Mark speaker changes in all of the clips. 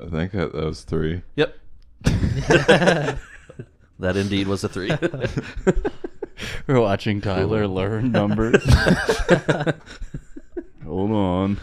Speaker 1: I think that, that was three.
Speaker 2: Yep. that indeed was a three.
Speaker 3: We're watching Tyler learn numbers. Hold on.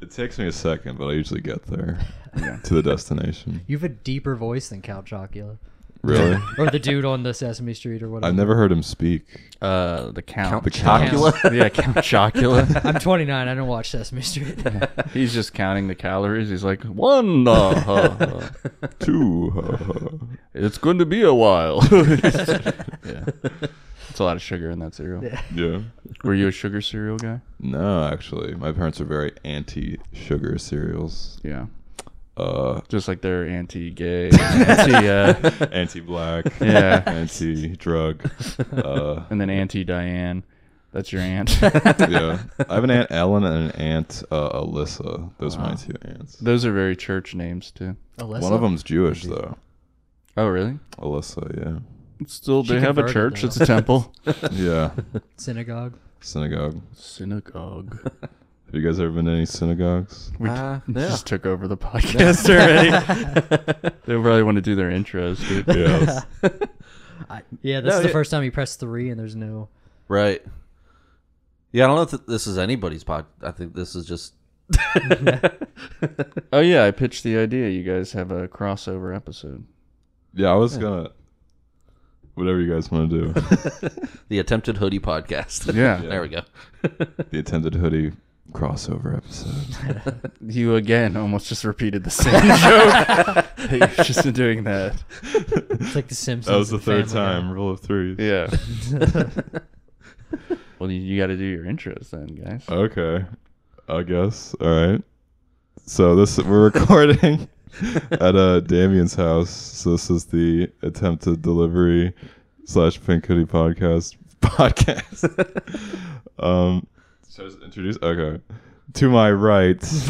Speaker 1: It takes me a second, but I usually get there
Speaker 3: Yeah.
Speaker 1: to the destination.
Speaker 4: You have a deeper voice than Count Chocula,
Speaker 1: Really?
Speaker 4: or the dude on the Sesame Street, or whatever.
Speaker 1: I've never heard him speak.
Speaker 3: Uh, the count.
Speaker 1: The count.
Speaker 2: Chocula?
Speaker 3: yeah, Count Chocula.
Speaker 4: I'm 29. I don't watch Sesame Street.
Speaker 3: He's just counting the calories. He's like, one. Uh, huh, huh.
Speaker 1: Two. ha, ha.
Speaker 3: It's going to be a while. yeah. It's a lot of sugar in that cereal.
Speaker 1: yeah.
Speaker 3: Were you a sugar cereal guy?
Speaker 1: No, actually, my parents are very anti-sugar cereals.
Speaker 3: Yeah.
Speaker 1: Uh,
Speaker 3: Just like they're anti-gay, anti, uh,
Speaker 1: anti-black.
Speaker 3: Yeah.
Speaker 1: Anti-drug. Uh,
Speaker 3: and then anti-Diane. That's your aunt.
Speaker 1: yeah. I have an aunt Ellen and an aunt uh, Alyssa. Those are my two aunts.
Speaker 3: Those are very church names too.
Speaker 4: Alyssa?
Speaker 1: One of them's Jewish though.
Speaker 3: Oh, really?
Speaker 1: Alyssa.
Speaker 3: It's still,
Speaker 4: She
Speaker 3: they have a
Speaker 4: converted,
Speaker 3: church.
Speaker 4: though.
Speaker 3: It's a temple.
Speaker 1: Yeah. Yeah.
Speaker 4: synagogue.
Speaker 1: Synagogue.
Speaker 3: Synagogue.
Speaker 1: Have you guys ever been to any synagogues?
Speaker 3: We t-
Speaker 2: Ah,
Speaker 3: just took over the podcast already. they probably want to do their intros, dude.
Speaker 1: Yes.
Speaker 4: I, yeah, this
Speaker 2: No,
Speaker 4: is the
Speaker 2: it-
Speaker 4: first time you press three and there's no.
Speaker 2: Right. Yeah, I don't know if th- this is anybody's pod. I think this is just.
Speaker 3: Oh yeah, I pitched the idea. You guys have a crossover episode.
Speaker 1: yeah, I was gonna. Whatever you guys want to do.
Speaker 2: The attempted hoodie podcast.
Speaker 3: Yeah.
Speaker 2: there we go.
Speaker 1: the attended hoodie crossover episode.
Speaker 3: You again almost just repeated the same joke. that You've just been doing that.
Speaker 4: It's like The Simpsons.
Speaker 1: That was the
Speaker 4: and
Speaker 1: third
Speaker 4: Family Guy.
Speaker 1: time. Rule of threes.
Speaker 3: Yeah. well, you, you got to do your intros then, guys.
Speaker 1: Uh, Okay. I guess. All right. So this we're recording at uh, Damien's house. So this is the attempted delivery slash pink hoodie podcast podcast. um, so just introduce. Okay. To my right, he's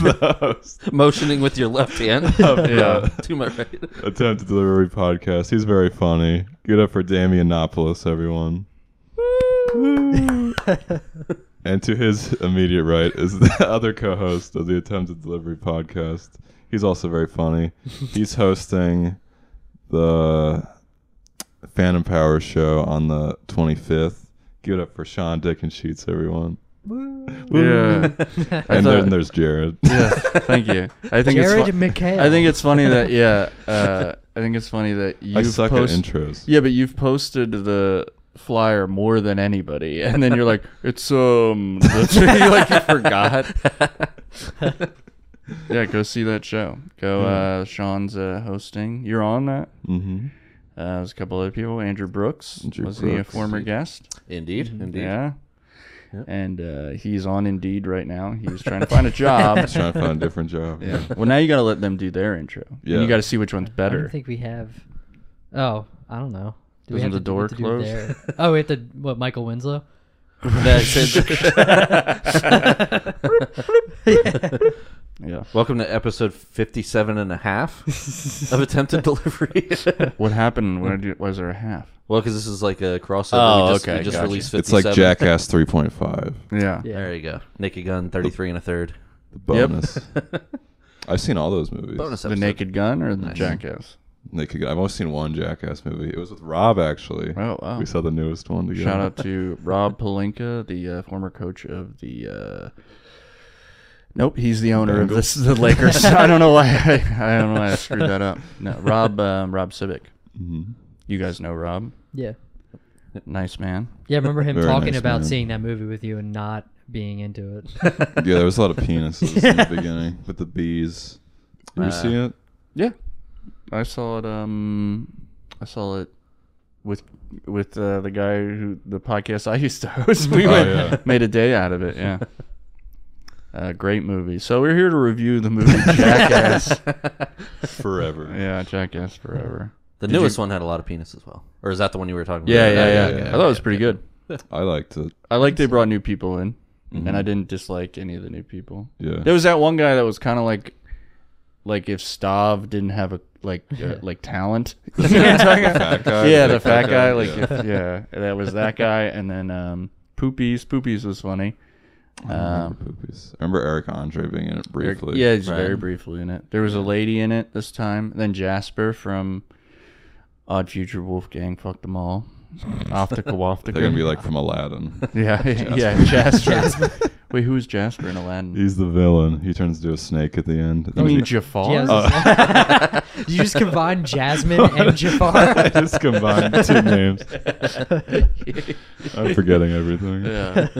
Speaker 1: the host
Speaker 2: Motioning with your left hand.
Speaker 1: of
Speaker 3: Yeah.
Speaker 1: the
Speaker 2: to my right.
Speaker 1: attempted delivery podcast. He's very funny. Get up for Damianopoulos, everyone. and to his immediate right is the other co-host of the attempted delivery podcast. He's also very funny. He's hosting the Phantom Power show on the 25th. Give it up for Sean Dick and Sheets, everyone.
Speaker 3: Yeah. I
Speaker 1: And
Speaker 3: thought-
Speaker 1: then there's Jared.
Speaker 3: yeah. Thank you. I think it's
Speaker 4: Jared
Speaker 3: fu-
Speaker 4: McHale.
Speaker 3: I think it's funny that yeah. Uh, I think it's funny that you
Speaker 1: I suck
Speaker 3: post-
Speaker 1: at intros.
Speaker 3: Yeah, but you've posted the flyer more than anybody, and then you're like, it's um, the- you, like you forgot. yeah, go see that show. Go, uh, Sean's uh, hosting. You're on that.
Speaker 1: hmm
Speaker 3: Uh, there's a couple other people. Andrew Brooks
Speaker 1: Andrew
Speaker 3: was he a
Speaker 1: Brooks.
Speaker 3: former guest?
Speaker 2: Indeed. Indeed.
Speaker 3: Mm-hmm. Yeah.
Speaker 2: Yep.
Speaker 3: And uh, he's on Indeed right now. He's trying to find a job.
Speaker 1: Trying to find a different job.
Speaker 3: yeah. Well, now you got to let them do their intro. Yeah.
Speaker 1: Yeah.
Speaker 3: you got to see which one's
Speaker 4: I don't
Speaker 3: better.
Speaker 4: think we have. Oh, I don't know. Do we
Speaker 3: Doesn't
Speaker 4: have
Speaker 3: the
Speaker 4: to do- what
Speaker 3: door
Speaker 4: to do
Speaker 3: close?
Speaker 4: there? oh, we have to. What, Michael Winslow?
Speaker 2: That's it.
Speaker 3: yeah.
Speaker 2: Welcome to episode 57 and a half of Attempted Delivery.
Speaker 3: What happened? When I did, was there a half?
Speaker 2: well, because this is like a crossover.
Speaker 3: Oh,
Speaker 2: we just,
Speaker 3: okay,
Speaker 2: We just
Speaker 3: gotcha.
Speaker 2: released 57.
Speaker 1: It's like Jackass 3.5.
Speaker 3: Yeah.
Speaker 2: There you go. Naked Gun, 33 and a third.
Speaker 1: The bonus. I've seen all those movies.
Speaker 2: Bonus
Speaker 3: The
Speaker 2: episode.
Speaker 3: Naked Gun or the Jackass?
Speaker 1: Naked Gun. I've only seen one Jackass movie. It was with Rob actually.
Speaker 3: Oh wow!
Speaker 1: We saw the newest one together.
Speaker 3: Shout out to Rob Palinka, the uh, former coach of the. Uh... Nope, he's the owner of this the Lakers. I don't know why I, I don't know why I screwed that up. No, Rob um, Rob Civic.
Speaker 1: Mhm.
Speaker 3: You guys know Rob,
Speaker 4: Yeah.
Speaker 3: nice man.
Speaker 4: Yeah, I remember him
Speaker 1: Very
Speaker 4: talking
Speaker 1: nice
Speaker 4: about
Speaker 1: man.
Speaker 4: seeing that movie with you and not being into it.
Speaker 1: Yeah, there was a lot of penises in the beginning with the bees. You ever see
Speaker 3: Uh.
Speaker 1: it?
Speaker 3: Yeah, I saw it. Um, I saw it with with uh, the guy who the podcast I used to host. We
Speaker 1: Oh,
Speaker 3: went,
Speaker 1: yeah.
Speaker 3: made a day out of it. Yeah, uh, great movie. So we're here to review the movie Jackass.
Speaker 1: Forever.
Speaker 3: yeah, Jackass Forever.
Speaker 2: The
Speaker 3: Did
Speaker 2: newest
Speaker 3: you-
Speaker 2: one had a lot of penis as well. Or is that the one you were talking
Speaker 3: Yeah,
Speaker 2: about?
Speaker 3: yeah,
Speaker 1: yeah,
Speaker 3: yeah.
Speaker 1: yeah.
Speaker 3: I thought it was pretty good.
Speaker 1: I liked it.
Speaker 3: I like they brought new people in, and I didn't dislike any of the new people.
Speaker 1: Yeah.
Speaker 3: There was that one guy that was kind of like, like if Stav didn't have a like uh, like talent. You know what I'm talking about?
Speaker 1: Fat guy,
Speaker 3: yeah, the
Speaker 1: big
Speaker 3: fat guy. Like,
Speaker 1: yeah.
Speaker 3: if- yeah. that was that guy, and then um, Poopies. Poopies was funny. Um,
Speaker 1: remember Mm-hmm. Poopies. I remember Eric Andre being in it
Speaker 3: Eric-
Speaker 1: briefly.
Speaker 3: yeah, he's
Speaker 2: Right.
Speaker 3: very briefly in it. There was a lady in it this time. Then Jasper from Odd Future Wolfgang fucked them all. Off the Kowaftika.
Speaker 1: They're gonna be like from Aladdin.
Speaker 3: yeah, yeah, Jasper. Wait, who was Jasper in Aladdin?
Speaker 1: He's the villain. He turns into a snake at the end.
Speaker 3: you mean Jafar?
Speaker 4: Yeah, I was gonna say- Did you just combine Jasmine and
Speaker 1: Oh, I
Speaker 4: Jafar?
Speaker 1: just combined two names. I'm forgetting everything.
Speaker 3: Yeah.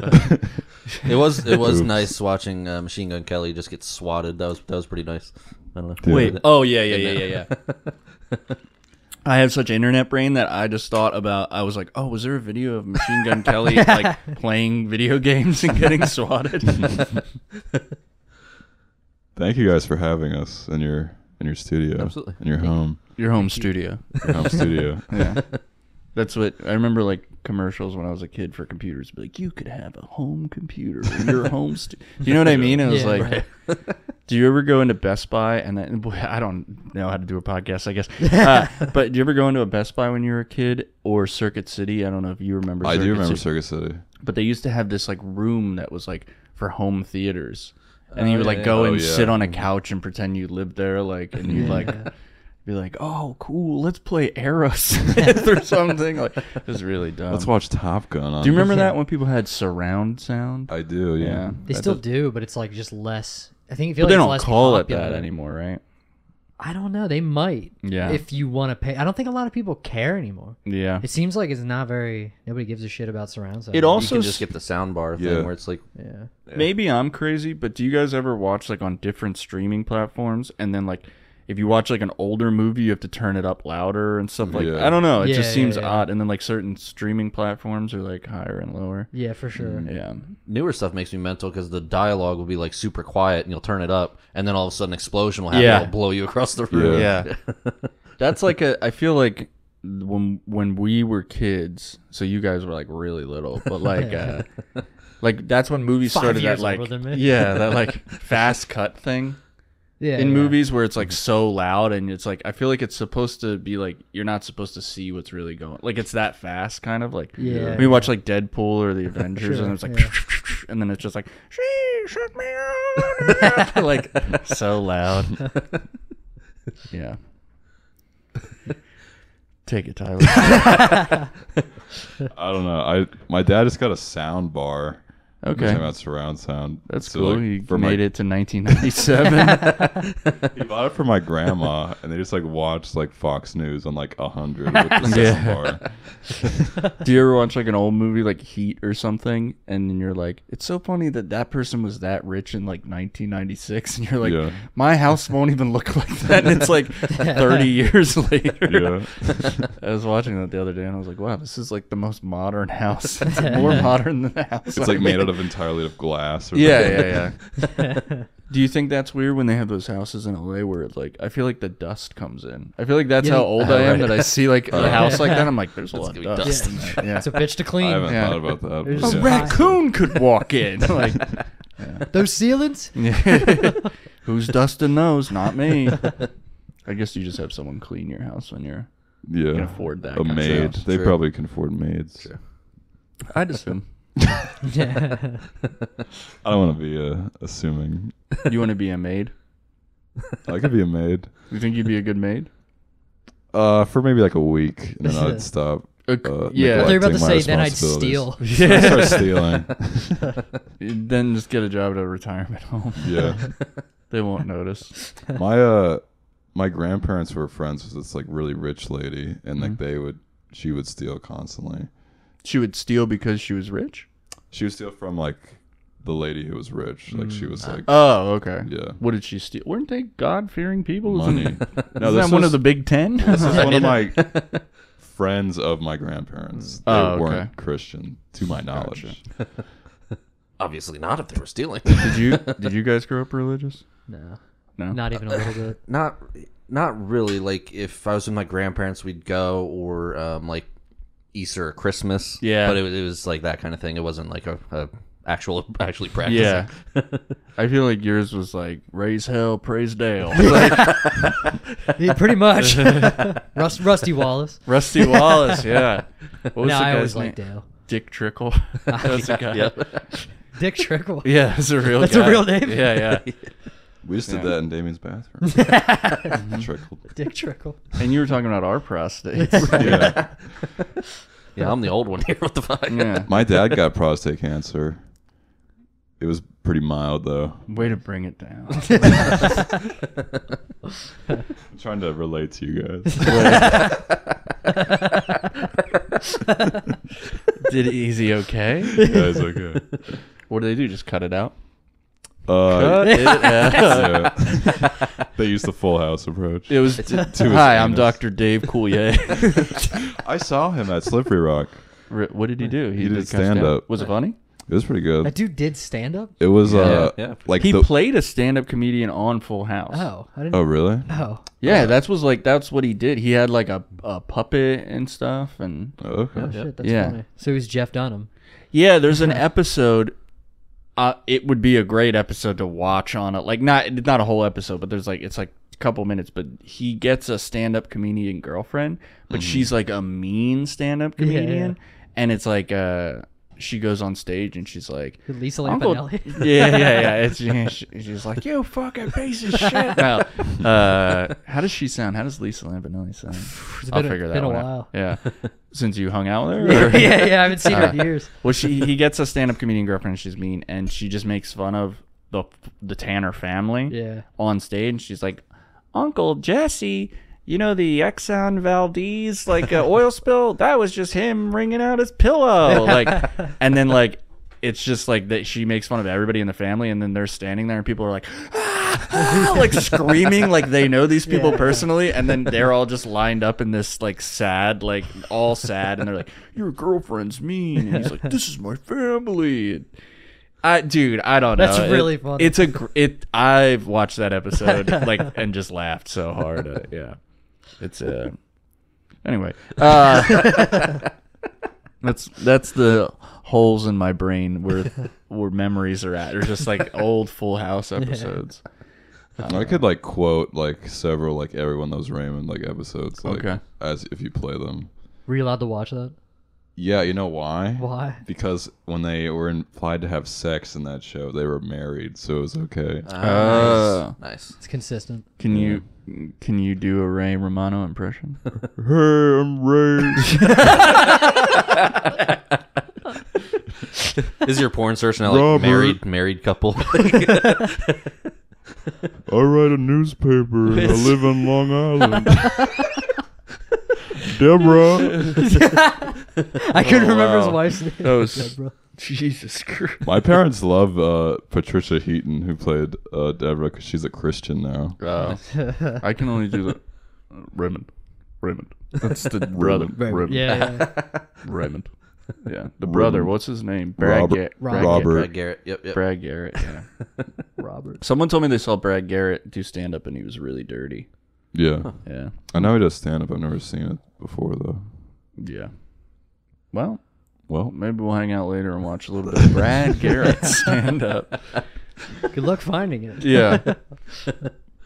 Speaker 2: It was it was
Speaker 1: Oops.
Speaker 2: nice watching uh, Machine Gun Kelly just get swatted. That was that was pretty nice. I don't know. if you
Speaker 1: Wait,
Speaker 2: did that.
Speaker 3: Oh yeah, yeah, yeah, yeah, yeah. I have such internet brain that I just thought about. I was like, "Oh, was there a video of Machine Gun Kelly like playing video games and getting swatted?"
Speaker 1: Thank you guys for having us in your in your studio,
Speaker 2: Absolutely.
Speaker 1: in your home,
Speaker 3: Your home studio.
Speaker 1: your home studio.
Speaker 3: Yeah, that's what I remember. Like commercials when I was a kid for computers, be like, "You could have a home computer in your home studio." Do you know what I mean? It was
Speaker 4: Yeah.
Speaker 3: like, do you ever go into Best Buy and then boy, I don't know how to do a podcast, I guess. Uh, but do you ever go into a Best Buy when you were a kid or Circuit City? I don't know if you remember.
Speaker 1: I do remember
Speaker 3: City Um,
Speaker 1: Circus City.
Speaker 3: but they used to have this like room that was like for home theaters
Speaker 2: Oh,
Speaker 3: and you would
Speaker 2: yeah,
Speaker 3: like
Speaker 2: yeah.
Speaker 3: go
Speaker 1: Oh,
Speaker 3: and
Speaker 1: yeah.
Speaker 3: sit on a couch and pretend you lived there like and you'd like be like oh cool let's play aerosmith or something like it was really dumb
Speaker 1: Let's watch Top Gun. On
Speaker 3: do you remember
Speaker 4: Yeah.
Speaker 3: that when people had surround sound
Speaker 1: I do. Yeah.
Speaker 4: They
Speaker 3: That
Speaker 4: still
Speaker 3: does-
Speaker 4: do, but it's like just less. I think I feel
Speaker 3: but
Speaker 4: like
Speaker 3: they
Speaker 4: it's
Speaker 3: don't
Speaker 4: less
Speaker 3: call it that
Speaker 4: popular.
Speaker 3: anymore right
Speaker 4: I don't know. They might.
Speaker 3: Yeah.
Speaker 4: If you want to pay, I don't think a lot of people care anymore.
Speaker 3: yeah
Speaker 4: It seems like it's not very. Nobody gives a shit about surround sound.
Speaker 3: it
Speaker 2: You
Speaker 3: also
Speaker 2: can just get the sound bar thing
Speaker 1: Yeah.
Speaker 2: where it's like
Speaker 4: Yeah.
Speaker 3: maybe I'm crazy, but do you guys ever watch like on different streaming platforms and then like if you watch like an older movie, you have to turn it up louder and stuff like
Speaker 1: Yeah.
Speaker 3: I don't know. It
Speaker 4: Yeah,
Speaker 3: just
Speaker 4: yeah,
Speaker 3: seems
Speaker 4: yeah.
Speaker 3: odd. And then like certain streaming platforms are like higher and lower.
Speaker 4: Yeah, for sure.
Speaker 3: Yeah.
Speaker 2: newer stuff makes me mental because the dialogue will be like super quiet and you'll turn it up and then all of a sudden explosion will happen
Speaker 3: Yeah.
Speaker 2: yeah. it'll blow you across the room
Speaker 3: Yeah. That's like a I feel like when when we were kids, so you guys were like really little, but like uh like that's when movies
Speaker 4: Five
Speaker 3: started
Speaker 4: years
Speaker 3: that like
Speaker 4: older than me.
Speaker 3: yeah, that like fast cut thing.
Speaker 4: Yeah.
Speaker 3: in
Speaker 4: yeah.
Speaker 3: movies where it's like so loud and it's like I feel like it's supposed to be like you're not supposed to see what's really going. Like it's that fast, kind of like
Speaker 4: Yeah.
Speaker 3: When you watch like Deadpool or the Avengers,
Speaker 4: Sure,
Speaker 3: and it's like,
Speaker 4: yeah.
Speaker 3: and then it's just like she shook me out, like so loud. yeah. Take it, Tyler.
Speaker 1: I don't know. I my dad just got a sound bar. We're talking
Speaker 3: Okay,
Speaker 1: about surround sound.
Speaker 3: that's
Speaker 1: So,
Speaker 3: cool.
Speaker 1: like,
Speaker 3: you
Speaker 1: for my-
Speaker 3: made it to 1997.
Speaker 1: He bought it for my grandma, and they just like watched like Fox News on like a hundred with the sound
Speaker 3: Yeah.
Speaker 1: bar.
Speaker 3: Do you ever watch like an old movie like Heat or something, and then you're like, it's so funny that that person was that rich in like 1996, and you're like,
Speaker 1: Yeah.
Speaker 3: my house won't even look like that. And it's like 30 years later.
Speaker 1: Yeah.
Speaker 3: I was watching that the other day, and I was like, wow, this is like the most modern house. It's more modern than the house.
Speaker 1: It's
Speaker 3: I
Speaker 1: like made
Speaker 3: made.
Speaker 1: out of entirely of glass. Or
Speaker 3: Yeah,
Speaker 1: something.
Speaker 3: yeah, yeah. Do you think that's weird when they have those houses in LA where it's like I feel like the dust comes in? I feel like that's
Speaker 4: Yeah.
Speaker 3: how old I am that I see like a house like that. I'm like, there's a lot of
Speaker 2: gonna be
Speaker 3: dust.
Speaker 4: Yeah.
Speaker 3: in that. Yeah.
Speaker 4: It's a bitch to
Speaker 1: I
Speaker 4: clean.
Speaker 1: haven't
Speaker 3: Yeah.
Speaker 1: thought about that.
Speaker 4: There's
Speaker 1: but
Speaker 4: a
Speaker 1: yeah.
Speaker 4: rack-
Speaker 3: raccoon could walk in. Like,
Speaker 4: Those ceilings.
Speaker 3: who's dusting those? Not me. I guess you just have someone clean your house when you're.
Speaker 1: yeah.
Speaker 3: can afford that
Speaker 1: A
Speaker 3: kind of
Speaker 1: maid.
Speaker 3: house.
Speaker 1: They
Speaker 2: True.
Speaker 1: probably can afford maids.
Speaker 2: True.
Speaker 3: I'd assume
Speaker 4: Yeah.
Speaker 1: I don't want to be uh, assuming.
Speaker 3: you want to be a maid.
Speaker 1: I could be a maid
Speaker 3: You think you'd be a good maid?
Speaker 1: uh, for maybe like a week, and then I'd stop.
Speaker 3: Uh,
Speaker 1: Uh,
Speaker 4: They're
Speaker 3: yeah.
Speaker 1: neglect.
Speaker 4: about to
Speaker 1: Take my
Speaker 4: say, then I'd steal.
Speaker 1: responsibilities. I'd start stealing.
Speaker 3: Then just get a job at a retirement home.
Speaker 1: Yeah.
Speaker 3: They won't notice.
Speaker 1: my uh my grandparents were friends with this like really rich lady and like
Speaker 3: Mm-hmm.
Speaker 1: they would she would steal constantly
Speaker 3: She would steal because she was rich.
Speaker 1: she would steal from like the lady who was rich like she was like
Speaker 3: Oh, okay.
Speaker 1: Yeah.
Speaker 3: What did she steal? Weren't they God-fearing people? Isn't-
Speaker 1: money no
Speaker 3: Isn't
Speaker 1: this
Speaker 3: that one
Speaker 1: was,
Speaker 3: of the Big Ten?
Speaker 1: this is one of my friends of my grandparents they
Speaker 3: Oh, okay.
Speaker 1: weren't christian to my knowledge
Speaker 2: obviously not if they were stealing
Speaker 3: did you did you guys grow up religious?
Speaker 4: No.
Speaker 3: No.
Speaker 4: Not even a little bit.
Speaker 2: not not really like if i was with my grandparents we'd go or um like easter or christmas
Speaker 3: Yeah.
Speaker 2: but it, was- it was like that kind of thing it wasn't like a, a actual actually practice
Speaker 3: Yeah. I feel like yours was like raise hell, praise Dale. Like,
Speaker 4: Yeah, pretty much. Rust, Rusty Wallace.
Speaker 3: Rusty Wallace, yeah. What was
Speaker 4: No,
Speaker 3: the
Speaker 4: I
Speaker 3: guy's
Speaker 4: always
Speaker 3: name?
Speaker 4: liked Dale.
Speaker 3: Dick Trickle. That was the guy.
Speaker 4: Dick Trickle.
Speaker 3: Yeah, it's a real.
Speaker 4: That's a
Speaker 3: guy.
Speaker 4: real name?
Speaker 3: Yeah, yeah.
Speaker 1: We just did
Speaker 3: Yeah.
Speaker 1: that in Damien's bathroom. Trickled.
Speaker 4: Dick Trickle.
Speaker 3: And you were talking about our prostates.
Speaker 1: Yeah.
Speaker 2: Yeah, I'm the old one here. What the fuck?
Speaker 3: yeah.
Speaker 1: My dad got prostate cancer. It was pretty mild though.
Speaker 3: Way to bring it down.
Speaker 1: I'm trying to relate to you guys.
Speaker 3: Did Easy okay?
Speaker 1: you guys okay?
Speaker 3: What do they do? Just cut it out.
Speaker 1: Uh,
Speaker 3: it out.
Speaker 1: yeah. they used the full house approach.
Speaker 3: It was.
Speaker 1: To his
Speaker 3: Hi, I'm
Speaker 1: anus.
Speaker 3: Dr. Dave Coulier.
Speaker 1: I saw him at Slippery Rock.
Speaker 3: R- what did he do?
Speaker 1: He did
Speaker 3: kind of
Speaker 1: stand-up.
Speaker 3: Was it funny?
Speaker 1: It was pretty
Speaker 4: That
Speaker 1: good.
Speaker 4: dude did stand up?
Speaker 1: It was uh
Speaker 2: Yeah, yeah.
Speaker 1: like
Speaker 3: he
Speaker 1: the
Speaker 3: played a stand-up comedian on Full House.
Speaker 4: Oh, I didn't
Speaker 1: Oh really?
Speaker 4: know.
Speaker 1: Uh,
Speaker 3: Yeah, that's was like that's what he did. He had like a, a puppet and stuff and
Speaker 1: Oh, okay.
Speaker 4: Oh, shit. That's
Speaker 3: Yeah.
Speaker 4: funny. So he's Jeff Dunham.
Speaker 3: Yeah, there's
Speaker 4: Mm-hmm.
Speaker 3: an episode. Uh, it would be a great episode to watch on it. Like not not a whole episode, but there's like it's like a couple minutes. But he gets a stand up comedian girlfriend, but she's like a mean stand up
Speaker 4: Mm-hmm. Yeah, yeah.
Speaker 3: comedian, and it's like uh, she goes on stage and she's like.
Speaker 4: Lisa
Speaker 3: Uncle,
Speaker 4: Lampanelli.
Speaker 3: yeah, yeah, yeah. It's, yeah, she- she's like, "You fucking piece of shit." No. Uh, how does she sound? How does Lisa Lampanelli sound?
Speaker 4: It's
Speaker 3: I'll
Speaker 4: been a-
Speaker 3: figure that
Speaker 4: been a
Speaker 3: one
Speaker 4: while.
Speaker 3: out. Yeah, since you hung out with her. or-
Speaker 4: yeah, yeah, I haven't seen her in years.
Speaker 3: well, she he gets a stand-up comedian girlfriend. She's mean, and she just makes fun of the the Tanner family.
Speaker 4: Yeah.
Speaker 3: On stage, she's like, "Uncle Jesse, you know the Exxon Valdez like uh, oil spill? That was just him wringing out his pillow." Like, and then like. It's just like that she makes fun of everybody in the family, and then they're standing there, and people are like, "Ah, ah," like screaming, like they know these people
Speaker 4: Yeah.
Speaker 3: personally, and then they're all just lined up in this like sad, like all sad, and they're like, "Your girlfriend's mean," and he's like, "This is my family." I, dude, I don't know.
Speaker 4: That's
Speaker 3: It-
Speaker 4: really funny.
Speaker 3: It's a gr- it. I've watched that episode like and just laughed so hard. Uh, yeah, it's uh Anyway, uh, that's that's the holes in my brain where where memories are at, or just like old Full House episodes.
Speaker 1: I could like quote like several like everyone loves Raymond like episodes like
Speaker 3: Okay.
Speaker 1: as if you play them.
Speaker 4: Were you allowed to watch that?
Speaker 1: Yeah, you know why?
Speaker 4: Why?
Speaker 1: Because when they were implied to have sex in that show, they were married, so it was okay.
Speaker 3: Ah. Oh.
Speaker 2: nice.
Speaker 4: It's consistent.
Speaker 3: Can you can you do a Ray Romano impression?
Speaker 1: hey, I'm Ray.
Speaker 2: nice. Is your porn search now like
Speaker 1: Robert.
Speaker 2: married married couple?
Speaker 1: I write a newspaper and I live on Long Island. Deborah.
Speaker 4: I couldn't
Speaker 3: Oh, wow.
Speaker 4: remember
Speaker 3: Oh.
Speaker 4: his wife's name. Deborah.
Speaker 3: Jesus Christ.
Speaker 1: My parents love uh, Patricia Heaton, who played uh, Deborah, because she's a Christian now.
Speaker 3: Oh, I can only do the Raymond. Raymond. That's the brother. Raymond.
Speaker 4: Yeah, yeah.
Speaker 3: Raymond. Yeah. The brother.
Speaker 1: Raymond.
Speaker 3: What's his name? Brad
Speaker 1: Robert-
Speaker 3: Garrett.
Speaker 4: Robert.
Speaker 1: Robert.
Speaker 2: Brad Garrett. Yep, yep.
Speaker 3: Brad Garrett. Yeah.
Speaker 4: Robert.
Speaker 3: Someone told me they saw Brad Garrett do stand up and he was really dirty.
Speaker 1: Yeah.
Speaker 3: Yeah.
Speaker 1: I know he does stand up. I've never seen it before, though.
Speaker 3: Yeah. Well,
Speaker 1: Well,
Speaker 3: maybe we'll hang out later and watch a little bit of Brad Garrett stand up.
Speaker 4: Good luck finding it.
Speaker 3: Yeah.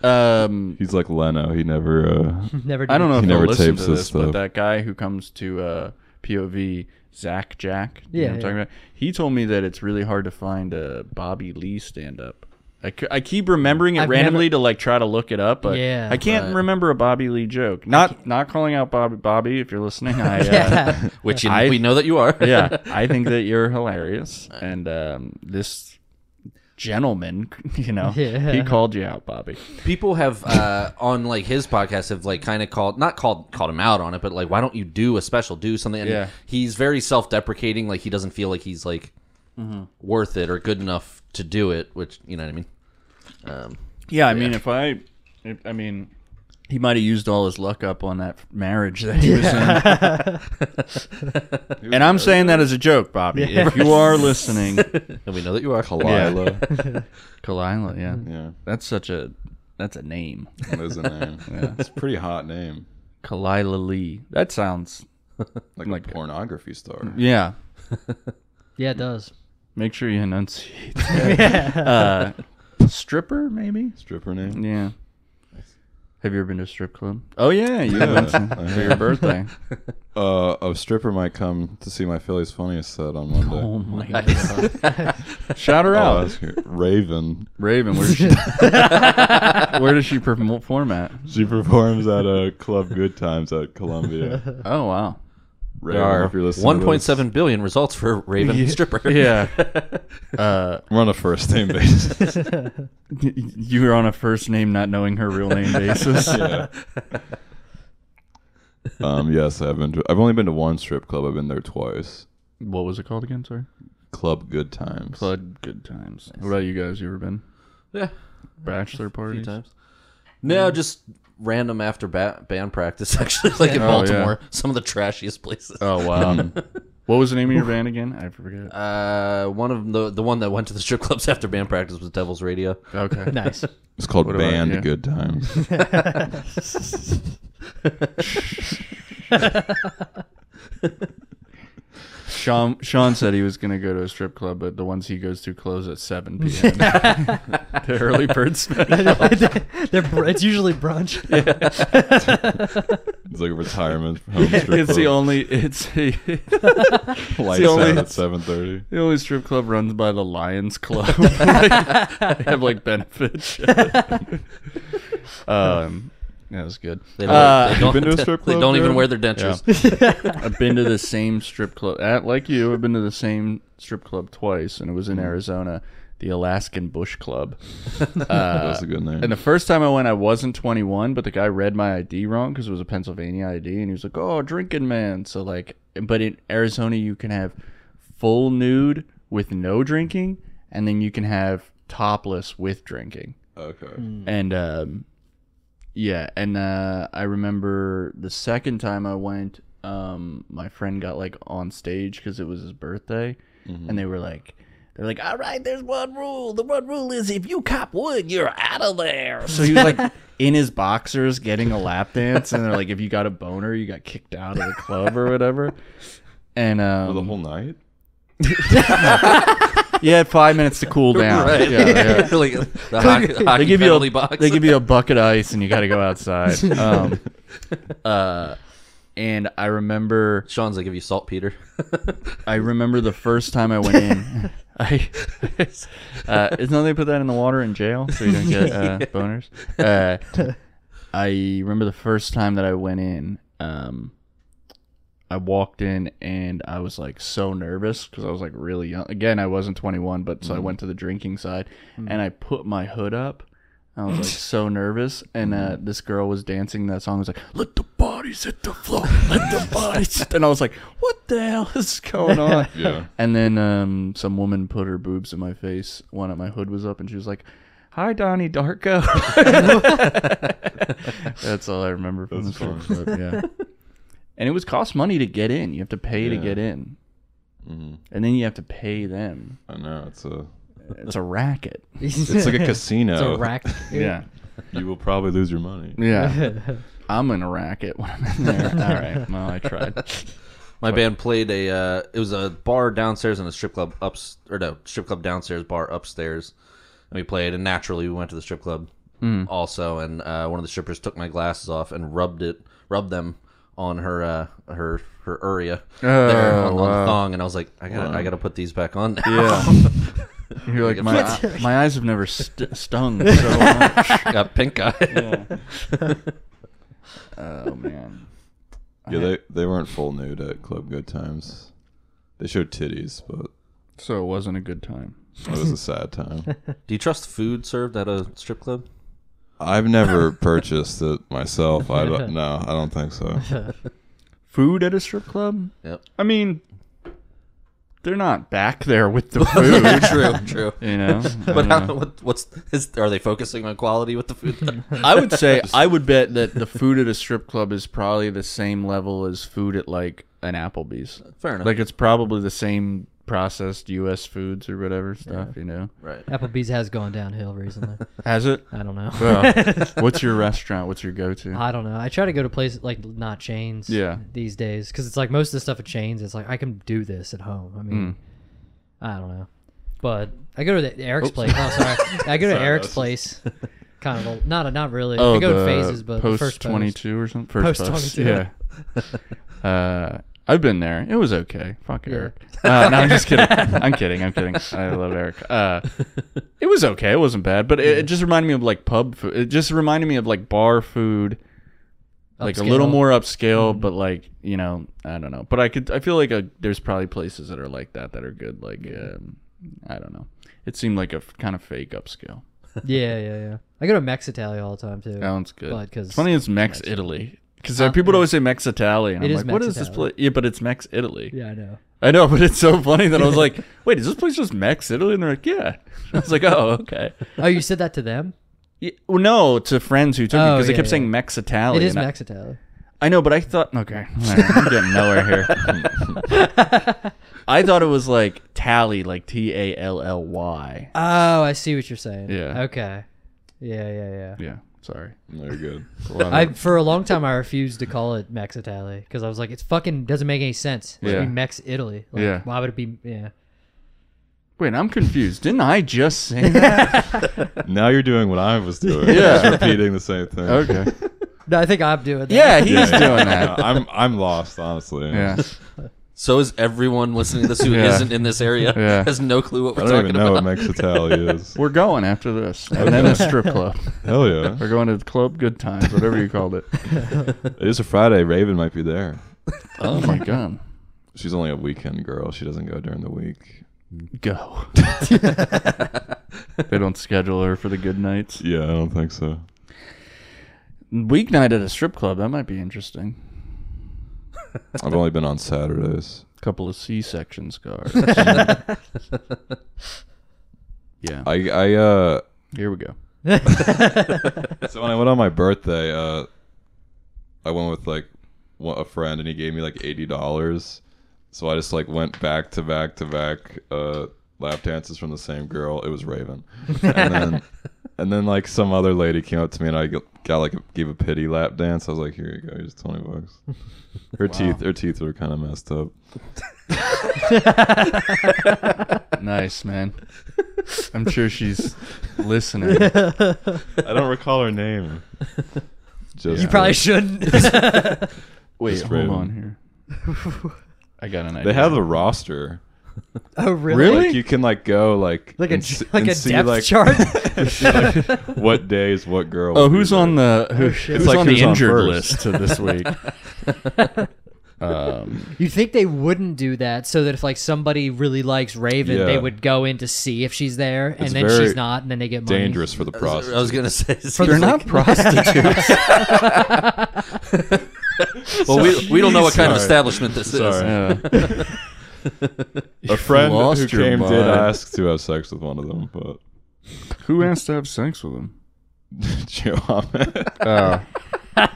Speaker 3: Um,
Speaker 1: he's like Leno. He never. Uh,
Speaker 4: Never. Did.
Speaker 3: I don't know if
Speaker 1: He
Speaker 3: he will
Speaker 1: never
Speaker 3: listen
Speaker 1: tapes
Speaker 3: to
Speaker 1: this
Speaker 3: this, but
Speaker 1: stuff.
Speaker 3: that guy who comes to uh, POV, Zach Jack, you know
Speaker 4: Yeah,
Speaker 3: what I'm
Speaker 4: yeah.
Speaker 3: talking about. He told me that it's really hard to find a Bobby Lee stand up. I, c- I keep remembering it
Speaker 4: I've
Speaker 3: randomly to like try to look it up, but
Speaker 4: Yeah.
Speaker 3: I can't
Speaker 2: Right.
Speaker 3: remember a Bobby Lee joke. Not not calling out Bobby Bobby if you're listening. I, uh,
Speaker 4: Yeah.
Speaker 2: Which you,
Speaker 3: I-
Speaker 2: we know that you are.
Speaker 3: yeah, I think that you're hilarious, and um, this gentleman, you know,
Speaker 4: Yeah.
Speaker 3: he called you out, Bobby.
Speaker 2: People have uh, on like his podcast have like kind of called not called called him out on it, but like why don't you do a special, do something? And
Speaker 3: Yeah.
Speaker 2: He's very self deprecating. Like he doesn't feel like he's like worth it or good enough to do it. Which you know what I mean. Um,
Speaker 3: Yeah, I mean, if I, if, I mean, he might have used all his luck up on that marriage that he was in. and I'm saying that as a joke, Bobby. If you are listening,
Speaker 2: and we know that you are.
Speaker 1: Kalila.
Speaker 3: Kalila, yeah.
Speaker 1: Yeah.
Speaker 3: that's such a that's a name,
Speaker 1: That is a name. It's a pretty hot name.
Speaker 3: Kalila Lee. That sounds
Speaker 1: Like,
Speaker 3: Like-
Speaker 1: a pornography star.
Speaker 3: yeah.
Speaker 4: yeah, it does.
Speaker 3: Make sure you enunciate. that. Uh, stripper, maybe.
Speaker 1: Stripper name?
Speaker 3: Yeah. Have you ever been to a strip club? Oh yeah, you
Speaker 1: Yeah.
Speaker 3: went to-
Speaker 1: I
Speaker 3: for your
Speaker 1: have.
Speaker 3: birthday.
Speaker 1: uh, a stripper might come to see my Philly's Funniest set on Monday.
Speaker 3: Oh my Oh,
Speaker 2: Nice.
Speaker 3: god! Shout her
Speaker 1: I'll
Speaker 3: out,
Speaker 1: ask her. Raven.
Speaker 3: Raven. Where does she, where does she perform at?
Speaker 1: She performs at a club Good Times at Columbia.
Speaker 3: Oh wow!
Speaker 1: Raven,
Speaker 2: There are
Speaker 1: if you're listening to this,
Speaker 2: 1.7 billion results for Raven Stripper.
Speaker 3: Yeah. Uh,
Speaker 1: We're on a first name basis.
Speaker 3: y- you were on a first name, not knowing her real name basis.
Speaker 1: yeah. Um. Yes, I've been. To, I've only been to one strip club. I've been there twice.
Speaker 3: What was it called again? Sorry.
Speaker 1: Club Good Times.
Speaker 3: Club Good Times. What about you guys? You ever been
Speaker 2: yeah.
Speaker 3: bachelor
Speaker 2: A few
Speaker 3: parties?
Speaker 2: times. No, just random after ba- band practice, actually, like in
Speaker 3: Oh, yeah.
Speaker 2: Baltimore. Some of the trashiest places.
Speaker 3: Oh wow! what was the name of your band again? I forget.
Speaker 2: Uh, one of the the one that went to the strip clubs after band practice was Devil's Radio.
Speaker 3: Okay.
Speaker 4: nice.
Speaker 1: It's called
Speaker 3: What about-
Speaker 1: Band
Speaker 3: yeah.
Speaker 1: Good Times.
Speaker 3: Sean Sean said he was gonna go to a strip club, but the ones he goes to close at seven p.m. the early bird special.
Speaker 4: They're br- it's usually brunch.
Speaker 1: It's like a retirement home strip
Speaker 3: It's the
Speaker 1: club.
Speaker 3: only it's a,
Speaker 1: Lights
Speaker 3: the only-
Speaker 1: out at seven thirty.
Speaker 3: the only strip club runs by the Lions Club. they have like benefits. um, that was good.
Speaker 2: They don't,
Speaker 3: Uh,
Speaker 2: they don't,
Speaker 1: been to a strip
Speaker 2: They
Speaker 1: club,
Speaker 2: don't even
Speaker 1: Jared?
Speaker 2: wear their dentures.
Speaker 3: I've been to the same strip club. At, like you, I've been to the same strip club twice, and it
Speaker 2: Hmm.
Speaker 3: was in Arizona, the Alaskan Bush Club.
Speaker 1: That's a good name.
Speaker 3: Uh, And the first time I went, I wasn't 21, but the guy read my ID wrong because it was a Pennsylvania ID, and he was like, "Oh, drinking man." So like, but in Arizona, you can have full nude with no drinking, and then you can have topless with drinking.
Speaker 1: okay.
Speaker 3: And um, yeah, and uh, I remember the second time I went, um, my friend got like on stage because it was his birthday, and they were like, they're like, all right, there's one rule. The one rule is if you cop wood, you're out of there. So he was like in his boxers getting a lap dance, and they're like, if you got a boner, you got kicked out of the club or whatever. And
Speaker 1: For Oh, the
Speaker 3: um,
Speaker 1: whole night.
Speaker 3: you had five minutes to cool down.
Speaker 2: Right.
Speaker 3: Yeah, yeah.
Speaker 2: Like, the hockey, hockey
Speaker 3: they give you
Speaker 2: penalty
Speaker 3: a
Speaker 2: box.
Speaker 3: they give you a bucket of ice and you got to go outside. Um, uh, and I remember
Speaker 2: Sean's they give you saltpeter.
Speaker 3: I remember the first time I went in. I uh, isn't that they put that in the water in jail so you don't get uh, boners. Uh, I remember the first time that I went in. Um, I walked in and I was like so nervous because I was like really young. Again, I wasn't 21, but so I went to the drinking side and I put my hood up. I was like so nervous, and uh, this girl was dancing that song. I was like, "Let the bodies hit the floor, let the bodies," hit-" and I was like, "What the hell is going on?"
Speaker 1: Yeah.
Speaker 3: And then um, some woman put her boobs in my face. One at my hood was up, and she was like, "Hi, Donnie Darko." That's all I remember from
Speaker 1: That's
Speaker 3: the strip
Speaker 1: fun.
Speaker 3: club. Yeah. And it was cost money to get in. You have to pay to
Speaker 1: Yeah.
Speaker 3: get in,
Speaker 1: Mhm.
Speaker 3: and then you have to pay them.
Speaker 1: I know it's a
Speaker 3: It's a racket.
Speaker 1: it's like a casino.
Speaker 4: It's a
Speaker 3: Oh.
Speaker 4: rack.
Speaker 1: You will probably lose your money.
Speaker 3: yeah. I'm in a racket when I'm in there. all right. Well, I tried.
Speaker 2: My band played a. Uh, it was a bar downstairs and a strip club ups or no strip club downstairs, bar upstairs, and we played. And naturally, we went to the strip club
Speaker 3: Hmm.
Speaker 2: also. And uh, one of the strippers took my glasses off and rubbed it, rubbed them on her uh, her her area there
Speaker 3: Oh,
Speaker 2: on, on
Speaker 3: wow.
Speaker 2: the thong. And I was like, I gotta I gotta put these back on. now.
Speaker 3: Yeah. You're like my my eyes have never st- stung so much.
Speaker 2: Got pink eye.
Speaker 3: Oh man.
Speaker 1: Yeah, they they weren't full nude at Club Good Times. They showed titties, but
Speaker 3: So it wasn't a good time.
Speaker 1: it was a sad time.
Speaker 2: Do you trust food served at a strip club?
Speaker 1: I've never purchased it myself. I don't no, I don't think so.
Speaker 3: Food at a strip club?
Speaker 2: Yep.
Speaker 3: I mean, they're not back there with the food,
Speaker 2: true, true.
Speaker 3: you know.
Speaker 2: But how, what, what's is, are they focusing on quality with the food?
Speaker 3: I would say I would bet that the food at a strip club is probably the same level as food at like an Applebee's.
Speaker 2: Fair enough.
Speaker 3: Like it's probably the same processed U.S. foods or whatever stuff, you know.
Speaker 2: right.
Speaker 4: Applebee's has gone downhill recently.
Speaker 3: Has it?
Speaker 4: I don't know.
Speaker 3: Well, what's your restaurant? What's your go-to?
Speaker 4: Uh, I don't know. I try to go to places like not chains.
Speaker 3: Yeah.
Speaker 4: These days, because it's like most of the stuff at chains, it's like I can do this at home.
Speaker 3: Hmm.
Speaker 4: I mean, I don't know, but I go to the, Eric's place. Oh, sorry. I go to
Speaker 1: Sorry,
Speaker 4: Eric's
Speaker 1: that's just-
Speaker 4: place. Kind of a, not a, not really.
Speaker 3: oh,
Speaker 4: I go in
Speaker 3: the
Speaker 4: phases, but the
Speaker 3: post
Speaker 4: first post.
Speaker 3: twenty two or something. First
Speaker 4: Post
Speaker 3: post,
Speaker 4: 22.
Speaker 3: yeah. Uh, I've been there. It was okay. Fuck Eric. Uh, no, I'm just kidding. I'm kidding. I'm kidding. I love Eric. Uh, it was okay. It wasn't bad, but it, it just reminded me of like pub food. It just reminded me of like bar food, like a little
Speaker 4: Upscale. Mm-hmm.
Speaker 3: more upscale, but like you know, I don't know. But I could. I feel like a, there's probably places that are like that that are good. Like um, I don't know. It seemed like a f- kind of fake upscale.
Speaker 4: yeah, yeah, yeah. I go to Mexitalia all the time too.
Speaker 3: Sounds good.
Speaker 4: But
Speaker 3: It's
Speaker 4: because
Speaker 3: funny it's Mex Italy. Because
Speaker 4: Huh?
Speaker 3: people would always say Mex Italy, and
Speaker 4: It
Speaker 3: I'm
Speaker 4: is
Speaker 3: like, what is this
Speaker 4: Mex-Italy.
Speaker 3: place? Yeah, but it's Mex Italy.
Speaker 4: yeah, I know.
Speaker 3: I know, but it's so funny that I was like, wait, is this place just Mex Italy? And they're like, yeah. I was like, oh, okay.
Speaker 4: Oh, you said that to them?
Speaker 3: Yeah, well, no, to friends who took it
Speaker 4: Oh,
Speaker 3: because they
Speaker 4: yeah,
Speaker 3: kept
Speaker 4: yeah.
Speaker 3: saying Mex Italy.
Speaker 4: It is
Speaker 3: and I-
Speaker 4: Mexitalia.
Speaker 3: I know, but I thought, okay, all right, I'm getting nowhere here. I thought it was like tally, like T A L L Y.
Speaker 4: Oh, I see what you're saying.
Speaker 3: Yeah.
Speaker 4: Okay. Yeah, yeah, yeah.
Speaker 3: Yeah, sorry.
Speaker 1: They're good.
Speaker 4: I for a long time I refused to call it Mex Italy because I was like, it's fucking doesn't make any sense. It should
Speaker 3: Yeah.
Speaker 4: be Mex Italy. Like,
Speaker 3: Yeah.
Speaker 4: Why would it be? Yeah.
Speaker 3: Wait, I'm confused. Didn't I just say that?
Speaker 1: Now you're doing what I was doing.
Speaker 3: Yeah.
Speaker 1: Just repeating the same thing.
Speaker 3: okay.
Speaker 4: No, I think I'm doing that.
Speaker 3: Yeah, he's
Speaker 1: Yeah, yeah,
Speaker 3: doing
Speaker 1: yeah.
Speaker 3: that.
Speaker 1: I'm I'm lost, honestly.
Speaker 3: Yeah.
Speaker 2: So is everyone listening to this who
Speaker 3: Yeah.
Speaker 2: not in this area?
Speaker 3: Yeah.
Speaker 2: Has no clue what
Speaker 1: I don't
Speaker 2: we're talking
Speaker 1: even know
Speaker 2: about.
Speaker 1: what Mexitalia is.
Speaker 3: We're going after this. And then a strip club.
Speaker 1: Hell yeah.
Speaker 3: We're going to the club Good Times, whatever you called it.
Speaker 1: It is a Friday. Raven might be there.
Speaker 3: Oh my god.
Speaker 1: She's only a weekend girl. She doesn't go during the week.
Speaker 3: Go. they don't schedule her for the good nights.
Speaker 1: Yeah, I don't think so.
Speaker 3: Weeknight at a strip club, that might be interesting.
Speaker 1: I've only been on Saturdays.
Speaker 3: Couple of C section scars. yeah.
Speaker 1: I I uh
Speaker 3: Here we go.
Speaker 1: so when I went on my birthday, uh I went with like one- a friend and he gave me like eighty dollars. So I just like went back to back to back uh lap dances from the same girl. It was Raven. And then and then like some other lady came up to me and I g- got like a, gave a pity lap dance. I was like, "Here you go, here's 20 bucks." Her teeth her teeth were kind of messed up.
Speaker 3: Nice, man. I'm sure she's listening.
Speaker 1: I don't recall her name. Just
Speaker 4: You probably shouldn't.
Speaker 3: Wait,
Speaker 1: Just
Speaker 3: hold
Speaker 1: random.
Speaker 3: on here. I got an idea.
Speaker 1: They have a roster.
Speaker 4: oh, really?
Speaker 3: Really?
Speaker 1: Like you can like go like
Speaker 4: Like a
Speaker 1: and s-
Speaker 4: like
Speaker 1: and
Speaker 4: a
Speaker 1: see,
Speaker 4: depth
Speaker 1: like,
Speaker 4: chart?
Speaker 1: what days what girl?
Speaker 3: Oh,
Speaker 1: would be
Speaker 3: who's
Speaker 1: there.
Speaker 3: on the who, who's
Speaker 1: It's like
Speaker 3: on
Speaker 1: who's
Speaker 3: the
Speaker 1: on
Speaker 3: injured
Speaker 1: first.
Speaker 3: list to this week? um,
Speaker 4: You think they wouldn't do that so that if like somebody really likes Raven,
Speaker 1: Yeah.
Speaker 4: they would go in to see if she's there, and
Speaker 1: It's
Speaker 4: then
Speaker 1: very
Speaker 4: she's not, and then they get money.
Speaker 1: dangerous for the
Speaker 2: I was-
Speaker 1: process?
Speaker 2: I was gonna say it
Speaker 4: For
Speaker 2: seems
Speaker 3: they're
Speaker 4: the-
Speaker 3: not prostitutes.
Speaker 2: like- Well, we, we don't know what kind of
Speaker 1: Sorry.
Speaker 2: establishment this
Speaker 1: Sorry.
Speaker 2: is.
Speaker 3: Yeah.
Speaker 1: a friend
Speaker 3: lost
Speaker 1: who
Speaker 3: your
Speaker 1: came did
Speaker 3: mind.
Speaker 1: ask to have sex with one of them, but
Speaker 3: Who asked to have sex with him?
Speaker 1: Joe
Speaker 3: Uh,
Speaker 4: I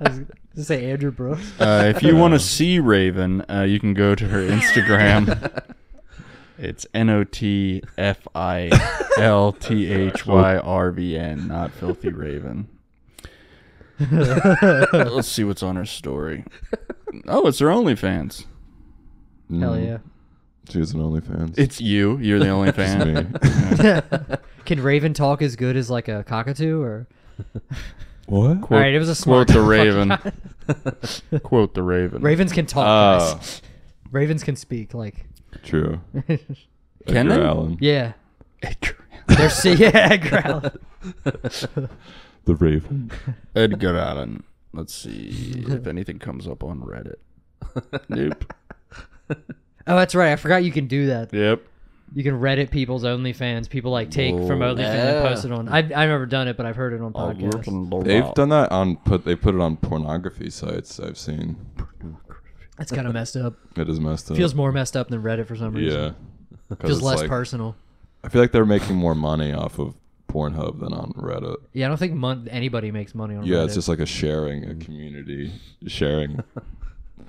Speaker 4: was gonna say Andrew Brooks.
Speaker 3: uh, if you want to see Raven, uh, you can go to her Instagram. It's N O T F I L T H Y R V N, not Filthy Raven. Let's see what's on her story. Oh, it's her OnlyFans.
Speaker 1: Mm-hmm.
Speaker 4: Hell yeah.
Speaker 1: she's an OnlyFans.
Speaker 3: Mm. It's you. You're the only
Speaker 1: It's
Speaker 3: fan.
Speaker 1: me.
Speaker 4: Can Raven talk as good as like a cockatoo? Or
Speaker 1: what?
Speaker 4: all right, it was a smart
Speaker 3: Quote the Raven. Quote the Raven.
Speaker 4: Ravens can talk.
Speaker 1: Oh,
Speaker 4: guys. Ravens can speak. Like
Speaker 1: true.
Speaker 3: Can
Speaker 1: Edgar
Speaker 3: they?
Speaker 1: Allan,
Speaker 4: yeah, they're see yeah growl.
Speaker 1: the Raven.
Speaker 3: Edgar Allan. Let's see if anything comes up on Reddit. Nope.
Speaker 4: Oh, that's right. I forgot you can do that.
Speaker 3: Yep.
Speaker 4: You can Reddit people's OnlyFans. People like take from
Speaker 3: Whoa.
Speaker 4: OnlyFans and
Speaker 2: Yeah.
Speaker 4: post it on. I've, I've never done it, but I've heard it on podcasts.
Speaker 1: They've done that on put. They put it on pornography sites. I've seen.
Speaker 4: That's kind of messed up.
Speaker 1: It is messed up.
Speaker 4: Feels more messed up than Reddit for some reason.
Speaker 1: yeah. 'Cause
Speaker 4: feels
Speaker 1: it's
Speaker 4: less
Speaker 1: like-
Speaker 4: personal.
Speaker 1: I feel like they're making more money off of Pornhub than on Reddit.
Speaker 4: Yeah, I don't think mon- anybody makes money on
Speaker 1: Yeah,
Speaker 4: Reddit.
Speaker 1: it's just like a sharing, a
Speaker 3: Mm.
Speaker 1: community sharing.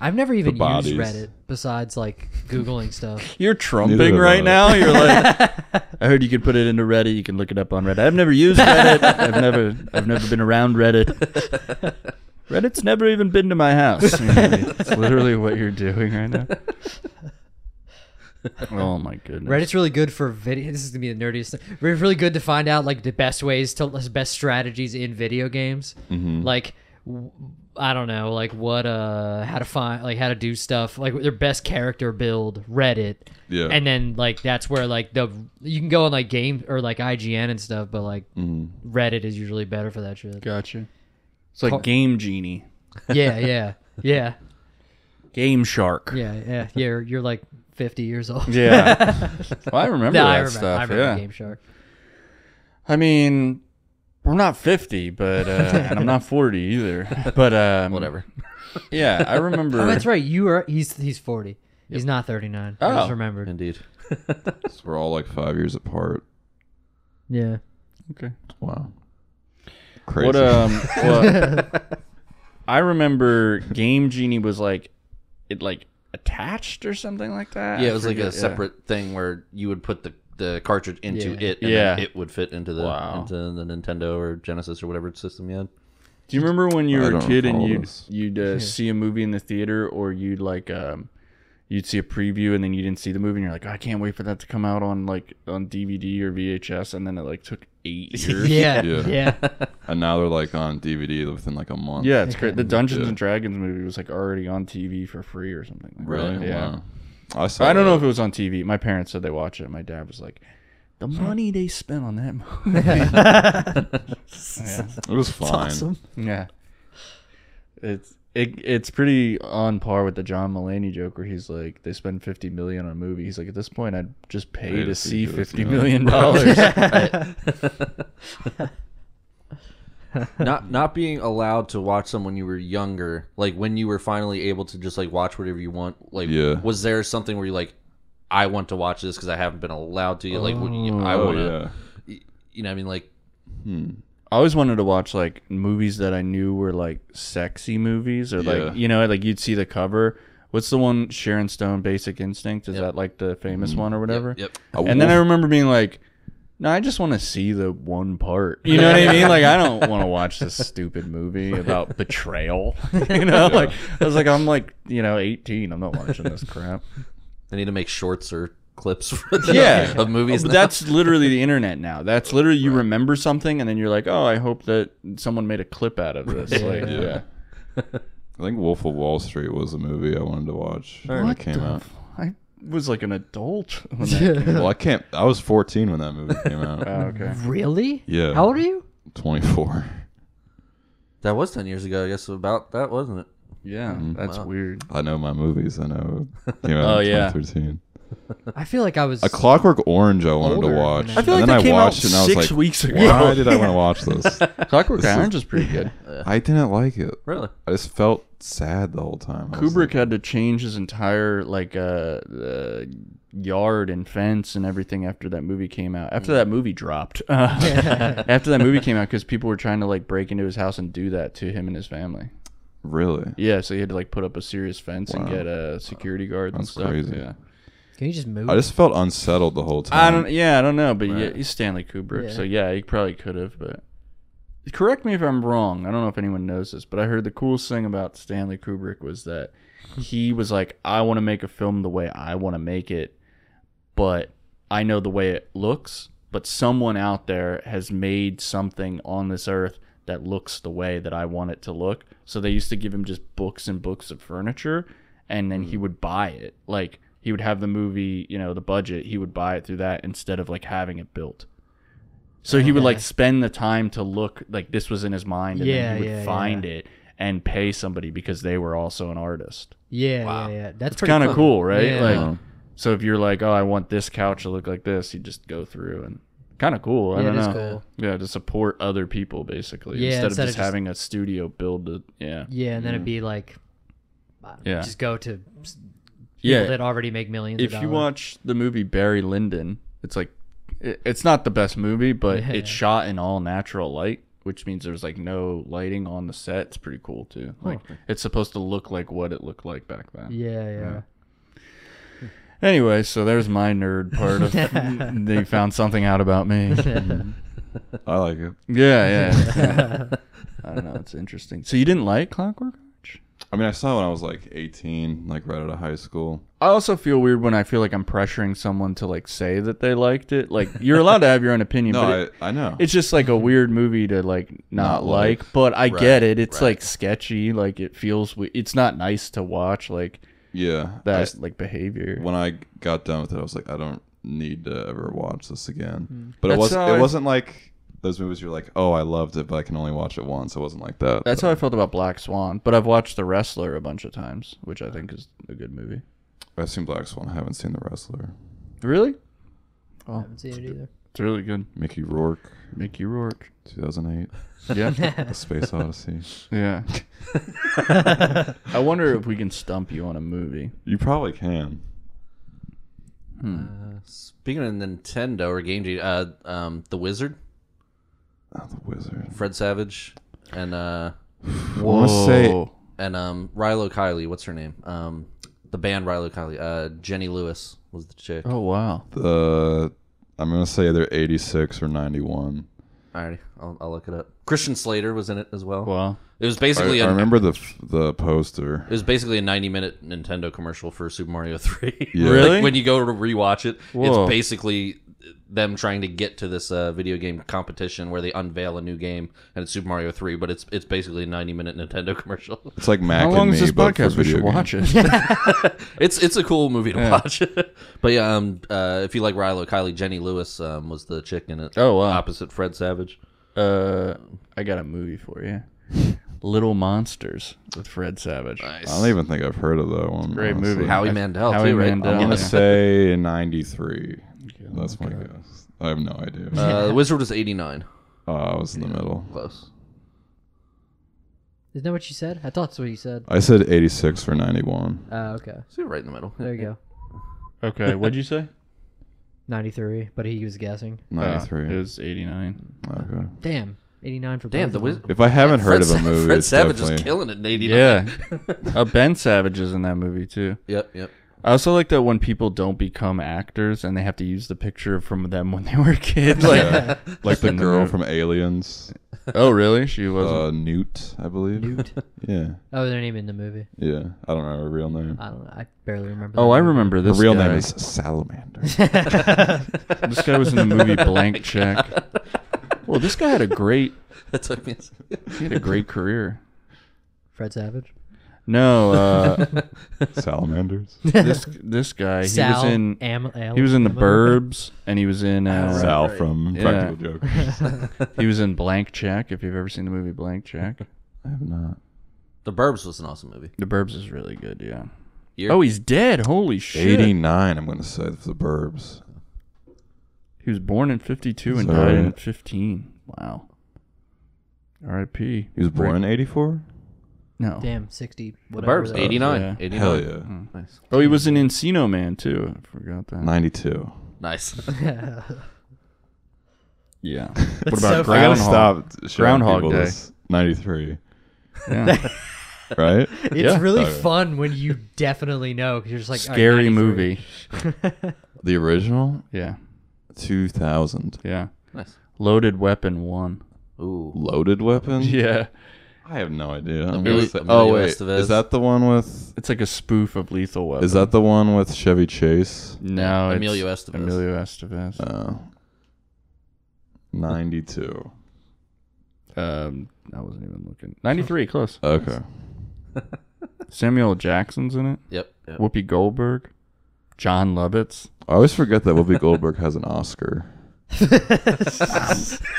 Speaker 4: I've never even used
Speaker 1: bodies.
Speaker 4: Reddit besides like googling stuff.
Speaker 3: You're
Speaker 1: Neither
Speaker 3: trumping
Speaker 1: have
Speaker 3: right
Speaker 1: I.
Speaker 3: now. You're like, I heard you could put it into Reddit. You can look it up on Reddit. I've never used Reddit. I've never, I've never been around Reddit. Reddit's never even been to my house. It's literally what you're doing right now. Oh my goodness.
Speaker 4: Reddit's really good for video. This is gonna be the nerdiest thing. Reddit's really good to find
Speaker 1: Mm-hmm.
Speaker 4: out like the best ways to best strategies in video games. Like w- I don't know, like what uh how to find like how to do stuff, like their best character build Reddit.
Speaker 1: Yeah.
Speaker 4: And then like that's where like the you can go on like game or like IGN and stuff, but like
Speaker 1: Mm-hmm.
Speaker 4: Reddit is usually better for that shit.
Speaker 3: Gotcha. It's like Game Genie,
Speaker 4: Yeah, yeah. Yeah.
Speaker 3: Game Shark.
Speaker 4: Yeah, yeah. You're you're like 50 years old.
Speaker 3: Yeah. well, I remember
Speaker 4: No,
Speaker 3: that
Speaker 4: I remember,
Speaker 3: stuff.
Speaker 4: I remember
Speaker 3: yeah.
Speaker 4: Game Shark.
Speaker 3: I mean, we're not 50, but uh, and I'm not 40 either. But um,
Speaker 2: Whatever.
Speaker 3: Yeah, I remember.
Speaker 4: Oh, that's right. You are he's he's 40. He's not 39. I
Speaker 3: Oh.
Speaker 4: just remembered.
Speaker 2: Indeed.
Speaker 1: So we're all like five years apart.
Speaker 4: Yeah.
Speaker 3: Okay.
Speaker 1: Wow. Crazy.
Speaker 3: What um what- I remember Game Genie was like it like attached or something like that.
Speaker 2: Yeah,
Speaker 3: I
Speaker 2: it was like a
Speaker 3: forget, yeah.
Speaker 2: separate thing where you would put the, the cartridge into
Speaker 4: Yeah.
Speaker 2: it, and then
Speaker 3: Yeah.
Speaker 2: it would fit into the
Speaker 3: Wow.
Speaker 2: into the Nintendo or Genesis or whatever system you had.
Speaker 3: Do you remember when you
Speaker 1: I
Speaker 3: were a
Speaker 1: don't
Speaker 3: kid and
Speaker 1: recall
Speaker 3: you'd
Speaker 1: this.
Speaker 3: you'd uh, see a movie in the theater or you'd like um you'd see a preview and then you didn't see the movie and you're like, "Oh, I can't wait for that to come out on like on DVD or VHS and then it like took eight years.
Speaker 4: Yeah.
Speaker 1: Yeah.
Speaker 4: Yeah.
Speaker 1: and now they're like on DVD within like a month.
Speaker 3: Yeah, it's great. The Dungeons
Speaker 1: Yeah.
Speaker 3: and Dragons movie was like already on TV for free or something. Like
Speaker 1: Really?
Speaker 3: That. Yeah.
Speaker 1: Wow. I saw.
Speaker 3: I don't know
Speaker 1: that.
Speaker 3: if it was on TV. My parents said they watched it. My dad was like, "The money they spent on that movie."
Speaker 1: It was fine.
Speaker 3: yeah, it's it, it's pretty on par with the John Mulaney joke where he's like, "They spend fifty million on a movie." He's like, "At this point, I'd just pay, to, see
Speaker 1: this,
Speaker 3: fifty
Speaker 1: yeah.
Speaker 3: million dollars."
Speaker 2: not not being allowed to watch them when you were younger, like when you were finally able to just like watch whatever you want. Like,
Speaker 1: Yeah.
Speaker 2: was there something where you like, I want to watch this because I haven't been allowed to. Like, when you, I
Speaker 1: Oh
Speaker 2: want to.
Speaker 1: yeah.
Speaker 2: You know, what I mean, like,
Speaker 3: I always wanted to watch like movies that I knew were like sexy movies or like
Speaker 1: Yeah.
Speaker 3: you know like you'd see the cover. What's the one Sharon Stone Basic Instinct? Is that like the famous one or whatever?
Speaker 2: yep.
Speaker 1: A
Speaker 3: And then I
Speaker 1: wolf-
Speaker 3: remember being like, no, I just want to see the one part. You know what I mean? Like, I don't want to watch this stupid movie about betrayal. You know, like, I was like, I'm like, you know, 18. I'm not watching this crap.
Speaker 2: They need to make shorts or clips. For the,
Speaker 3: Yeah.
Speaker 2: of movies.
Speaker 3: But
Speaker 2: now.
Speaker 3: that's literally the internet now. That's literally you remember something and then you're like, oh, I hope that someone made a clip out of this. Like, yeah.
Speaker 1: I think Wolf of Wall Street was a movie I wanted to watch when
Speaker 3: What
Speaker 1: it came
Speaker 3: the
Speaker 1: out.
Speaker 3: f- I was like an adult. When that came.
Speaker 1: well, I can't. I was 14 when that movie came out.
Speaker 3: Oh, okay.
Speaker 4: Really?
Speaker 1: Yeah.
Speaker 4: How old are you?
Speaker 1: 24.
Speaker 2: that was ten years ago. I guess about that, wasn't it?
Speaker 3: Yeah, that's weird.
Speaker 1: I know my movies. I know. it Came out
Speaker 3: Oh,
Speaker 1: in
Speaker 3: yeah.
Speaker 1: 2013.
Speaker 4: I feel like I was
Speaker 1: A Clockwork Orange. I wanted
Speaker 4: Older
Speaker 1: to watch.
Speaker 4: than I
Speaker 3: feel like
Speaker 1: and
Speaker 3: that
Speaker 1: then
Speaker 3: came
Speaker 1: I
Speaker 3: out
Speaker 1: watched it and I was
Speaker 3: six
Speaker 1: like,
Speaker 3: weeks ago.
Speaker 1: Why did I want to watch this?
Speaker 3: Clockwork
Speaker 1: This is-
Speaker 3: Orange is pretty good.
Speaker 1: I didn't like it.
Speaker 2: Really?
Speaker 1: I just felt sad the whole time. I was
Speaker 3: Kubrick had to change his entire like uh, uh yard and fence and everything after that movie came out. After that movie dropped. after that movie came out cuz people were trying to like break into his house and do that to him and his family.
Speaker 1: like, really?
Speaker 3: Yeah, so he had to like put up a serious fence and get uh, security guards
Speaker 1: That's
Speaker 3: and stuff.
Speaker 1: crazy.
Speaker 3: Yeah.
Speaker 4: Can you just move?
Speaker 1: I just felt unsettled the whole time.
Speaker 3: I don't yeah, I don't know, but yeah, he's Stanley Kubrick.
Speaker 4: Yeah.
Speaker 3: So yeah, he probably could have, but correct me if I'm wrong. I don't know if anyone knows this, but I heard the coolest thing about Stanley Kubrick was that he was like, I want to make a film the way I want to make it, but I know the way it looks, but someone out there has made something on this earth that looks the way that I want it to look. So they used to give him just books and books of furniture and then he
Speaker 4: Hmm.
Speaker 3: would buy it. Like he would have the movie, you know, the budget, he would buy it through that instead of like having it built. So he would like spend the time to look like this was in his mind and
Speaker 4: Yeah,
Speaker 3: then he would
Speaker 4: yeah,
Speaker 3: find it and pay somebody because they were also an artist.
Speaker 4: yeah, yeah, yeah. That's pretty
Speaker 3: Kind of cool, right?
Speaker 4: Yeah.
Speaker 3: Like so if you're like, oh, I want this couch to look like this, you just go through and kind of cool. I
Speaker 4: Yeah, it
Speaker 3: don't
Speaker 4: is
Speaker 3: know.
Speaker 4: cool.
Speaker 3: Yeah, to support other people basically
Speaker 4: Yeah,
Speaker 3: instead,
Speaker 4: instead
Speaker 3: of
Speaker 4: of
Speaker 3: just
Speaker 4: just-
Speaker 3: having a studio build the yeah
Speaker 4: Yeah, and then it'd be like I don't
Speaker 3: Mm.
Speaker 4: know,
Speaker 3: Yeah.
Speaker 4: just go to s- people
Speaker 3: yeah.
Speaker 4: that already make millions.
Speaker 3: if
Speaker 4: of
Speaker 3: you
Speaker 4: dollars.
Speaker 3: watch the movie Barry Lyndon, it's like it, it's not the best movie, but
Speaker 4: Yeah.
Speaker 3: it's shot in all natural light, which means there's like no lighting on the set. It's pretty cool too. Like it's supposed to look like what it looked like back then.
Speaker 4: yeah, yeah,
Speaker 3: Anyway, so there's my nerd part of they found something out about me. Mm-hmm. e
Speaker 1: I like it.
Speaker 3: Yeah, yeah. I don't know. It's interesting. So you didn't like Clockwork Orange?
Speaker 1: I mean, I saw it when I was like 18, like right out of high school.
Speaker 3: I also feel weird when I feel like I'm pressuring someone to like say that they liked it. Like you're allowed to have your own opinion,
Speaker 1: No,
Speaker 3: but
Speaker 1: I,
Speaker 3: it-
Speaker 1: I know.
Speaker 3: it's just like a weird movie to like not,
Speaker 1: Not
Speaker 3: like,
Speaker 1: like.
Speaker 3: But I
Speaker 2: Right,
Speaker 3: get it. It's
Speaker 2: right.
Speaker 3: like sketchy. Like it feels. We- it's not nice to watch. Like
Speaker 1: yeah. I
Speaker 3: that.
Speaker 1: s-
Speaker 3: like behavior.
Speaker 1: when I got done with it, I was like, I don't need to ever watch this again. But
Speaker 3: That's
Speaker 1: it was
Speaker 3: how I-
Speaker 1: it wasn't like those movies. You're like, oh, I loved it, but I can only watch it once. It wasn't like that.
Speaker 3: That's
Speaker 1: but-
Speaker 3: how I felt about Black Swan. But I've watched The Wrestler a bunch of times, which I think is a good movie.
Speaker 1: I've seen Black Swan. I haven't seen The Wrestler.
Speaker 3: Really?
Speaker 4: I
Speaker 3: Oh,
Speaker 4: haven't seen it either.
Speaker 3: it's really good.
Speaker 1: Mickey Rourke,
Speaker 3: Mickey Rourke.
Speaker 1: 2008,
Speaker 3: Yeah.
Speaker 1: A Space Odyssey.
Speaker 3: yeah. I wonder if we can stump you on a movie.
Speaker 1: You probably can.
Speaker 2: Uh, speaking of Nintendo or Game Genie, uh, um, The Wizard,
Speaker 1: Oh, the Wizard.
Speaker 2: Fred Savage, and uh,
Speaker 1: I wanna say-
Speaker 2: and um, Rilo Kiley. What's her name? Um, the band Rilo Kiley. Uh, Jenny Lewis was the chick.
Speaker 3: Oh wow.
Speaker 1: The I'm gonna say they're 86 or 91.
Speaker 2: Alrighty, I'll, I'll look it up. Christian Slater was in it as well.
Speaker 3: Wow.
Speaker 2: It was
Speaker 1: I,
Speaker 2: basically
Speaker 1: I
Speaker 2: a,
Speaker 1: remember the f- the poster.
Speaker 2: it was basically a ninety minute Nintendo commercial for Super Mario Three.
Speaker 1: Yeah.
Speaker 3: Really?
Speaker 2: like when you go to rewatch it,
Speaker 3: Whoa.
Speaker 2: it's basically them trying to get to this uh, video game competition where they unveil a new game, and it's Super Mario Three. But it's it's basically a ninety minute Nintendo commercial.
Speaker 1: It's like Mac
Speaker 3: How long
Speaker 1: and
Speaker 3: is
Speaker 1: me,
Speaker 3: this
Speaker 1: but for
Speaker 3: podcast? We
Speaker 1: video
Speaker 3: should
Speaker 1: games.
Speaker 3: watch it.
Speaker 2: It's it's a cool movie to watch. but yeah, um, uh, if you like Rilo Kiley, Jenny Lewis um, was the chick in it.
Speaker 3: Oh, wow.
Speaker 2: opposite Fred Savage.
Speaker 3: uh, I got a movie for you. Little Monsters with Fred Savage.
Speaker 1: I don't even think I've heard of that one.
Speaker 3: great
Speaker 1: honestly.
Speaker 3: movie.
Speaker 2: Howie
Speaker 3: I-
Speaker 2: Mandel
Speaker 3: Howie
Speaker 2: too, right?
Speaker 3: Mandel,
Speaker 1: I'm
Speaker 2: Yeah.
Speaker 1: gonna
Speaker 3: yeah. Oh
Speaker 1: say 93. That's my
Speaker 3: okay.
Speaker 1: guess. I have no idea.
Speaker 2: Uh, the Wizard was eighty nine.
Speaker 1: oh, I was in the middle.
Speaker 2: Close.
Speaker 4: Isn't that what you said? I thought that's what you said.
Speaker 1: I said 86 for 91.
Speaker 4: Oh, okay.
Speaker 2: So you're right in the middle.
Speaker 4: There you go.
Speaker 3: Okay, what'd you say?
Speaker 4: 93, but he was guessing.
Speaker 3: Uh, it
Speaker 1: 93.
Speaker 3: was 89.
Speaker 1: okay.
Speaker 4: Damn. 89 for
Speaker 2: Damn,
Speaker 4: both
Speaker 2: the
Speaker 4: of
Speaker 2: Wiz-
Speaker 4: them.
Speaker 1: If I haven't heard
Speaker 2: Fred
Speaker 1: of a
Speaker 2: Sav-
Speaker 1: movie,
Speaker 2: Fred
Speaker 1: it's
Speaker 2: Savage
Speaker 1: definitely
Speaker 2: is killing it in eighty nine.
Speaker 3: Yeah. uh, ben Savage is in that movie too.
Speaker 2: Yep. Yep.
Speaker 3: I also like that when people don't become actors and they have to use the picture from them when they were kids. Like,
Speaker 1: Yeah. like the
Speaker 3: in the
Speaker 1: girl
Speaker 3: movie.
Speaker 1: from Aliens,
Speaker 3: oh really? She wasn't.
Speaker 1: uh, Newt, I believe.
Speaker 4: Newt.
Speaker 1: Yeah,
Speaker 4: Oh, their name in the movie.
Speaker 1: yeah. I don't know her real name.
Speaker 4: I don't know. I barely remember.
Speaker 3: oh,
Speaker 4: that
Speaker 3: I
Speaker 4: movie.
Speaker 3: remember
Speaker 1: Her
Speaker 3: Uh, this.
Speaker 1: real
Speaker 3: guy.
Speaker 1: name is Salamander.
Speaker 3: This guy was in the movie Blank Check. Well, this guy had a great
Speaker 2: That took me. a second.
Speaker 3: he had a great career.
Speaker 4: Fred Savage.
Speaker 3: No, uh,
Speaker 1: Salamanders.
Speaker 3: this this guy he
Speaker 4: Sal
Speaker 3: was in
Speaker 4: Am- Al-
Speaker 3: he was in the
Speaker 4: Am-
Speaker 3: Burbs and he was in uh,
Speaker 1: Sal from
Speaker 3: Yeah.
Speaker 1: Practical Joke.
Speaker 3: he was in Blank Check. If you've ever seen the movie Blank Check,
Speaker 1: I have not.
Speaker 2: The Burbs was an awesome movie.
Speaker 3: the Burbs is really good. Yeah.
Speaker 2: Year?
Speaker 3: Oh, he's dead. Holy shit.
Speaker 1: 89. I'm gonna say for the Burbs.
Speaker 3: He was born in 52 and
Speaker 1: Is that
Speaker 3: died in
Speaker 1: right?
Speaker 3: 15. Wow. R.I.P.
Speaker 1: He was born in 84.
Speaker 3: No.
Speaker 4: Damn, 60.
Speaker 2: The
Speaker 4: Whatever.
Speaker 2: Burbs
Speaker 4: that was.
Speaker 2: eighty nine.
Speaker 3: yeah.
Speaker 2: Eighty
Speaker 1: Hell
Speaker 2: nine.
Speaker 1: yeah.
Speaker 2: Nice.
Speaker 3: Oh, he was in Encino Man too. I forgot that.
Speaker 1: 92.
Speaker 2: Nice.
Speaker 3: Yeah. what
Speaker 4: so
Speaker 3: about
Speaker 4: funny.
Speaker 1: I gotta
Speaker 3: Groundhog?
Speaker 1: stop showing
Speaker 3: Groundhog
Speaker 1: people
Speaker 3: Day.
Speaker 1: this. 93.
Speaker 3: Yeah.
Speaker 1: Right?
Speaker 4: It's
Speaker 3: Yeah.
Speaker 4: really
Speaker 1: Okay.
Speaker 4: fun when you definitely know because you're just like all right,
Speaker 3: Scary
Speaker 4: 93.
Speaker 3: movie.
Speaker 1: the original?
Speaker 3: Yeah.
Speaker 1: 2000.
Speaker 3: Yeah.
Speaker 2: nice.
Speaker 3: Loaded Weapon 1.
Speaker 2: Ooh.
Speaker 1: Loaded Weapon?
Speaker 3: Yeah.
Speaker 1: I have no idea. I'm
Speaker 2: Emilio-
Speaker 1: gonna say-
Speaker 2: Emilio
Speaker 1: oh, wait.
Speaker 2: Estevez.
Speaker 1: Is that the one with.
Speaker 3: It's like a spoof of Lethal Weapon.
Speaker 1: Is that the one with Chevy Chase?
Speaker 3: No, it's
Speaker 2: Emilio Estevez.
Speaker 3: Emilio Estevez.
Speaker 1: Uh, 92.
Speaker 3: Um, I wasn't even looking. 93, close.
Speaker 1: Okay.
Speaker 3: Samuel Jackson's in it.
Speaker 2: Yep. yep.
Speaker 3: Whoopi Goldberg. John Lovitz.
Speaker 1: I always forget that Whoopi Goldberg has an Oscar.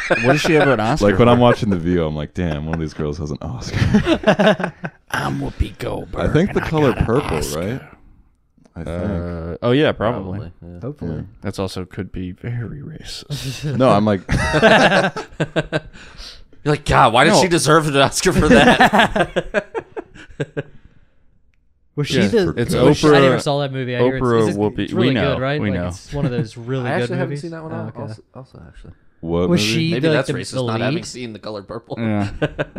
Speaker 3: What does she have an Oscar?
Speaker 1: Like when I'm watching the View, I'm like, damn, one of these girls has an Oscar.
Speaker 3: I'm Whoopi Goldberg.
Speaker 1: I think the color purple, right? I think.
Speaker 3: Uh, oh yeah, probably.
Speaker 2: Probably, yeah.
Speaker 4: Hopefully.
Speaker 3: That's also could be very racist.
Speaker 1: no, I'm like,
Speaker 2: You're like, God, why did
Speaker 3: No.
Speaker 2: she deserve an Oscar for that?
Speaker 4: Was she
Speaker 3: Yeah.
Speaker 4: the?
Speaker 3: It's
Speaker 4: was she- I
Speaker 3: Oprah-
Speaker 4: never saw that movie. I hear it's-
Speaker 3: Oprah
Speaker 4: it's, just-
Speaker 3: Whoopi-
Speaker 4: It's really
Speaker 3: we know,
Speaker 4: good, right?
Speaker 3: we
Speaker 4: like,
Speaker 3: know.
Speaker 4: It's one of those really
Speaker 2: I
Speaker 4: good
Speaker 2: actually haven't
Speaker 4: movies.
Speaker 2: seen that one.
Speaker 4: Oh,
Speaker 2: al-
Speaker 4: okay.
Speaker 2: also, also, actually,
Speaker 1: what?
Speaker 4: Was
Speaker 1: movie?
Speaker 4: she
Speaker 2: maybe
Speaker 4: like,
Speaker 2: that's
Speaker 4: the,
Speaker 2: racist.
Speaker 4: the
Speaker 2: Not having
Speaker 4: lead?
Speaker 2: seen the color purple.
Speaker 3: yeah,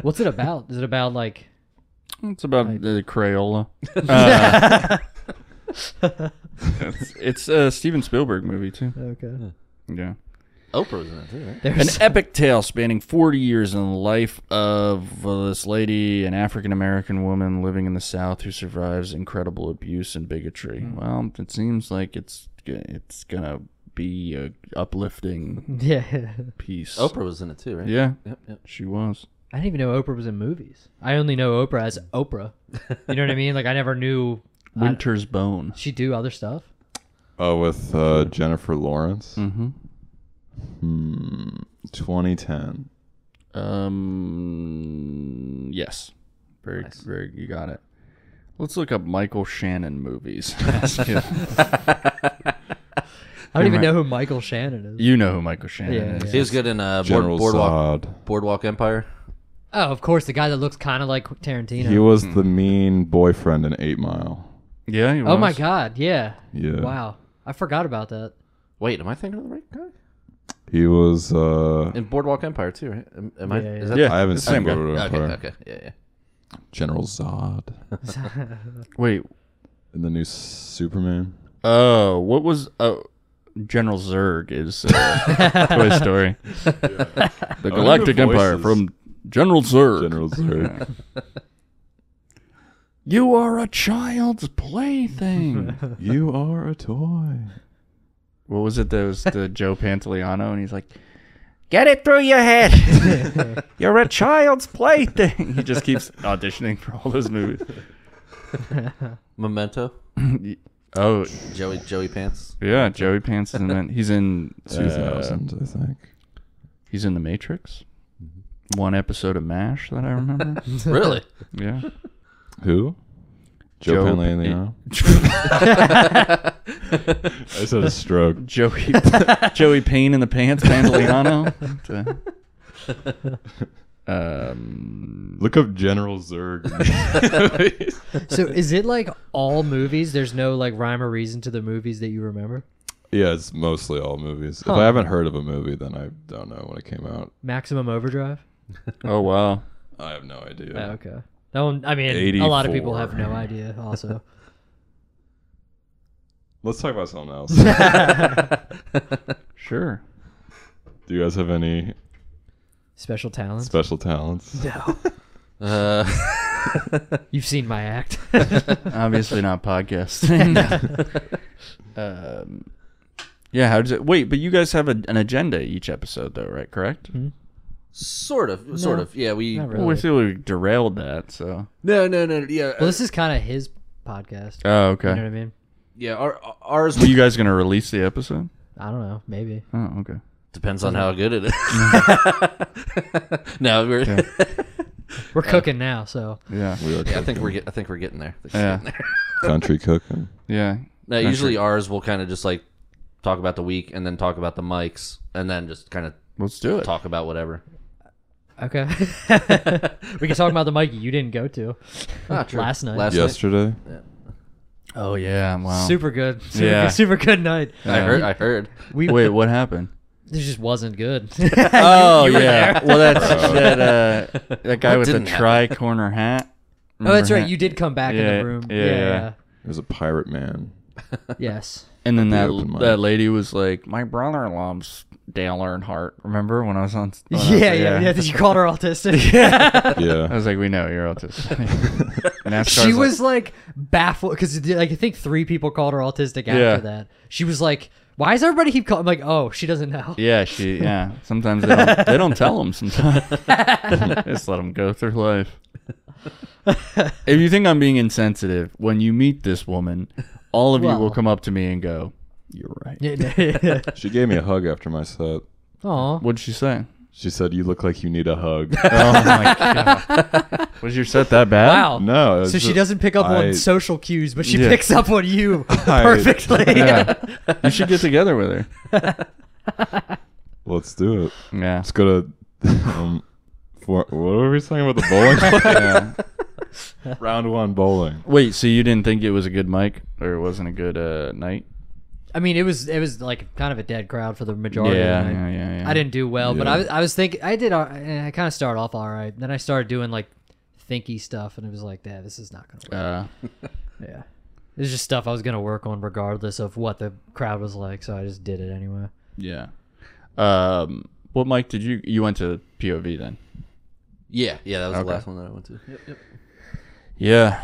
Speaker 4: What's it about? Is it about like?
Speaker 3: it's about the Crayola. Uh, it's it's a Steven Spielberg movie too.
Speaker 4: Okay.
Speaker 3: Yeah,
Speaker 2: Oprah was in it too, right?
Speaker 4: There's
Speaker 3: An epic tale spanning 40 years in the life of uh, this lady, an African American woman living in the South who survives incredible abuse and bigotry.
Speaker 4: Hmm.
Speaker 3: Well, it seems like it's g- it's gonna be a uplifting
Speaker 4: yeah.
Speaker 3: piece.
Speaker 4: Oh.
Speaker 2: Oprah was in it too, right?
Speaker 3: Yeah,
Speaker 2: Yep, yep.
Speaker 3: she was.
Speaker 4: I didn't even know Oprah was in movies. I only know Oprah as Oprah. You know what I mean? Like I never knew I-
Speaker 3: Winter's Bone.
Speaker 4: she do other stuff.
Speaker 1: Oh, with uh, Jennifer Lawrence.
Speaker 3: Mm-hmm.
Speaker 1: Hmm. 2010.
Speaker 3: Um. Yes. Very. Very. You got it. Let's look up Michael Shannon movies.
Speaker 4: I don't even
Speaker 3: Right.
Speaker 4: know who Michael Shannon is.
Speaker 3: you know who Michael Shannon
Speaker 4: Yeah,
Speaker 3: is.
Speaker 4: yeah.
Speaker 2: He was good in uh, board,
Speaker 1: General
Speaker 2: boardwalk,
Speaker 1: Zod.
Speaker 2: boardwalk Empire.
Speaker 4: Oh, of course, the guy that looks kind of like
Speaker 1: He
Speaker 4: Tarantino.
Speaker 1: was the mean boyfriend in Eight Mile.
Speaker 3: Yeah. he
Speaker 4: Oh my
Speaker 3: was.
Speaker 4: god, yeah.
Speaker 1: Yeah.
Speaker 4: Wow, I forgot about that.
Speaker 2: Wait, am I thinking of the right guy?
Speaker 1: He was. Uh,
Speaker 2: In Boardwalk Empire too, right? Am, am I?
Speaker 4: Yeah,
Speaker 2: Is
Speaker 4: yeah.
Speaker 2: that
Speaker 3: Yeah.
Speaker 1: I haven't
Speaker 3: the same
Speaker 1: seen
Speaker 3: guy.
Speaker 1: Boardwalk
Speaker 2: Okay,
Speaker 1: Empire.
Speaker 2: okay, yeah, yeah.
Speaker 1: General Zod
Speaker 3: Wait.
Speaker 1: in the new Superman.
Speaker 3: Oh, what was oh General Zurg is uh, Toy Story. The Galactic
Speaker 1: the
Speaker 3: Empire
Speaker 1: Oh, voices.
Speaker 3: from General Zurg.
Speaker 1: General Zod.
Speaker 3: You are a child's plaything.
Speaker 1: you are a toy.
Speaker 3: what was it that was the Joe Pantoliano and he's like Get it through your head. You're a child's plaything. He just keeps auditioning for all those movies.
Speaker 2: Memento.
Speaker 3: Oh,
Speaker 2: Joey Joey Pants.
Speaker 3: yeah, Joey Pants is in that. He's in 2000.
Speaker 1: 2000, I think.
Speaker 3: He's in The Matrix.
Speaker 1: Mm-hmm.
Speaker 3: One episode of MASH that I remember.
Speaker 2: really?
Speaker 3: Yeah.
Speaker 1: Who? Joe,
Speaker 3: Joe
Speaker 1: Panley. I said a stroke.
Speaker 3: Joey Joey Payne in the pants, Pantoliano. um,
Speaker 1: Look up General Zurg.
Speaker 4: So is it like all movies? There's no like rhyme or reason to the movies that you remember.
Speaker 1: yeah, it's mostly all movies. If
Speaker 4: Huh.
Speaker 1: I haven't heard of a movie, then I don't know when it came out.
Speaker 4: Maximum Overdrive.
Speaker 3: oh wow,
Speaker 1: I have no idea.
Speaker 4: Oh, okay. That one. I mean, a lot of people have no
Speaker 1: 84.
Speaker 4: idea. Also,
Speaker 1: Let's talk about something else. Do
Speaker 3: sure.
Speaker 1: you guys have any
Speaker 4: special talents.
Speaker 1: special talents?
Speaker 4: no,
Speaker 2: Uh,
Speaker 4: you've seen my act.
Speaker 3: Obviously not podcasting. um, yeah, how does it? Wait, but you guys have a, an agenda each episode, though, right? Correct.
Speaker 2: sort of, sort
Speaker 4: No,
Speaker 2: of. Yeah, we.
Speaker 4: not really.
Speaker 3: Well, we feel we derailed that, so.
Speaker 2: No, no, no. Yeah,
Speaker 4: well, this is kind of his podcast.
Speaker 3: Oh,
Speaker 4: You know what
Speaker 3: okay.
Speaker 4: I mean?
Speaker 2: yeah. Our, ours
Speaker 3: Were you guys gonna release the episode?
Speaker 4: I don't know. Maybe.
Speaker 3: Oh, okay.
Speaker 2: depends on how good it is.
Speaker 4: Mm-hmm.
Speaker 2: no, we're.
Speaker 3: Yeah.
Speaker 4: We're cooking now, so
Speaker 3: Yeah,
Speaker 1: We are
Speaker 2: Yeah, I think we're get, I think we're getting there. I think we're
Speaker 3: Yeah.
Speaker 2: getting there.
Speaker 1: country cooking.
Speaker 3: yeah.
Speaker 2: No, usually ours will kind of just like talk about the week and then talk about the mics and then just kind of
Speaker 3: Let's do it.
Speaker 2: talk about whatever.
Speaker 4: okay. we can talk about the Mikey you didn't go to last night.
Speaker 2: Ah, Last-
Speaker 1: Yesterday,
Speaker 3: Oh yeah, wow.
Speaker 4: super good. Super,
Speaker 3: Yeah.
Speaker 4: good, super good night.
Speaker 2: I heard. I heard.
Speaker 4: We
Speaker 3: Wait, what happened?
Speaker 4: it just wasn't good.
Speaker 3: Oh yeah. Well, that's that uh, that guy
Speaker 2: What
Speaker 3: with the
Speaker 2: didn't happen?
Speaker 3: tri corner hat.
Speaker 4: oh, that's
Speaker 3: Remember
Speaker 4: right.
Speaker 3: hat?
Speaker 4: You did come back in
Speaker 3: Yeah,
Speaker 4: the room.
Speaker 3: yeah,
Speaker 4: Yeah.
Speaker 3: yeah.
Speaker 1: there's a pirate man.
Speaker 4: yeah. Yes.
Speaker 3: And then that
Speaker 1: open mic.
Speaker 3: that lady was like, "My brother in law's Dale Earnhardt." Remember when I was on? when I was-
Speaker 4: yeah, yeah, yeah. You called her autistic.
Speaker 3: I
Speaker 1: Yeah,
Speaker 3: was like, "We know you're autistic." and NASCAR's
Speaker 4: she
Speaker 3: like,
Speaker 4: was like baffled because like I think three people called her autistic after
Speaker 3: Yeah.
Speaker 4: that. She was like, "Why does everybody keep calling?" I'm like, "Oh, she doesn't know."
Speaker 3: "Yeah, she. Yeah, sometimes they don't, they don't tell them. Sometimes just let them go through life." if you think I'm being insensitive, when you meet this woman, all of you will
Speaker 4: Well.
Speaker 3: come up to me and go, "You're right."
Speaker 4: Yeah.
Speaker 1: she gave me a hug after my set.
Speaker 4: Aw.
Speaker 3: What'd she say?
Speaker 1: She said, "You look like you need a hug."
Speaker 3: Oh my god. Was your set that bad?
Speaker 4: Wow.
Speaker 1: no, it's
Speaker 4: So she
Speaker 1: just-
Speaker 4: doesn't pick up
Speaker 1: I-
Speaker 4: on social cues, but she
Speaker 3: Yeah.
Speaker 4: picks up on you
Speaker 1: I-
Speaker 4: perfectly.
Speaker 3: Yeah. you should get together with her.
Speaker 1: Let's do it.
Speaker 3: Yeah.
Speaker 1: Let's go to. Um, for, what were we talking about? The bowling. club?
Speaker 3: yeah.
Speaker 1: Round one bowling.
Speaker 3: Wait, so you didn't think it was a good mic or it wasn't a good uh, night?
Speaker 4: I mean, it was it was like kind of a dead crowd for the majority.
Speaker 3: yeah,
Speaker 4: of the night.
Speaker 3: yeah, yeah, yeah.
Speaker 4: I didn't do well, but
Speaker 1: Yeah.
Speaker 4: I was I was thinking I did. all- eh, I kind of started off all right. Then I started doing like thinky stuff, and it was like, "Yeah, this is not gonna work."
Speaker 3: Uh,
Speaker 4: Yeah. It's just stuff I was gonna work on regardless of what the crowd was like, so I just did it anyway.
Speaker 3: yeah. Um, well, Mike, did you you went to POV then?
Speaker 2: Yeah, yeah, that was
Speaker 3: Okay.
Speaker 2: the last one that I went to. Yep, yep.
Speaker 3: Yeah,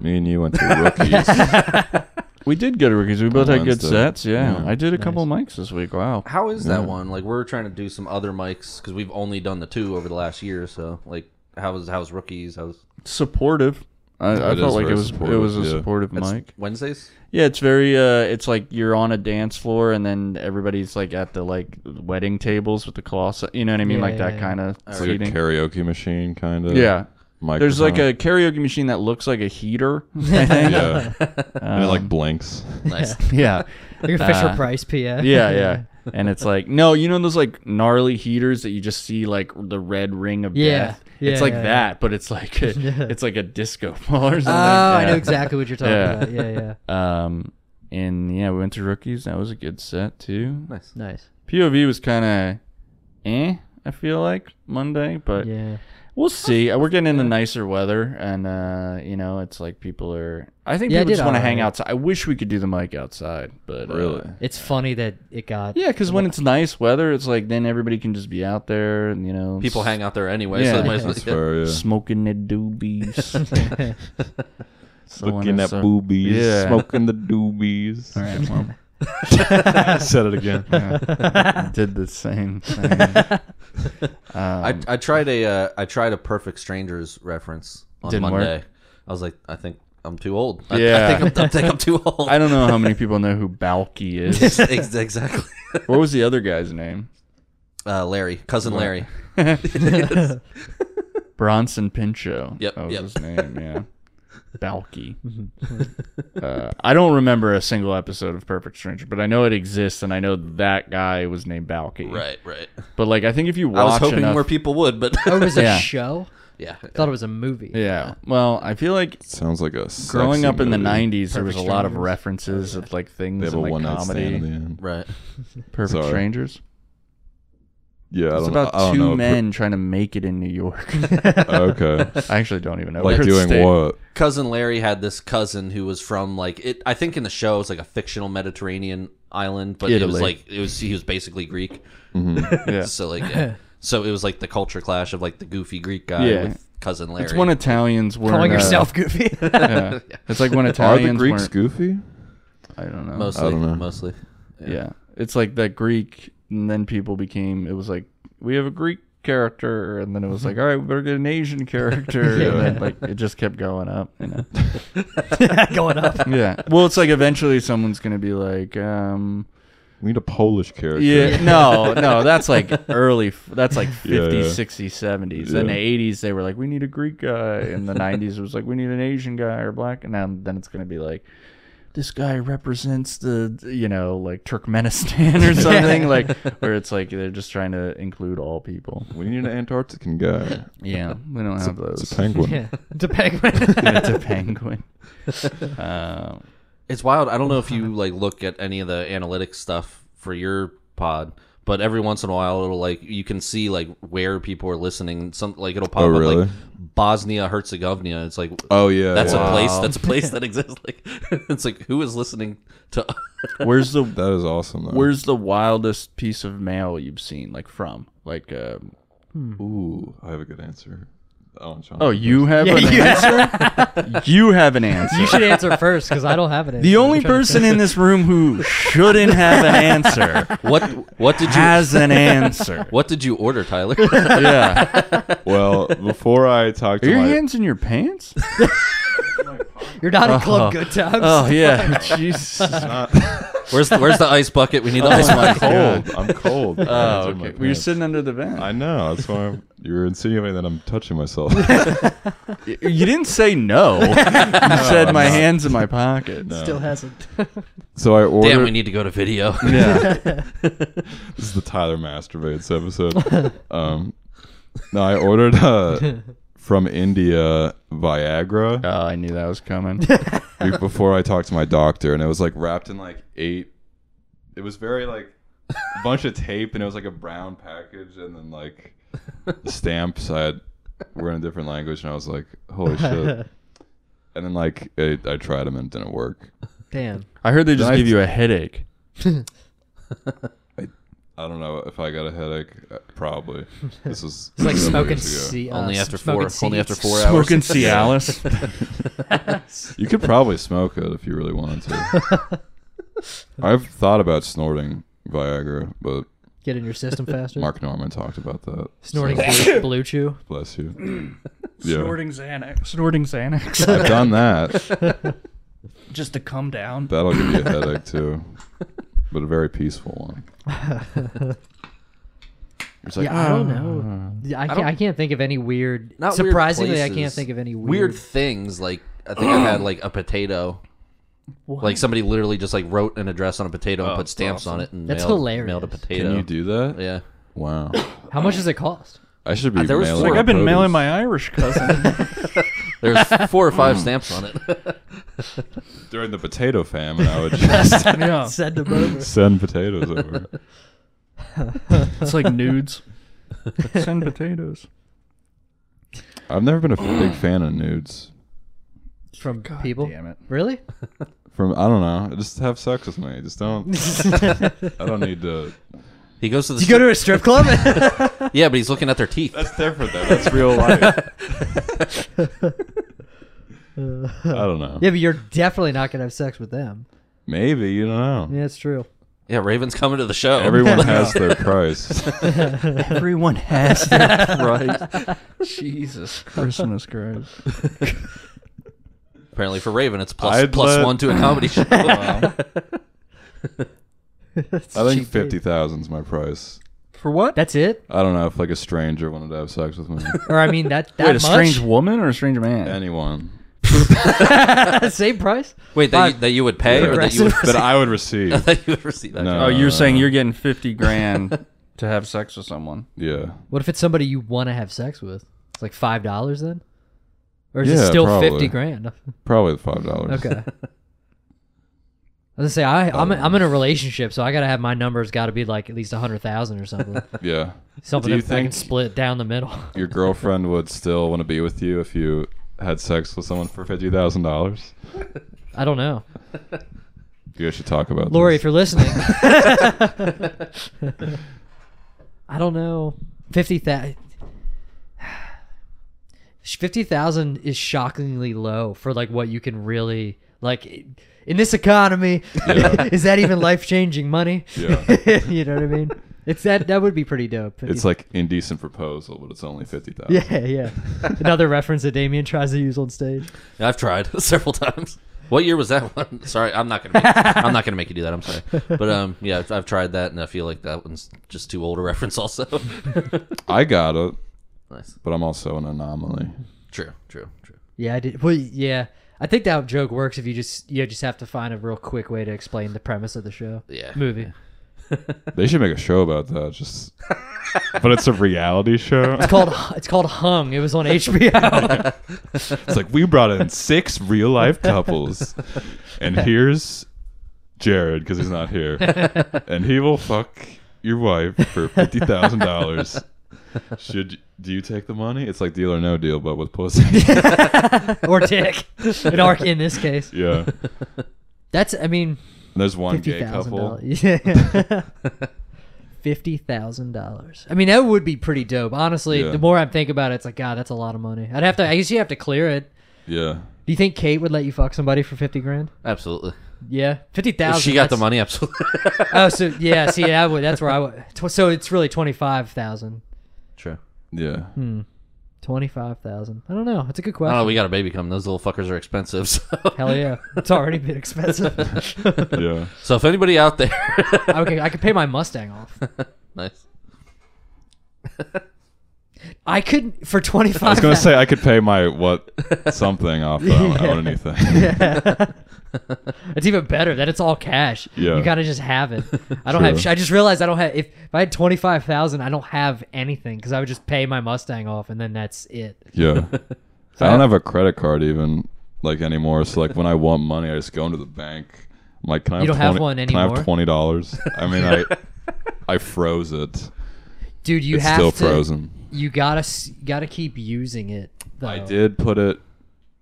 Speaker 1: Me and you went to rookies.
Speaker 3: we did good rookies. We both had good
Speaker 1: Wednesday.
Speaker 3: sets. Yeah,
Speaker 1: Yeah.
Speaker 3: I did a couple of mics this week. Wow.
Speaker 2: How is that one? Like we're trying to do some other mics because we've only done the two over the last year. So like, how was how's rookies? How's
Speaker 3: supportive. I, I
Speaker 1: It
Speaker 3: felt
Speaker 1: is
Speaker 3: like it
Speaker 1: very
Speaker 3: was it
Speaker 1: supportive,
Speaker 3: was a
Speaker 1: yeah.
Speaker 3: supportive
Speaker 2: that's
Speaker 3: mic.
Speaker 2: Wednesdays?
Speaker 3: Yeah, it's very uh it's like you're on a dance floor and then everybody's like at the like wedding tables with the colossal, you know what I mean,
Speaker 4: Yeah,
Speaker 3: like that
Speaker 4: yeah,
Speaker 3: kind of
Speaker 1: It's like a
Speaker 3: seating.
Speaker 1: karaoke machine, kind of.
Speaker 3: yeah. There's like
Speaker 1: microphone.
Speaker 3: a karaoke machine that looks like a heater. I think.
Speaker 1: yeah, and it
Speaker 3: Um,
Speaker 1: like blinks.
Speaker 2: Nice.
Speaker 3: yeah.
Speaker 4: Your Fisher
Speaker 3: Uh,
Speaker 4: Price PA. Yeah,
Speaker 3: Yeah, yeah. And it's like no, you know those like gnarly heaters that you just see like the red ring of
Speaker 4: Yeah,
Speaker 3: death.
Speaker 4: yeah,
Speaker 3: it's like
Speaker 4: yeah,
Speaker 3: that, but it's like a,
Speaker 4: Yeah.
Speaker 3: it's like a disco ball or something.
Speaker 4: Oh,
Speaker 3: like
Speaker 4: I know
Speaker 3: that.
Speaker 4: exactly what you're talking
Speaker 3: Yeah.
Speaker 4: about. Yeah, yeah.
Speaker 3: Um, and yeah, we went to rookies. That was a good set too.
Speaker 2: Nice.
Speaker 4: Nice.
Speaker 3: POV was kind of eh. I feel like Monday, but
Speaker 4: Yeah.
Speaker 3: we'll see. Uh, We're getting into nicer weather, and uh, you know, it's like people are. I think
Speaker 4: Yeah, I
Speaker 3: people
Speaker 4: did
Speaker 3: just want to hang
Speaker 4: alright.
Speaker 3: outside. I wish we could do the mic outside, but uh,
Speaker 1: Really?
Speaker 4: It's funny that it got.
Speaker 3: yeah, because when it's nice weather, it's like then everybody can just be out there, and you know,
Speaker 2: People
Speaker 3: s-
Speaker 2: hang out there anyway,
Speaker 3: Yeah.
Speaker 2: so they might as well.
Speaker 1: That's fair. Yeah.
Speaker 3: smoking the doobies, uh, So on
Speaker 1: Looking
Speaker 3: and
Speaker 1: at
Speaker 3: so-
Speaker 1: boobies,
Speaker 3: Yeah.
Speaker 1: smoking the doobies.
Speaker 3: All right, well,
Speaker 1: Said it again.
Speaker 3: I did the same thing. Um,
Speaker 2: I, I tried a uh, I tried a Perfect Strangers reference on
Speaker 3: Didn't work.
Speaker 2: Monday. I was like, I think I'm too old. I, I
Speaker 3: Yeah.
Speaker 2: think I'm, I think I'm too old.
Speaker 3: I don't know how many people know who Balky is.
Speaker 2: Ex- exactly.
Speaker 3: what was the other guy's name?
Speaker 2: Uh, Larry, cousin Larry.
Speaker 3: Bronson Pinchot.
Speaker 2: Yep,
Speaker 3: that was
Speaker 2: yep.
Speaker 3: his name. Yeah, Balky.
Speaker 4: Mm-hmm.
Speaker 3: uh, I don't remember a single episode of Perfect Stranger, but I know it exists, and I know that guy was named Balky.
Speaker 2: Right, right.
Speaker 3: But like, I think if you watch
Speaker 2: I was hoping
Speaker 3: enough,
Speaker 2: more people would, but
Speaker 4: Oh, it was a
Speaker 3: Yeah.
Speaker 4: show?
Speaker 2: yeah.
Speaker 4: I thought it was a movie.
Speaker 3: yeah. Well, I feel like
Speaker 1: Sounds like a. Sexy
Speaker 3: growing up in the
Speaker 1: movie.
Speaker 3: '90s, there was a
Speaker 4: Perfect
Speaker 3: lot of
Speaker 4: Strangers.
Speaker 3: references of like
Speaker 1: they
Speaker 3: things
Speaker 1: have
Speaker 3: and
Speaker 1: a
Speaker 3: like
Speaker 1: one night stand at the
Speaker 3: comedy.
Speaker 1: end.
Speaker 2: Right.
Speaker 3: Perfect
Speaker 1: Sorry.
Speaker 3: Strangers.
Speaker 1: Yeah, I don't,
Speaker 3: It's about
Speaker 1: I don't
Speaker 3: two
Speaker 1: know.
Speaker 3: men trying to make it in New York.
Speaker 1: okay,
Speaker 3: I actually don't even know.
Speaker 1: like
Speaker 3: where it's
Speaker 1: doing
Speaker 3: staged.
Speaker 1: what?
Speaker 2: Cousin Larry had this cousin who was from like it. I think in the show it was like a fictional Mediterranean island, but it was
Speaker 3: Italy.
Speaker 2: like it was he was basically Greek.
Speaker 1: Mm-hmm.
Speaker 3: Yeah.
Speaker 2: So like, yeah. so it was like the culture clash of like the goofy Greek guy
Speaker 3: Yeah.
Speaker 2: with cousin Larry.
Speaker 3: It's when Italians were
Speaker 4: Calling yourself goofy.
Speaker 3: Yeah. It's like when
Speaker 1: Are
Speaker 3: Italians
Speaker 1: the Greeks
Speaker 3: weren't-
Speaker 1: goofy?
Speaker 3: I don't know.
Speaker 2: mostly,
Speaker 1: don't know.
Speaker 2: mostly.
Speaker 3: yeah. It's like that Greek, and then people became. It was like we have a Greek character, and then it was like, all right, we better get an Asian character, and then like it just kept going up. You know?
Speaker 4: Going up.
Speaker 3: yeah. Well, it's like eventually someone's gonna be like, um,
Speaker 1: We need a Polish character.
Speaker 3: yeah, no, no, that's like early. f- That's like 50s,
Speaker 1: Yeah, yeah.
Speaker 3: 60s, 70s. Then
Speaker 1: Yeah.
Speaker 3: the 80s, they were like, we need a Greek guy. In the 90s, it was like, we need an Asian guy or black. And now then it's gonna be like. this guy represents the you know like Turkmenistan or something like where it's like they're just trying to include all people.
Speaker 1: We need an Antarctican guy.
Speaker 3: Yeah, we don't have those.
Speaker 1: It's a penguin.
Speaker 4: Yeah. It's a penguin.
Speaker 3: It's a penguin. Uh,
Speaker 2: It's wild. I don't know if you like look at any of the analytics stuff for your pod, but every once in a while it'll like you can see like where people are listening. Some like it'll pop
Speaker 1: Oh,
Speaker 2: up like
Speaker 1: really?
Speaker 2: Bosnia Herzegovina. It's like
Speaker 1: Oh yeah,
Speaker 2: that's
Speaker 1: yeah.
Speaker 2: a place.
Speaker 3: Wow.
Speaker 2: That's a place that exists. Like it's like who is listening to?
Speaker 3: where's the
Speaker 1: that is awesome. Though.
Speaker 3: where's the wildest piece of mail you've seen like from like um,
Speaker 1: Ooh, I have a good answer. Alan John.
Speaker 3: oh you have an
Speaker 4: you-
Speaker 3: answer you have an answer.
Speaker 4: you should answer first because I don't have it.
Speaker 3: the only person in this room who shouldn't have an answer
Speaker 2: What what did you
Speaker 3: has an answer.
Speaker 2: what did you order, Tyler?
Speaker 3: Yeah.
Speaker 1: Well, before I talk to
Speaker 3: Are your
Speaker 1: my
Speaker 3: hands in your pants?
Speaker 4: You're not in Club
Speaker 3: Oh.
Speaker 4: Good Times.
Speaker 3: Oh yeah, Jesus. Oh,
Speaker 2: Where's the, where's the ice bucket? We need the ice
Speaker 3: my
Speaker 2: bucket.
Speaker 3: God.
Speaker 1: cold, I'm cold. My hands are in my
Speaker 3: Oh, okay. Well, you're
Speaker 1: pants.
Speaker 3: sitting under the vent.
Speaker 1: I know. That's why I'm, you're insinuating that I'm touching myself.
Speaker 3: Y- you didn't say no. you said
Speaker 1: I'm
Speaker 3: my
Speaker 1: not.
Speaker 3: hands in my pockets.
Speaker 4: Still hasn't.
Speaker 1: so I ordered.
Speaker 2: Damn, we need to go to video.
Speaker 3: Yeah.
Speaker 1: this is the Tyler masturbates episode. um, no, I ordered uh, from India Viagra
Speaker 3: Oh, I knew that was coming.
Speaker 1: week before I talked to my doctor, and it was like wrapped in like eight. It was very like a bunch of tape, and it was like a brown package, and then like stamps. I had were in a different language, and I was like, "Holy shit!" And then like it, I tried them and it didn't work.
Speaker 4: Damn.
Speaker 3: I heard they just
Speaker 1: Nice.
Speaker 3: give you a headache.
Speaker 1: I don't know if I got a headache. uh, Probably. This was
Speaker 4: It's like
Speaker 1: several
Speaker 4: smoking
Speaker 1: years ago.
Speaker 4: sea.
Speaker 2: Only
Speaker 4: uh,
Speaker 2: after
Speaker 4: smoking
Speaker 2: four. Only after
Speaker 4: seeds.
Speaker 2: four hours.
Speaker 3: Smoking Cialis.
Speaker 1: You could probably smoke it if you really wanted to. I've thought about snorting Viagra, but
Speaker 4: Get in your system faster.
Speaker 1: Mark Norman talked about that.
Speaker 4: Snorting
Speaker 1: So,
Speaker 4: blue, blue chew.
Speaker 1: bless you. Yeah.
Speaker 3: Xanax. Snorting Xanax.
Speaker 1: I've done that.
Speaker 3: Just to come down.
Speaker 1: That'll give you a headache too, but a very peaceful one. It's like,
Speaker 4: yeah, I don't know. Yeah, I can't, I can't think of any weird.
Speaker 2: Not weird
Speaker 4: surprisingly, I can't
Speaker 2: places.
Speaker 4: think of any weird.
Speaker 2: Weird things like I think I had like a potato. Like somebody literally just like wrote an address on a potato and put stamps on it and
Speaker 4: That's
Speaker 2: mailed,
Speaker 4: hilarious.
Speaker 2: mailed a
Speaker 1: Can
Speaker 2: potato.
Speaker 1: Oh, you do that?
Speaker 2: yeah. Uh,
Speaker 1: Wow.
Speaker 4: How much does it cost?
Speaker 1: I should be.
Speaker 2: There was
Speaker 1: mailing
Speaker 2: four.
Speaker 1: out
Speaker 2: Like,
Speaker 3: I've been
Speaker 1: produce.
Speaker 3: mailing my Irish cousin.
Speaker 2: There's four or five stamps on it.
Speaker 1: during the potato famine. I would just
Speaker 3: yeah.
Speaker 4: Send them over.
Speaker 1: send potatoes over.
Speaker 3: It's like nudes. Send potatoes.
Speaker 1: I've never been a f- big fan of nudes.
Speaker 4: From people?
Speaker 3: Damn it.
Speaker 4: Really?
Speaker 1: From I don't know. Just have sex with me. Just don't. I don't need to.
Speaker 2: He goes to the
Speaker 4: You go to a strip club?
Speaker 2: yeah, but he's looking at their teeth.
Speaker 1: That's different though. That's real life. I don't know.
Speaker 4: yeah, but you're definitely not going to have sex with them.
Speaker 1: Maybe you don't know.
Speaker 4: Yeah, it's true.
Speaker 2: Yeah, Raven's coming to the show.
Speaker 1: Everyone has their price.
Speaker 3: Everyone has their price. Jesus. Christmas Christ.
Speaker 2: Apparently for Raven, it's plus,
Speaker 1: I'd
Speaker 2: plus
Speaker 1: let-
Speaker 2: one to a comedy show.
Speaker 1: I think
Speaker 4: Cheap
Speaker 1: fifty
Speaker 4: date.
Speaker 1: thousand is my price.
Speaker 3: For what?
Speaker 4: That's it?
Speaker 1: I don't know if like a stranger wanted to have sex with me.
Speaker 4: Or, I mean, that, that
Speaker 3: Wait, a
Speaker 4: much?
Speaker 3: strange woman or a strange man?
Speaker 1: Anyone
Speaker 4: Same price?
Speaker 2: Wait, that you, that you would pay or that you would,
Speaker 1: that I would receive.
Speaker 2: that you would receive that?
Speaker 1: No.
Speaker 3: oh, you're saying you're getting 50 grand to have sex with someone.
Speaker 1: Yeah.
Speaker 4: What if it's somebody you want to have sex with? It's like $5 then? Or is it
Speaker 1: Yeah,
Speaker 4: still
Speaker 1: probably.
Speaker 4: 50 grand?
Speaker 1: Probably the five dollars.
Speaker 4: Okay. I was gonna say I I'm, I'm in a relationship, so I gotta have my numbers gotta be like at least a hundred thousand or something,
Speaker 1: Yeah.
Speaker 4: something
Speaker 1: Do
Speaker 4: that
Speaker 1: you
Speaker 4: I
Speaker 1: think-
Speaker 4: can split down the middle.
Speaker 1: Your girlfriend would still want to be with you if you had sex with someone for fifty thousand dollars.
Speaker 4: I don't know,
Speaker 1: You guys should talk about
Speaker 4: Lori,
Speaker 1: this.
Speaker 4: if you're listening. I don't know. Fifty thousand. Fifty thousand is shockingly low for like what you can really like in this economy.
Speaker 1: Yeah.
Speaker 4: is that even life changing money?
Speaker 1: Yeah.
Speaker 4: you know what I mean. It's that that would be pretty dope.
Speaker 1: It's like indecent proposal, but it's only fifty thousand.
Speaker 4: Yeah, yeah.
Speaker 1: uh,
Speaker 4: Another reference that Damien tries to use on stage.
Speaker 2: Yeah, I've tried several times. What year was that one? Sorry, I'm not gonna. Make, I'm not gonna make you do that. I'm sorry, but um, yeah, I've, I've tried that, and I feel like that one's just too old a reference. Also,
Speaker 1: I got it,
Speaker 2: nice.
Speaker 1: but I'm also an anomaly.
Speaker 2: True, true, true.
Speaker 4: Yeah, I did. Well, yeah. I think that joke works if you just you just have to find a real quick way to explain the premise of the show.
Speaker 2: Yeah.
Speaker 4: Movie.
Speaker 1: They should make a show about that. Just, but it's a reality show.
Speaker 4: It's called it's called Hung. It was on HBO.
Speaker 1: It's like we brought in six real life couples, and here's Jared because he's not here, and he will fuck your wife for fifty thousand dollars. Should do you take the money? It's like deal or no deal, but with pussy.
Speaker 4: or Dick. In arc in this case.
Speaker 1: yeah, and
Speaker 4: That's I mean
Speaker 1: there's one
Speaker 4: fifty
Speaker 1: gay
Speaker 4: thousand
Speaker 1: couple.
Speaker 4: dollars. Yeah. Fifty thousand dollars. I mean, that would be pretty dope. Honestly,
Speaker 1: Yeah.
Speaker 4: the more I think about it, it's like, God, that's a lot of money. I'd have to. I guess you have to clear it.
Speaker 1: Yeah,
Speaker 4: Do you think Kate would let you fuck somebody for fifty grand?
Speaker 2: Absolutely.
Speaker 4: Yeah, fifty
Speaker 2: If
Speaker 4: thousand.
Speaker 2: she got the money. Absolutely.
Speaker 4: Oh, so yeah, see, that would, that's where I would. Tw- so it's really twenty five thousand.
Speaker 2: true.
Speaker 1: yeah.
Speaker 4: Twenty five thousand. I don't know. It's a good
Speaker 2: I
Speaker 4: question.
Speaker 2: don't know. Oh, We got a baby coming. Those little fuckers are expensive. So,
Speaker 4: Hell yeah, it's already been expensive.
Speaker 1: Yeah.
Speaker 2: so if anybody out there,
Speaker 4: I could, I could pay my Mustang off.
Speaker 2: nice.
Speaker 4: I could for twenty
Speaker 1: I
Speaker 4: five.
Speaker 1: was gonna say I could pay my what something off. But I don't own anything.
Speaker 4: It's even better that it's all cash.
Speaker 1: Yeah.
Speaker 4: you gotta just have it. I don't
Speaker 1: True.
Speaker 4: have. sh- I just realized I don't have. If, if I had twenty five thousand, I don't have anything because I would just pay my Mustang off and then that's it.
Speaker 1: Yeah. I don't have a credit card even like anymore. So like when I want money, I just go into the bank. I'm like, can I
Speaker 4: You
Speaker 1: have
Speaker 4: don't have
Speaker 1: 20
Speaker 4: one
Speaker 1: Can I
Speaker 4: anymore?
Speaker 1: have twenty dollars? I mean, I I froze it.
Speaker 4: Dude, you
Speaker 1: it's
Speaker 4: have
Speaker 1: still
Speaker 4: to.
Speaker 1: frozen.
Speaker 4: You gotta s- gotta keep using it. Though.
Speaker 1: I did put it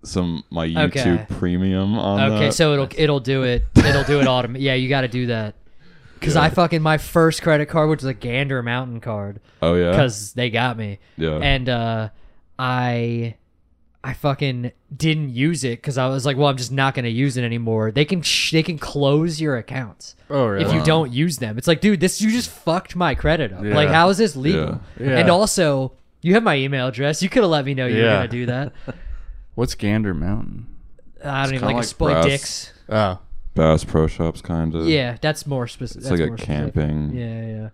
Speaker 1: some my YouTube
Speaker 4: Okay.
Speaker 1: Premium on.
Speaker 4: Okay,
Speaker 1: that.
Speaker 4: so it'll it'll do it. It'll do it automatically. Yeah, you got to do that. because I fucking my first credit card, which was a Gander Mountain card,
Speaker 1: Oh yeah.
Speaker 4: because they got me.
Speaker 1: Yeah.
Speaker 4: And uh, I, I fucking didn't use it because I was like, well, I'm just not gonna use it anymore. They can sh- they can close your accounts
Speaker 3: Oh, really?
Speaker 4: if you don't use them. It's like, dude, this you just fucked my credit up. Like,
Speaker 3: Yeah.
Speaker 4: how is this legal?
Speaker 3: Yeah. Yeah.
Speaker 4: And also, you have my email address. You could have let me know you were
Speaker 3: Yeah.
Speaker 4: gonna do that.
Speaker 3: What's Gander Mountain?
Speaker 4: I don't even
Speaker 1: kinda
Speaker 4: like, a
Speaker 1: like
Speaker 4: spoil
Speaker 1: brass.
Speaker 4: dicks.
Speaker 3: Oh,
Speaker 1: Bass Pro Shops kind of.
Speaker 4: Yeah, that's more
Speaker 1: It's
Speaker 4: specific.
Speaker 1: like a camping
Speaker 4: Yeah, yeah.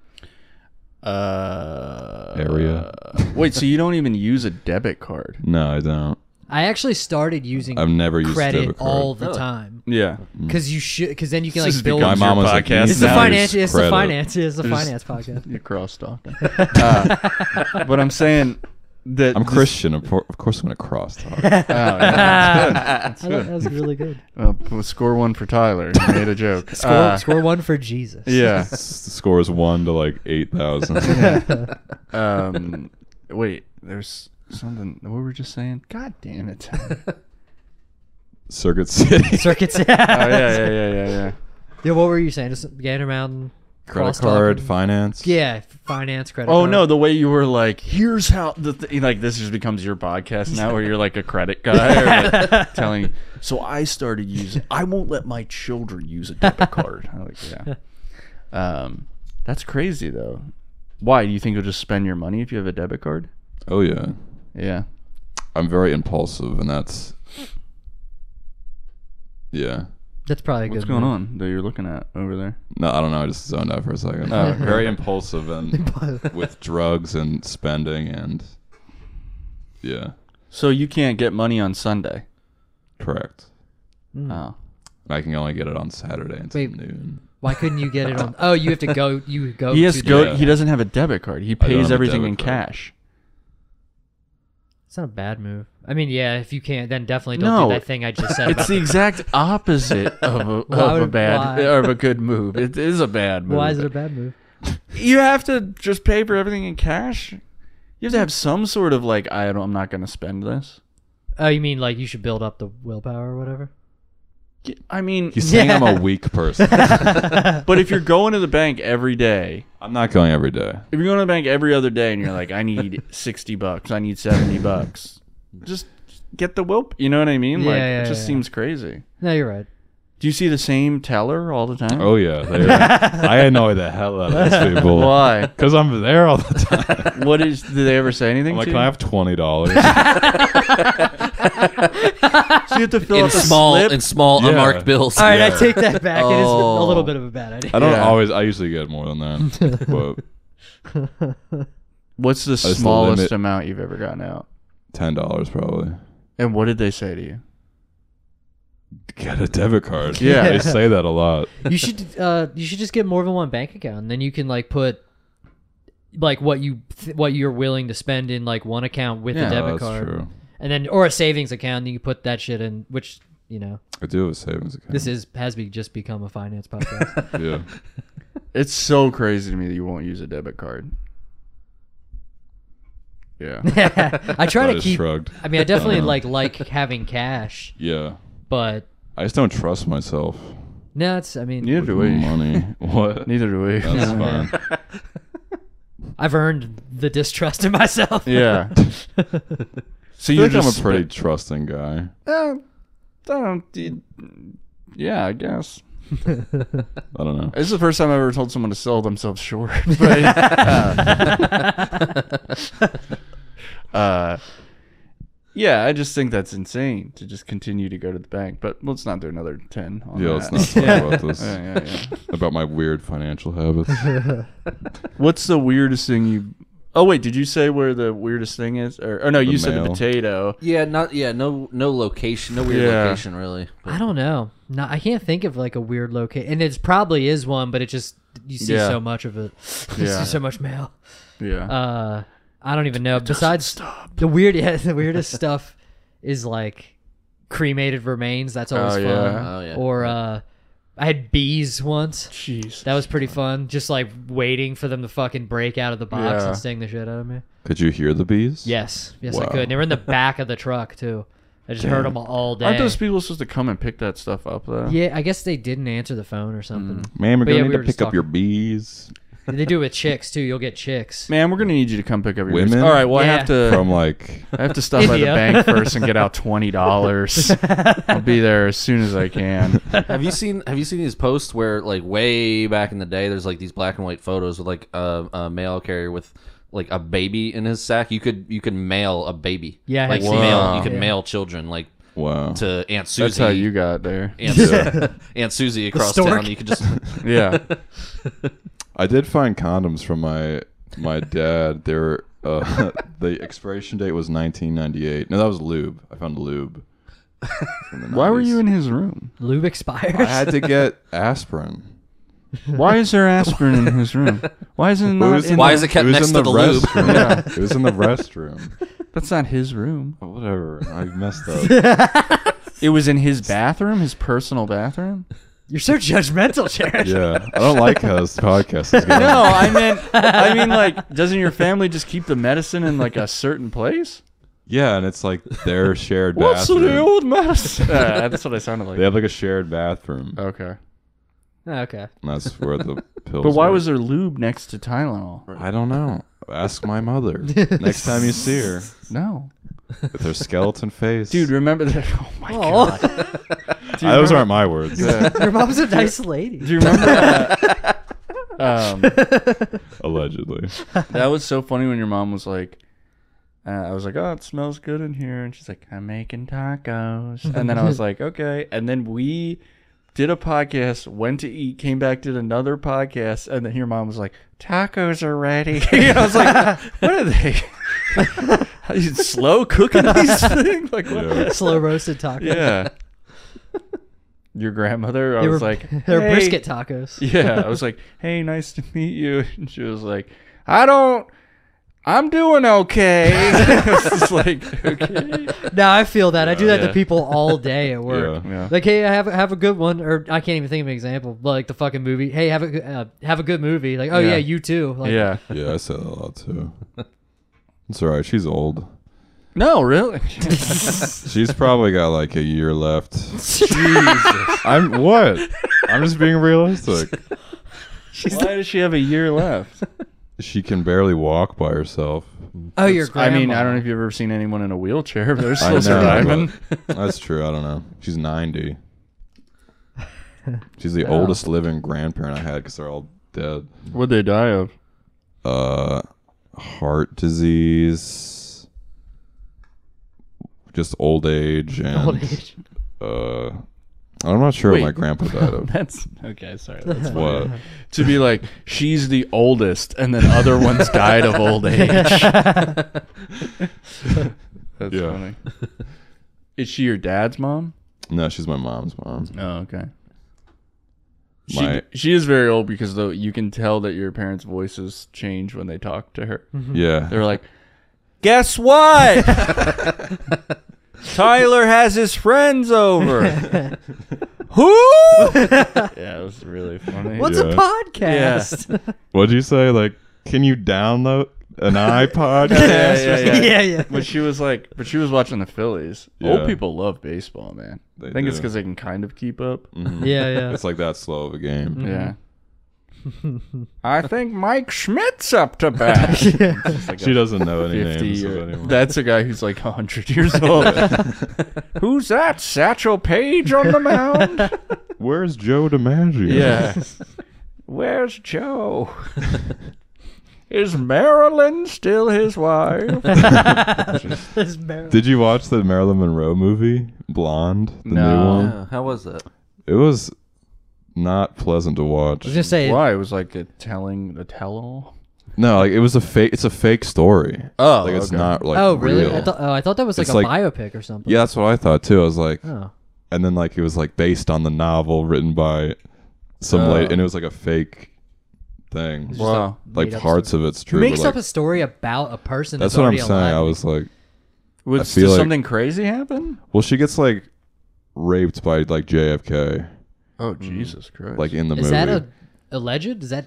Speaker 3: uh,
Speaker 1: area.
Speaker 3: wait. So you don't even use a debit card?
Speaker 1: no, I don't.
Speaker 4: I actually started using
Speaker 1: I've never used a
Speaker 4: credit
Speaker 1: debit card.
Speaker 4: all the time
Speaker 3: Yeah.
Speaker 4: because you should because then you can
Speaker 3: This
Speaker 4: like
Speaker 3: has
Speaker 4: build.
Speaker 1: My
Speaker 3: become-
Speaker 1: mom
Speaker 3: Your
Speaker 1: was like,
Speaker 3: podcast
Speaker 1: "You
Speaker 4: It's the
Speaker 1: use
Speaker 3: now
Speaker 4: finance. It's the
Speaker 1: credit."
Speaker 4: finance. It's the
Speaker 3: There's-
Speaker 4: finance podcast.
Speaker 3: You cross talking. uh, but I'm saying that
Speaker 1: I'm
Speaker 3: this-
Speaker 1: Christian. Of por- of course, I'm gonna cross talk.
Speaker 3: Oh, yeah.
Speaker 4: I thought that was really good.
Speaker 3: Uh, p- score one for Tyler. He made a joke.
Speaker 4: Score,
Speaker 3: Uh,
Speaker 4: score one for Jesus.
Speaker 3: Yeah.
Speaker 1: S- Scores one to like eight thousand.
Speaker 3: Um, wait. There's something. What were we just saying? God damn it. oh
Speaker 1: Circuit City.
Speaker 4: Circuits.
Speaker 3: yeah,
Speaker 4: yeah.
Speaker 3: yeah, yeah, yeah, yeah.
Speaker 4: What were you saying? Just Gander Mountain.
Speaker 1: credit
Speaker 4: cross-talking?
Speaker 1: card finance.
Speaker 4: Yeah, finance credit.
Speaker 3: Oh
Speaker 4: card.
Speaker 3: no, the way you were like, here's how the th-, like this just becomes your podcast now, where you're like a credit guy or, like, telling. So I started using. I won't let my children use a debit card. I'm like, yeah, um, that's crazy though. Why do you think you'll just spend your money if you have a debit card?
Speaker 1: Oh yeah.
Speaker 3: Yeah,
Speaker 1: I'm very impulsive, and that's. Yeah.
Speaker 4: That's probably a good.
Speaker 3: what's going
Speaker 4: move.
Speaker 3: on that you're looking at over there?
Speaker 1: No, I don't know. I just zoned out for a second.
Speaker 3: Oh, okay.
Speaker 1: Very impulsive and with drugs and spending and. Yeah,
Speaker 3: So you can't get money on Sunday.
Speaker 1: correct.
Speaker 3: Oh,
Speaker 1: And I can only get it on Saturday until
Speaker 4: Wait.
Speaker 1: noon.
Speaker 4: Why couldn't you get it on? Oh, you have to go. You
Speaker 1: Oh,
Speaker 4: go.
Speaker 3: he has
Speaker 4: to
Speaker 3: go.
Speaker 4: the-
Speaker 3: He doesn't have a debit card. He
Speaker 1: don't have
Speaker 3: pays
Speaker 1: a
Speaker 3: everything
Speaker 1: debit
Speaker 3: in
Speaker 1: card.
Speaker 3: cash.
Speaker 4: It's not a bad move. I mean, yeah, if you can't, then definitely don't
Speaker 3: No.
Speaker 4: do that thing I just said.
Speaker 3: It's
Speaker 4: about
Speaker 3: the exact opposite of a,
Speaker 4: Why
Speaker 3: of a
Speaker 4: would-
Speaker 3: bad
Speaker 4: why?
Speaker 3: or of a good move. It is a bad move.
Speaker 4: Why is it a bad move?
Speaker 3: you have to just pay for everything in cash. You have to have some sort of like I don't, I'm not going to spend this.
Speaker 4: Oh, you mean like you should build up the willpower or whatever?
Speaker 3: I mean,
Speaker 1: He's saying I'm
Speaker 4: Yeah.
Speaker 1: a weak person.
Speaker 3: but if you're going to the bank every day,
Speaker 1: I'm not going every day.
Speaker 3: if you're going to the bank every other day, and you're like, I need sixty bucks, I need seventy bucks, just get the whoop. You know what I mean? like
Speaker 4: Yeah, yeah,
Speaker 3: it just
Speaker 4: yeah.
Speaker 3: seems crazy.
Speaker 4: No, you're right.
Speaker 3: Do you see the same teller all the time?
Speaker 1: Oh yeah, they I annoy the hell out of these people
Speaker 3: Why?
Speaker 1: because I'm there all the time.
Speaker 3: What is? Do they ever say
Speaker 1: I'm
Speaker 3: anything?
Speaker 1: like,
Speaker 3: to
Speaker 1: can
Speaker 3: you?
Speaker 1: I have twenty dollars?
Speaker 3: So you have to fill
Speaker 2: in
Speaker 3: out the
Speaker 2: small
Speaker 3: slip?
Speaker 2: in small
Speaker 1: Yeah.
Speaker 2: unmarked bills.
Speaker 4: All right, I
Speaker 1: Yeah.
Speaker 4: take that back. It is a
Speaker 2: Oh.
Speaker 4: little bit of a bad idea.
Speaker 1: I don't
Speaker 3: Yeah.
Speaker 1: always. I usually get more than that. but
Speaker 3: What's the
Speaker 1: the
Speaker 3: smallest
Speaker 1: limit.
Speaker 3: amount you've ever gotten out?
Speaker 1: ten dollars probably.
Speaker 3: And what did they say to you?
Speaker 1: Get a debit card.
Speaker 3: Yeah.
Speaker 1: they say that a lot.
Speaker 4: You should uh, you should just get more than one bank account, and then you can like put like what you th- what you're willing to spend in like one account with
Speaker 3: Yeah,
Speaker 4: a debit
Speaker 1: that's
Speaker 4: card,
Speaker 1: true.
Speaker 4: and then or a savings account. And you can put that shit in, which you know
Speaker 1: I do have a savings account.
Speaker 4: this is has be just become a finance podcast.
Speaker 1: yeah.
Speaker 3: It's so crazy to me that you won't use a debit card. Yeah.
Speaker 4: I try
Speaker 1: I
Speaker 4: to
Speaker 1: just
Speaker 4: keep.
Speaker 1: shrugged.
Speaker 4: I mean, I definitely
Speaker 1: Uh-huh.
Speaker 4: like like having cash,
Speaker 1: Yeah.
Speaker 4: but
Speaker 1: I just don't trust myself.
Speaker 4: no, it's. I mean,
Speaker 3: Neither do we.
Speaker 1: Money. what?
Speaker 3: Neither do we.
Speaker 1: That's fine.
Speaker 4: I've earned the distrust in myself.
Speaker 3: yeah. So
Speaker 1: I
Speaker 3: you
Speaker 1: feel like I'm
Speaker 3: just
Speaker 1: a pretty trusting guy.
Speaker 3: Uh, I don't- d- yeah, I guess.
Speaker 1: I don't know.
Speaker 3: This is the first time I ever told someone to sell themselves short. But, uh, uh, yeah, I just think that's insane to just continue to go to the bank. But let's not do another ten. On
Speaker 1: Yeah,
Speaker 3: that.
Speaker 1: let's not talk about this.
Speaker 3: Yeah, yeah, yeah.
Speaker 1: About my weird financial habits.
Speaker 3: What's the weirdest thing you? Oh wait, did you say where the weirdest thing is? Or, or no, you said the
Speaker 1: mail.
Speaker 3: potato.
Speaker 2: Yeah, not yeah, no no location, no weird
Speaker 3: Yeah.
Speaker 2: location really.
Speaker 4: I don't know. No, I can't think of like a weird location, and it probably is one, but it just you see
Speaker 3: Yeah.
Speaker 4: so much of it. you
Speaker 3: Yeah.
Speaker 4: see so much mail.
Speaker 3: Yeah.
Speaker 4: Uh, I don't even know. Besides, the weird, yeah, the weirdest stuff is like cremated remains. That's always
Speaker 3: Oh,
Speaker 4: fun.
Speaker 3: yeah.
Speaker 2: Oh, yeah.
Speaker 4: Or uh, I had bees once.
Speaker 3: Jeez.
Speaker 4: That was pretty fun. Just like waiting for them to fucking break out of the box
Speaker 3: Yeah.
Speaker 4: and sting the shit out of me.
Speaker 1: Could you hear the bees?
Speaker 4: Yes, yes, I
Speaker 1: Wow.
Speaker 4: could. And they were in the back of the truck too. I just heard them all day.
Speaker 3: Aren't those people supposed to come and pick that stuff up though?
Speaker 4: Yeah, I guess they didn't answer the phone or
Speaker 3: Mm.
Speaker 4: something.
Speaker 1: Man, we're
Speaker 4: But
Speaker 1: gonna
Speaker 4: yeah,
Speaker 1: need
Speaker 4: we were
Speaker 1: to
Speaker 4: just
Speaker 1: pick up
Speaker 4: talking-
Speaker 1: your bees
Speaker 4: And they do it with chicks too. You'll get chicks.
Speaker 3: Man, we're gonna need you to come pick up your
Speaker 1: Women?
Speaker 3: All right, well I have
Speaker 4: Yeah.
Speaker 3: to
Speaker 1: from like
Speaker 3: I have to stop by the
Speaker 4: India.
Speaker 3: bank first and get out twenty dollars. I'll be there as soon as I can.
Speaker 2: have you seen Have you seen these posts where, like, way back in the day, there's like these black and white photos with like a, a mail carrier with like a baby in his sack? You could you could mail a baby.
Speaker 4: Yeah,
Speaker 2: like
Speaker 4: I've seen
Speaker 2: mail.
Speaker 3: that.
Speaker 2: You could
Speaker 4: Yeah.
Speaker 2: mail children like
Speaker 1: wow.
Speaker 2: to Aunt Susie.
Speaker 3: That's how you got there.
Speaker 2: Aunt, Aunt Susie across
Speaker 4: stork.
Speaker 2: town. You could just
Speaker 3: Yeah.
Speaker 1: I did find condoms from my my dad. They were uh, the expiration date was 1998. No, that was lube. I found lube. from the
Speaker 3: Why were
Speaker 1: 90s.
Speaker 3: you in his room?
Speaker 4: Lube
Speaker 1: I
Speaker 4: expires.
Speaker 1: had to get aspirin.
Speaker 3: Why is there aspirin in his room? Why is it
Speaker 1: But
Speaker 3: not?
Speaker 1: was
Speaker 3: in
Speaker 2: Why
Speaker 3: the-
Speaker 2: is it kept
Speaker 1: was
Speaker 2: next
Speaker 1: in
Speaker 2: to the lube?
Speaker 1: restroom. It was in the restroom.
Speaker 3: That's not his room.
Speaker 1: But Whatever. I messed up.
Speaker 3: It was in his bathroom, his personal bathroom.
Speaker 4: You're so judgmental, Jared.
Speaker 1: Yeah. I don't like how this podcast is going.
Speaker 3: No, I meant, I mean, like, doesn't your family just keep the medicine in like a certain place?
Speaker 1: Yeah, and it's like their shared bathroom.
Speaker 3: medicine? Uh, that's what I sounded like.
Speaker 1: They have like a shared bathroom.
Speaker 3: Okay,
Speaker 4: Oh, Okay.
Speaker 1: And that's where the pills.
Speaker 3: but why
Speaker 1: were.
Speaker 3: was there lube next to Tylenol?
Speaker 1: I don't know. Ask my mother next time you see her
Speaker 3: No,
Speaker 1: with her skeleton face. Uh,
Speaker 3: dude, remember that? Oh my
Speaker 4: Aw.
Speaker 3: god, Do you
Speaker 1: those
Speaker 3: remember-
Speaker 1: aren't my words.
Speaker 4: Your mom's a nice lady.
Speaker 3: Do you remember? uh, um,
Speaker 1: Allegedly.
Speaker 3: that was so funny when your mom was like, uh, I was like, oh, it smells good in here. And she's like, I'm making tacos. And then I was like, okay. And then we did a podcast, went to eat, came back, did another podcast. And then your mom was like, tacos are ready. I was like, what are they? Are you slow cooking these things? Like, what?
Speaker 1: Yeah.
Speaker 4: Slow roasted tacos.
Speaker 3: Yeah. Your grandmother, I
Speaker 4: They were,
Speaker 3: was like,
Speaker 4: they were
Speaker 3: "Hey."
Speaker 4: brisket tacos.
Speaker 3: Yeah, I was like, "Hey, nice to meet you," and she was like, "I don't, I'm doing okay." I was just like, "Okay."
Speaker 4: Now I feel that. I do that
Speaker 3: Yeah.
Speaker 4: to people all day at work.
Speaker 1: Yeah.
Speaker 3: Yeah.
Speaker 4: Like, hey, have a- have a good one, or I can't even think of an example. but, Like the fucking movie. Hey, have a good- uh, have a good movie. Like, oh
Speaker 3: Yeah.
Speaker 4: yeah, you too. Like,
Speaker 3: yeah.
Speaker 1: Yeah, I say that a lot too. It's all right. She's old.
Speaker 3: No, really.
Speaker 1: She's probably got like a year left. I'm what? I'm just being realistic.
Speaker 3: Why does she have a year left?
Speaker 1: She can barely walk by herself.
Speaker 4: Oh, your grandma.
Speaker 3: I mean, I don't know if you've ever seen anyone in a wheelchair, but they're
Speaker 1: I
Speaker 3: still surviving.
Speaker 1: but- That's true. I don't know. She's 90. She's the oldest living grandparent I had because they're all dead.
Speaker 3: What'd they die of?
Speaker 1: uh heart disease just old age and
Speaker 4: Old age.
Speaker 1: uh I'm not sure
Speaker 3: Wait.
Speaker 1: what my grandpa died of.
Speaker 3: That's okay. Sorry. That's
Speaker 1: what?
Speaker 3: to be like she's the oldest, and then other ones died of old age. That's
Speaker 1: Yeah.
Speaker 3: funny. Is she your dad's mom?
Speaker 1: No, she's my mom's mom.
Speaker 3: Oh, okay. She,
Speaker 1: My-
Speaker 3: she is very old because though you can tell that your parents' voices change when they talk to her.
Speaker 1: Yeah.
Speaker 3: They're like, "Guess what? Tyler has his friends over." Who? yeah, it was really funny.
Speaker 4: What's
Speaker 1: Yeah.
Speaker 4: a podcast?
Speaker 1: What'd you say? Like, can you download an iPod?
Speaker 3: Yeah, yeah, yeah.
Speaker 4: yeah, yeah.
Speaker 3: But she was like, but she was watching the Phillies.
Speaker 1: Yeah.
Speaker 3: Old people love baseball, man.
Speaker 1: They
Speaker 3: I think it's
Speaker 1: do.
Speaker 3: because they can kind of keep up.
Speaker 4: Yeah, yeah.
Speaker 1: Mm-hmm. It's like that slow of a game.
Speaker 3: Yeah. I think Mike Schmidt's up to bat. It's like
Speaker 1: She
Speaker 3: a
Speaker 1: doesn't know any
Speaker 3: 50
Speaker 1: names
Speaker 3: year-
Speaker 1: of anyone.
Speaker 3: That's a guy who's like 100 years old. Who's that? Satchel Paige on the mound?
Speaker 1: Where's Joe DiMaggio?
Speaker 3: yeah. Where's Joe? Is Marilyn still his wife?
Speaker 4: It's barely-
Speaker 1: Did you watch the Marilyn Monroe movie, Blonde, the new
Speaker 3: No.
Speaker 1: one?
Speaker 2: Yeah, uh, how was that?
Speaker 1: It was not pleasant to watch.
Speaker 4: I was gonna say
Speaker 3: Why? It was like a telling, the tell all?
Speaker 1: No, like it was a fake. It's a fake story.
Speaker 3: Oh,
Speaker 1: like it's not like.
Speaker 4: Oh, really?
Speaker 1: real.
Speaker 4: I thought, oh, I thought that was like
Speaker 1: It's
Speaker 4: a
Speaker 1: like-
Speaker 4: biopic or something.
Speaker 1: yeah, that's what I thought too. I was like,
Speaker 4: Oh.
Speaker 1: and then like it was like based on the novel written by some
Speaker 3: Oh.
Speaker 1: lady, and it was like a fake thing.
Speaker 4: Just,
Speaker 3: Wow.
Speaker 1: Like
Speaker 4: made up
Speaker 1: parts of it's
Speaker 4: Who
Speaker 1: true. but,
Speaker 4: makes
Speaker 1: like,
Speaker 4: up a story about a person?
Speaker 1: that's
Speaker 4: That's,
Speaker 1: what I'm
Speaker 4: already
Speaker 1: saying.
Speaker 4: Alive.
Speaker 1: I was like,
Speaker 3: Was
Speaker 1: feel
Speaker 3: did
Speaker 1: like-
Speaker 3: something crazy happen?
Speaker 1: well, she gets like raped by like JFK,
Speaker 3: Oh Jesus Christ!
Speaker 1: like in the
Speaker 4: Is
Speaker 1: movie.
Speaker 4: that a alleged? Is that?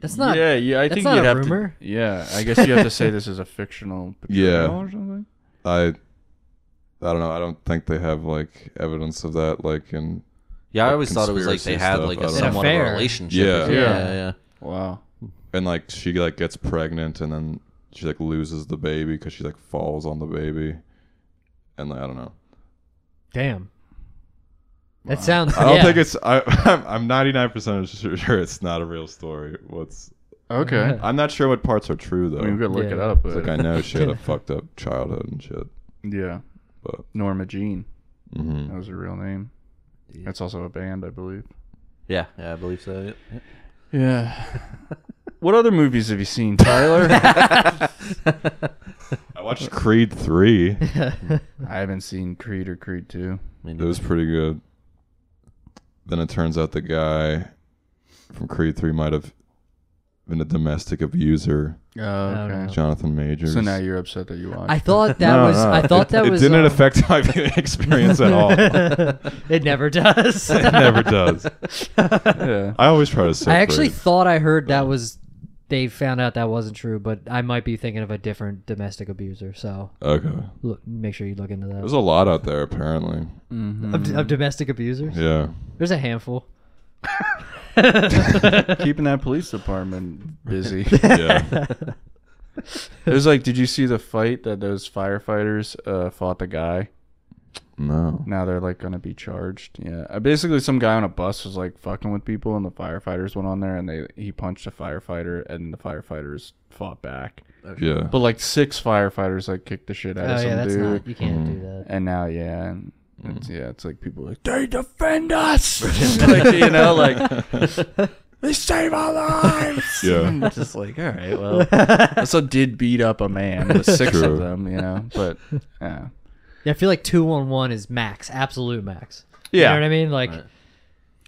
Speaker 4: That's not.
Speaker 3: yeah, yeah. I
Speaker 4: that's
Speaker 3: think
Speaker 4: not
Speaker 3: you'd
Speaker 4: a
Speaker 3: have
Speaker 4: rumor.
Speaker 3: to. Yeah, I guess you have to say this is a fictional. portrayal
Speaker 1: Yeah.
Speaker 3: or something.
Speaker 1: I I don't know. I don't think they have like evidence of that. Like in
Speaker 2: Yeah, I always thought it was like they
Speaker 1: Conspiracy
Speaker 2: had
Speaker 1: stuff,
Speaker 2: like
Speaker 1: I
Speaker 2: a
Speaker 1: don't
Speaker 4: know.
Speaker 2: somewhat of
Speaker 4: An
Speaker 2: a
Speaker 4: affair.
Speaker 2: relationship. or
Speaker 1: Yeah.
Speaker 2: something.
Speaker 3: Yeah.
Speaker 2: yeah, yeah.
Speaker 3: Wow.
Speaker 1: and like she like gets pregnant and then she like loses the baby because she like falls on the baby, and like, I don't know.
Speaker 4: Damn. That sounds.
Speaker 1: I don't
Speaker 4: yeah.
Speaker 1: think it's. I, I'm I'm 99 percent sure it's not a real story. What's
Speaker 3: Okay.
Speaker 1: I'm not sure what parts are true though.
Speaker 3: I mean, we could look it
Speaker 4: Yeah.
Speaker 3: up.
Speaker 1: It's
Speaker 3: But,
Speaker 1: like I know she had a fucked up childhood and shit,
Speaker 3: Yeah.
Speaker 1: but
Speaker 3: Norma Jean.
Speaker 1: mhm.
Speaker 3: That was her real name. That's also a band, I believe.
Speaker 2: Yeah, yeah, I believe so. yeah, yeah.
Speaker 3: Yeah. what other movies have you seen, Tyler?
Speaker 1: I watched Creed three.
Speaker 3: I haven't seen Creed or Creed 2.
Speaker 2: I mean,
Speaker 1: It was pretty good. Then it turns out the guy from Creed Three might have been a domestic abuser,
Speaker 3: Oh,
Speaker 4: don't
Speaker 3: okay.
Speaker 1: Jonathan Majors.
Speaker 3: So now you're upset that you watched.
Speaker 4: I thought that
Speaker 1: No,
Speaker 4: was.
Speaker 1: no,
Speaker 4: I thought
Speaker 1: it,
Speaker 4: that
Speaker 1: it
Speaker 4: was.
Speaker 1: didn't
Speaker 4: um,
Speaker 1: affect my viewing experience at all. it
Speaker 4: it never does.
Speaker 1: never does.
Speaker 3: yeah.
Speaker 1: I always try to. Separate.
Speaker 4: I actually thought I heard that was. They found out that wasn't true, but I might be thinking of a different domestic abuser. So
Speaker 1: okay.
Speaker 4: look, make sure you look into that.
Speaker 1: There's a lot out there apparently.
Speaker 3: Mm-hmm.
Speaker 4: Of, of domestic abusers,
Speaker 1: Yeah.
Speaker 4: there's a handful.
Speaker 3: Keeping that police department busy.
Speaker 1: Yeah.
Speaker 3: It was like, did you see the fight that those firefighters uh, fought the guy?
Speaker 1: no.
Speaker 3: Now they're like gonna be charged. Yeah, Uh, basically, some guy on a bus was like fucking with people, and the firefighters went on there, and they he punched a firefighter, and the firefighters fought back.
Speaker 1: Yeah.
Speaker 3: But like six firefighters like kicked the shit out
Speaker 4: oh
Speaker 3: of some
Speaker 4: yeah, that's
Speaker 3: dude, Hmm.
Speaker 4: not. You can't do that.
Speaker 3: and now yeah, and it's, yeah, it's like people are like they defend us, Mm-hmm. like you know, like they save our lives.
Speaker 1: Yeah.
Speaker 3: It's just like all right, well, so did beat up a man, the six
Speaker 1: True.
Speaker 3: of them, you know, but yeah,
Speaker 4: Yeah, I feel like two on one is max, absolute max. You
Speaker 3: yeah.
Speaker 4: know what I mean? Like,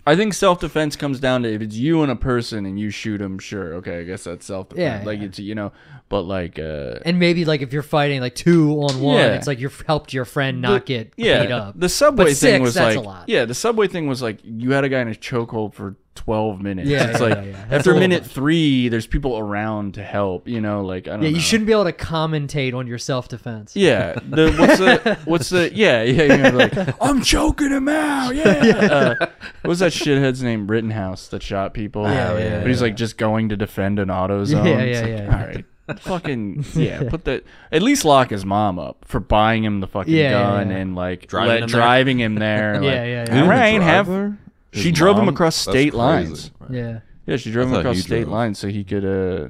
Speaker 3: I think self defense comes down to if it's you and a person and you shoot him, sure, okay, I guess that's self defense.
Speaker 4: Yeah,
Speaker 3: like
Speaker 4: yeah.
Speaker 3: it's you know, but like uh
Speaker 4: and maybe like if you're fighting like two on one,
Speaker 3: Yeah.
Speaker 4: it's like you've helped your friend not
Speaker 3: the-
Speaker 4: get
Speaker 3: yeah,
Speaker 4: beat up.
Speaker 3: The subway
Speaker 4: But
Speaker 3: thing
Speaker 4: six,
Speaker 3: was
Speaker 4: that's
Speaker 3: like
Speaker 4: a lot.
Speaker 3: yeah, the subway thing was like you had a guy in a chokehold for twelve minutes.
Speaker 4: Yeah,
Speaker 3: it's
Speaker 4: yeah,
Speaker 3: like
Speaker 4: yeah, yeah. That's a
Speaker 3: after
Speaker 4: little
Speaker 3: minute
Speaker 4: much.
Speaker 3: three, there's people around to help. You know, like I don't.
Speaker 4: yeah,
Speaker 3: know.
Speaker 4: you shouldn't be able to commentate on your self defense.
Speaker 3: Yeah, the what's the what's the yeah yeah you know, like I'm choking him out yeah. Uh, what was that shithead's name Rittenhouse that shot people?
Speaker 4: Oh, Yeah, yeah,
Speaker 3: But he's
Speaker 4: yeah.
Speaker 3: like just going to defend an auto zone.
Speaker 4: Yeah,
Speaker 3: It's
Speaker 4: yeah,
Speaker 3: like,
Speaker 4: yeah.
Speaker 3: All right, fucking yeah. Put that at least lock his mom up for buying him the fucking
Speaker 4: Yeah, yeah,
Speaker 3: gun
Speaker 4: yeah.
Speaker 3: and like
Speaker 2: Driving
Speaker 3: let-
Speaker 2: him there.
Speaker 3: driving him there. like,
Speaker 4: Yeah, yeah,
Speaker 1: He
Speaker 4: yeah.
Speaker 1: didn't
Speaker 3: Right,
Speaker 1: drive
Speaker 3: have-
Speaker 1: there?
Speaker 3: She
Speaker 1: His
Speaker 3: drove him
Speaker 1: mom?
Speaker 3: across
Speaker 1: That's
Speaker 3: state
Speaker 1: crazy.
Speaker 3: lines.
Speaker 4: Yeah.
Speaker 3: Yeah, she drove him
Speaker 1: thought
Speaker 3: across
Speaker 1: he
Speaker 3: state
Speaker 1: drove.
Speaker 3: lines so he could uh,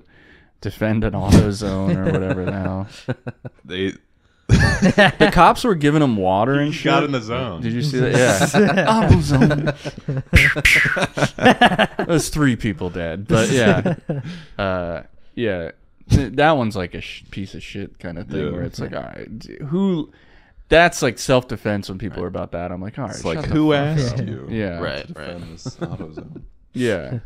Speaker 3: defend an auto zone or whatever the hell.
Speaker 1: They
Speaker 3: The cops were giving him water and shit.
Speaker 1: got in the zone.
Speaker 3: Did you see that? Yeah. Ah, There's three people dead, but yeah, uh, yeah. Th- That one's like a sh- piece of shit kind of thing
Speaker 1: Yeah.
Speaker 3: where it's like, all right, d- who? That's like self defense when people are about that. I'm like, all right,
Speaker 1: It's like
Speaker 3: shut the
Speaker 1: who
Speaker 3: fuck-
Speaker 1: asked you?
Speaker 3: Yeah,
Speaker 2: right, right.
Speaker 1: Defend this AutoZone.
Speaker 3: yeah.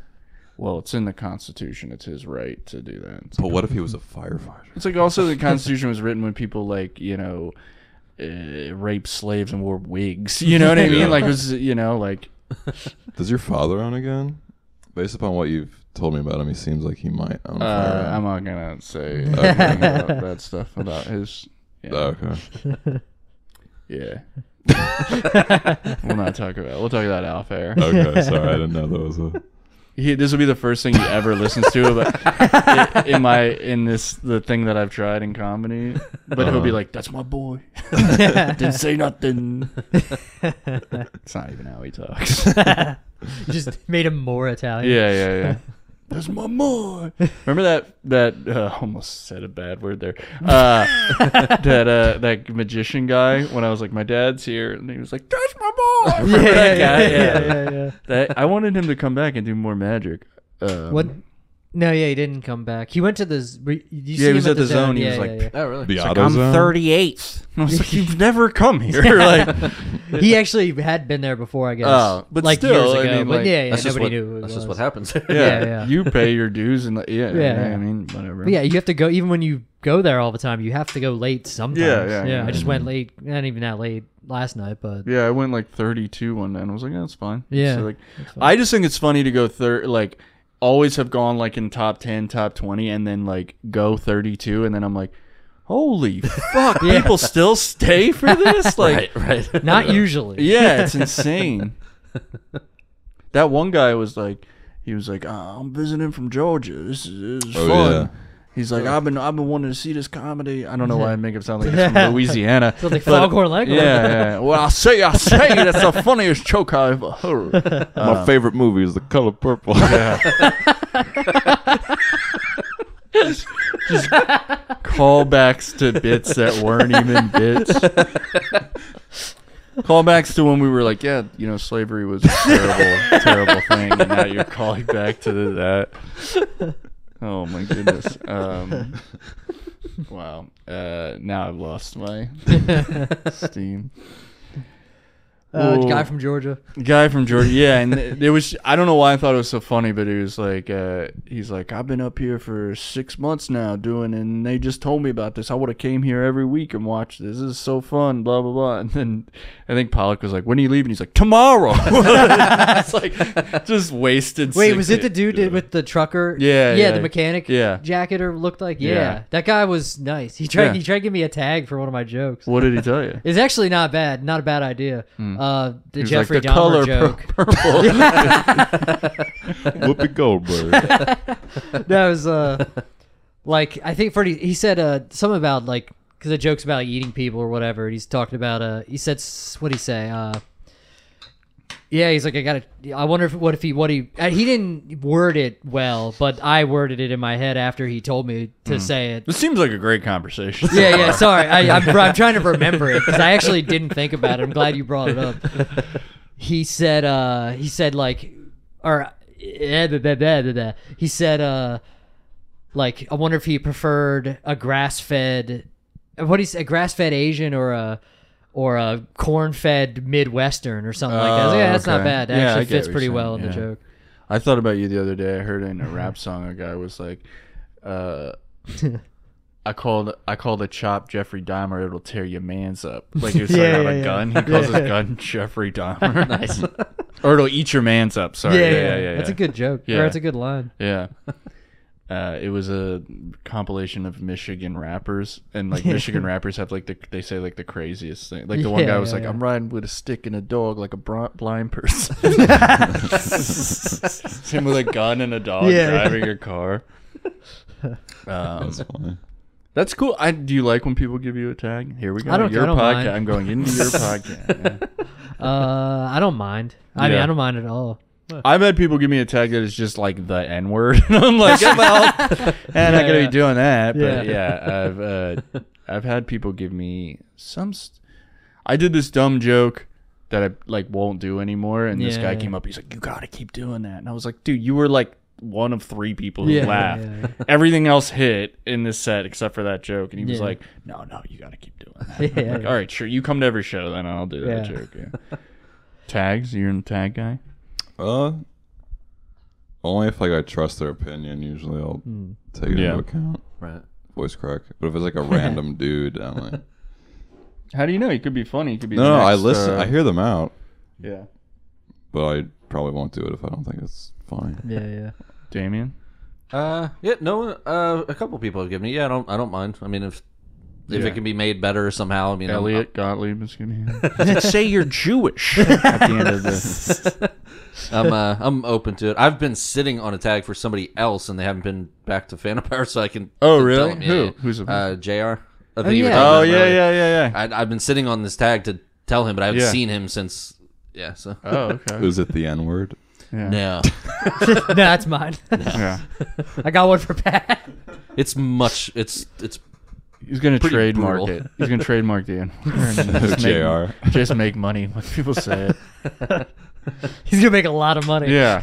Speaker 3: Well, it's in the Constitution. It's his right to do that. It's
Speaker 1: But what if he was a firefighter?
Speaker 3: It's like also the Constitution was written when people like you know uh, raped slaves and wore wigs. You know what I mean?
Speaker 1: Yeah.
Speaker 3: Like it was you know like
Speaker 1: Does your father own a gun? Based upon what you've told me about him, he seems like he might own a
Speaker 3: uh,
Speaker 1: firearm.
Speaker 3: I'm not gonna say
Speaker 1: Okay.
Speaker 3: anything about that stuff about his. Yeah,
Speaker 1: Oh, okay.
Speaker 3: yeah. we'll not talk about. We'll talk about it off air.
Speaker 1: Okay. Sorry, I didn't know that was a.
Speaker 3: He, this will be the first thing he ever listens to. But in my in this the thing that I've tried in comedy, but he'll be
Speaker 1: Uh-huh.
Speaker 3: like, "That's my boy." Didn't say nothing. it's not even how he talks.
Speaker 4: Just made him more Italian.
Speaker 3: Yeah, yeah, yeah. That's my boy. Remember that that uh, almost said a bad word there. Uh, that uh, that magician guy when I was like, my dad's here, and he was like, "That's my boy." Remember that guy? Yeah.
Speaker 4: yeah.
Speaker 3: That, I wanted him to come back and do more magic. Um,
Speaker 4: What? No, yeah, he didn't come back. He went to the. z- were- you- you see
Speaker 3: he
Speaker 4: him
Speaker 3: was at the zone, he was
Speaker 4: Yeah, yeah,
Speaker 3: like,
Speaker 4: yeah.
Speaker 2: Oh, really?
Speaker 1: The
Speaker 3: Like,
Speaker 1: auto
Speaker 3: I'm
Speaker 1: zone?
Speaker 3: 38th. And I was like, you've never come here. like,
Speaker 4: he actually had been there before, I guess.
Speaker 3: Oh, but
Speaker 4: like
Speaker 3: still,
Speaker 4: years
Speaker 3: I
Speaker 4: ago.
Speaker 3: mean,
Speaker 4: but
Speaker 3: like,
Speaker 4: yeah, yeah,
Speaker 2: That's just
Speaker 4: nobody
Speaker 2: what,
Speaker 4: knew. Who it
Speaker 2: that's just what
Speaker 4: was.
Speaker 2: happens.
Speaker 4: Yeah, yeah.
Speaker 3: you pay your dues and like, yeah,
Speaker 4: Yeah,
Speaker 3: yeah,
Speaker 4: yeah.
Speaker 3: I mean, whatever.
Speaker 4: But yeah, you have to go even when you go there all the time. You have to go late sometimes.
Speaker 3: Yeah, yeah, yeah.
Speaker 4: I just went late, not even that late last night, but
Speaker 3: Yeah, I went like 32 one day, and I was like, that's fine.
Speaker 4: Yeah,
Speaker 3: So, like, I just think it's funny to go third, like, always have gone like in top 10, top 20, and then like go 32, and then I'm like, holy fuck, people still stay for this? Like,
Speaker 2: right, right.
Speaker 4: Not usually.
Speaker 3: yeah, it's insane. that one guy was like, he was like, oh, I'm visiting from Georgia. This is, this is
Speaker 1: Oh,
Speaker 3: fun.
Speaker 1: yeah.
Speaker 3: He's like, I've been, I've been wanting to see this comedy. I don't know why I make him sound like he's from Louisiana.
Speaker 4: Sounds like
Speaker 3: but-
Speaker 4: Foghorn Leghorn.
Speaker 3: Yeah, yeah. Well, I say, I say, that's the funniest joke I ever heard.
Speaker 1: My favorite movie is The Color Purple.
Speaker 3: Callbacks to bits that weren't even bits. Callbacks to when we were like, yeah, you know, slavery was a terrible, terrible thing, and now you're calling back to that. Oh my goodness. Um, wow. Uh, now I've lost my steam.
Speaker 4: Uh,
Speaker 3: Whoa.
Speaker 4: guy from Georgia.
Speaker 3: Guy from Georgia, yeah, and it was. I don't know why I thought it was so funny, but he was like, uh, he's like, I've been up here for six months now doing, and they just told me about this. I would have came here every week and watched this. This is so fun, blah blah blah. And then I think Pollock was like, When are you leaving? He's like, Tomorrow. it's like just wasted.
Speaker 4: Wait,
Speaker 3: six
Speaker 4: was it the
Speaker 3: eight-
Speaker 4: dude
Speaker 3: yeah.
Speaker 4: with the trucker?
Speaker 3: Yeah,
Speaker 4: yeah,
Speaker 3: yeah.
Speaker 4: the mechanic.
Speaker 3: Yeah.
Speaker 4: jacket or looked like. Yeah,
Speaker 3: Yeah.
Speaker 4: that guy was nice. He tried.
Speaker 3: Yeah.
Speaker 4: He tried to give me a tag for one of my jokes.
Speaker 3: What did he tell you?
Speaker 4: It's actually not bad. Not a bad idea. Uh,
Speaker 3: Hmm.
Speaker 4: the
Speaker 3: He was
Speaker 4: Jeffrey
Speaker 3: like, the
Speaker 4: Dahmer
Speaker 3: color pur-
Speaker 4: joke.
Speaker 3: purple.
Speaker 1: Whoopi Goldberg.
Speaker 4: that was uh, like I think Freddie. He said uh something about like because the joke's about like, eating people or whatever. And he's talking about uh he said what he say uh. Yeah, he's like, I gotta. I wonder if what if he what he uh, he didn't word it well, but I worded it in my head after he told me to say it.
Speaker 3: Hmm. This seems like a great conversation.
Speaker 4: Yeah, yeah. Sorry, I, I'm, I'm trying to remember it because I actually didn't think about it. I'm glad you brought it up. He said, uh, he said like, or eh, blah, blah, blah, blah, blah. he said, uh, like, I wonder if he preferred a grass-fed, what is a grass-fed Asian or a or a corn-fed Midwestern or something like that. I was like,
Speaker 3: Oh,
Speaker 4: yeah, that's not
Speaker 3: okay.
Speaker 4: bad. That
Speaker 3: Yeah, I
Speaker 4: actually
Speaker 3: get
Speaker 4: fits
Speaker 3: what
Speaker 4: pretty
Speaker 3: you're
Speaker 4: well in
Speaker 3: saying,
Speaker 4: the
Speaker 3: yeah.
Speaker 4: joke.
Speaker 3: I thought about you the other day. I heard in a rap song a guy was like, uh, "I called I called a chop Jeffrey Dahmer. It'll tear your man's up." Like he was talking
Speaker 4: Yeah,
Speaker 3: about
Speaker 4: yeah,
Speaker 3: a
Speaker 4: yeah.
Speaker 3: gun. He calls his gun Jeffrey Dahmer. nice. or it'll eat your man's up. Sorry. Yeah, yeah, yeah. yeah,
Speaker 4: That's a good joke. Yeah,
Speaker 3: Yeah.
Speaker 4: that's a good line.
Speaker 3: Yeah. Uh, it was a compilation of Michigan rappers, and like Michigan rappers have like the they say like the craziest thing. Like the one
Speaker 4: Yeah,
Speaker 3: guy was
Speaker 4: yeah,
Speaker 3: like,
Speaker 4: yeah.
Speaker 3: "I'm riding with a stick and a dog like a bri- blind person." It's him with a gun and a dog
Speaker 4: Yeah.
Speaker 3: driving your car. Um,
Speaker 1: That's funny.
Speaker 3: that's cool. I do you like when people give you a tag? Here we go.
Speaker 4: I don't-
Speaker 3: your
Speaker 4: I don't
Speaker 3: podcast.
Speaker 4: mind.
Speaker 3: I'm going into your podcast. yeah.
Speaker 4: Uh, I don't mind. I mean,
Speaker 3: Yeah.
Speaker 4: I don't mind at all.
Speaker 3: I've had people give me a tag that is just like the N word, and I'm like, "Yeah, well, I'm not gonna be doing that. But
Speaker 4: Yeah.
Speaker 3: yeah, I've uh, I've had people give me some. St- I did this dumb joke that I like won't do anymore, and this
Speaker 4: Yeah,
Speaker 3: guy
Speaker 4: yeah.
Speaker 3: came up. He's like, "You gotta keep doing that," and I was like, "Dude, you were like." One of three people who
Speaker 4: Yeah, yeah,
Speaker 3: laughed.
Speaker 4: yeah,
Speaker 3: Everything else hit in this set except for that joke, and he was
Speaker 4: Yeah.
Speaker 3: like, "No, no, you got to keep doing that."
Speaker 4: Yeah,
Speaker 3: I'm like,
Speaker 4: yeah.
Speaker 3: all right, sure. You come to every show, then I'll do that
Speaker 4: Yeah.
Speaker 3: joke. Yeah. Tags? You're in tag guy.
Speaker 1: Uh, only if like I trust their opinion. Usually, I'll take it
Speaker 3: Hmm. Yeah.
Speaker 1: into account.
Speaker 2: right.
Speaker 1: Voice crack. But if it's like a random dude, I'm like,
Speaker 3: How do you know? He could be funny. He could be.
Speaker 1: no,
Speaker 3: the
Speaker 1: no. I
Speaker 3: next,
Speaker 1: listen.
Speaker 3: uh,
Speaker 1: I hear them out,
Speaker 3: Yeah.
Speaker 1: but I probably won't do it if I don't think it's funny.
Speaker 4: Yeah, yeah.
Speaker 3: Damien.
Speaker 2: Uh, yeah, no, uh, a couple people have given me. Yeah, I don't, I don't mind. I mean, if if
Speaker 3: Yeah.
Speaker 2: it can be made better somehow, I mean, I'm-
Speaker 3: Elliot Gottlieb is gonna hear. say you're Jewish at the end of the.
Speaker 2: I'm, uh, I'm open to it. I've been sitting on a tag for somebody else, and they haven't been back to Phantom Power, so I can.
Speaker 3: Oh,
Speaker 2: tell
Speaker 3: really?
Speaker 2: them.
Speaker 3: Who?
Speaker 2: Yeah, yeah.
Speaker 3: Who's a-
Speaker 2: uh, Jr. I
Speaker 4: Oh,
Speaker 2: you were
Speaker 4: yeah.
Speaker 2: talking
Speaker 3: Oh
Speaker 2: about him
Speaker 3: yeah,
Speaker 2: earlier.
Speaker 3: yeah, yeah, yeah.
Speaker 2: I'd, I've been sitting on this tag to tell him, but I haven't
Speaker 3: Yeah.
Speaker 2: seen him since. Yeah, so
Speaker 3: Oh okay.
Speaker 1: Is it the N word?
Speaker 3: Yeah.
Speaker 2: no,
Speaker 4: no, that's mine.
Speaker 3: Yeah.
Speaker 4: I got one for Pat.
Speaker 2: it's much. It's it's
Speaker 3: He's gonna
Speaker 2: Pretty
Speaker 3: trademark
Speaker 2: brutal.
Speaker 3: it. He's gonna trademark the N word.
Speaker 1: Jr.
Speaker 3: Just make money when people say it.
Speaker 4: He's gonna make a lot of money.
Speaker 3: Yeah.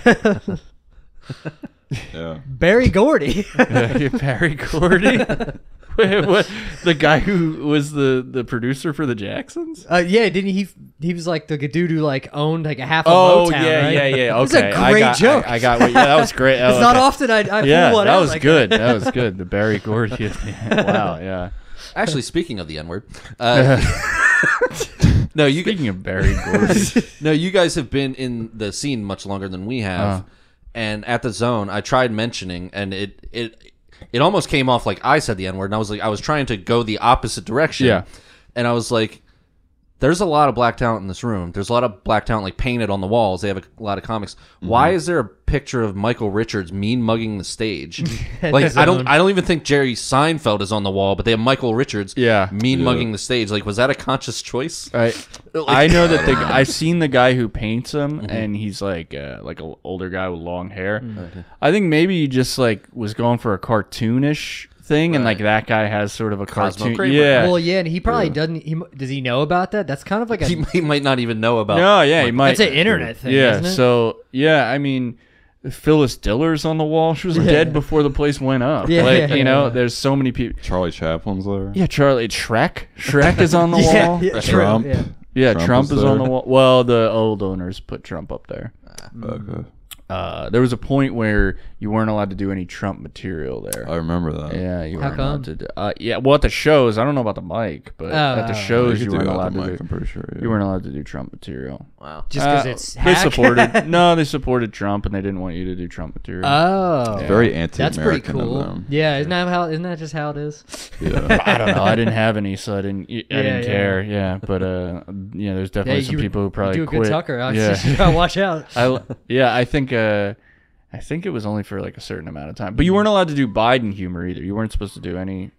Speaker 1: Yeah.
Speaker 4: Barry Gordy.
Speaker 3: Yeah, Barry Gordy. Wait, what? The guy who was the, the producer for the Jacksons?
Speaker 4: uh, yeah, didn't he? He was like the dude who like owned like a half. Of
Speaker 3: Oh
Speaker 4: Motown,
Speaker 3: yeah,
Speaker 4: right?
Speaker 3: yeah, yeah.
Speaker 4: It's a
Speaker 3: Okay, I
Speaker 4: great
Speaker 3: got,
Speaker 4: joke.
Speaker 3: I, I got. What, yeah, that was great. Oh,
Speaker 4: It's not often I, I
Speaker 3: Yeah,
Speaker 4: pull one
Speaker 3: that
Speaker 4: out
Speaker 3: was
Speaker 4: like
Speaker 3: good. That was good. The Barry Gordy. wow. Yeah.
Speaker 2: actually speaking of the N word. Uh, no, you
Speaker 3: Speaking of Barry Gordy,
Speaker 2: No, you guys have been in the scene much longer than we have.
Speaker 3: Uh.
Speaker 2: And at the zone, I tried mentioning, and it it it almost came off like I said the N word, and I was like, I was trying to go the opposite direction.
Speaker 3: Yeah.
Speaker 2: And I was like, there's a lot of black talent in this room. There's a lot of black talent like painted on the walls. They have a lot of comics.
Speaker 3: Mm-hmm.
Speaker 2: Why is there a picture of Michael Richards mean mugging the stage? like
Speaker 4: his
Speaker 2: I don't
Speaker 4: own.
Speaker 2: I don't even think Jerry Seinfeld is on the wall, but they have Michael Richards
Speaker 3: Yeah.
Speaker 2: mean
Speaker 1: Yeah.
Speaker 2: mugging the stage. Like was that a conscious choice?
Speaker 3: I I
Speaker 2: Like-
Speaker 3: know that the I seen the guy who paints them,
Speaker 4: Mm-hmm.
Speaker 3: and he's like uh, like an older guy with long hair. I think maybe he just like was going for a cartoonish thing, and like that guy has sort of a
Speaker 2: Cosmo
Speaker 3: cartoon.
Speaker 2: Kramer.
Speaker 3: Yeah,
Speaker 4: uh, Well, yeah, and he probably doesn't. He m- does he know about that? That's kind of like a
Speaker 2: He, he might not even know about
Speaker 3: no, Oh, yeah, he might.
Speaker 4: that's an internet thing.
Speaker 3: yeah,
Speaker 4: isn't it?
Speaker 3: so yeah, I mean, Phyllis Diller's on the wall. She was dead before the place went up.
Speaker 4: Yeah,
Speaker 3: like
Speaker 4: yeah,
Speaker 3: you know,
Speaker 4: yeah.
Speaker 3: there's so many people.
Speaker 1: Charlie Chaplin's there.
Speaker 3: Yeah, Charlie Shrek. Shrek is on the
Speaker 4: yeah,
Speaker 3: wall.
Speaker 4: yeah, true,
Speaker 1: Trump.
Speaker 4: yeah.
Speaker 3: Yeah, Trump,
Speaker 1: Trump is
Speaker 3: is on the
Speaker 1: there.
Speaker 3: wall. Well, the old owners put Trump up there.
Speaker 1: Okay.
Speaker 3: uh, there was a point where you weren't allowed to do any Trump material there.
Speaker 1: I remember that.
Speaker 3: yeah, you
Speaker 4: How
Speaker 3: weren't
Speaker 4: come?
Speaker 3: allowed to. Do, uh, yeah, well, at the shows, I don't know about the mic, but
Speaker 4: Oh,
Speaker 3: at the
Speaker 4: oh.
Speaker 1: You
Speaker 3: shows,
Speaker 1: could
Speaker 3: you,
Speaker 1: do
Speaker 3: weren't
Speaker 1: it
Speaker 3: allowed
Speaker 1: off the
Speaker 3: to
Speaker 1: mic,
Speaker 3: do.
Speaker 1: I'm pretty sure. yeah.
Speaker 3: You weren't allowed to do Trump material.
Speaker 2: Wow.
Speaker 4: Just because
Speaker 3: Uh,
Speaker 4: it's
Speaker 3: they
Speaker 4: hack?
Speaker 3: supported. no, they supported Trump, and they didn't want you to do Trump material.
Speaker 4: Oh,
Speaker 1: Very anti-American
Speaker 4: that's pretty
Speaker 1: of
Speaker 4: cool.
Speaker 1: them.
Speaker 4: Yeah, isn't that how? Isn't that just how it is?
Speaker 1: Yeah.
Speaker 3: I don't know. I didn't have any, so I didn't. I didn't
Speaker 4: yeah.
Speaker 3: care. Yeah, but uh, yeah, there's definitely some
Speaker 4: you
Speaker 3: people who probably
Speaker 4: do a
Speaker 3: quit.
Speaker 4: good Tucker. I
Speaker 3: yeah.
Speaker 4: just gotta watch out.
Speaker 3: I l- yeah, I think uh, I think it was only for like a certain amount of time. But you weren't allowed to do Biden humor either. You weren't supposed to do any.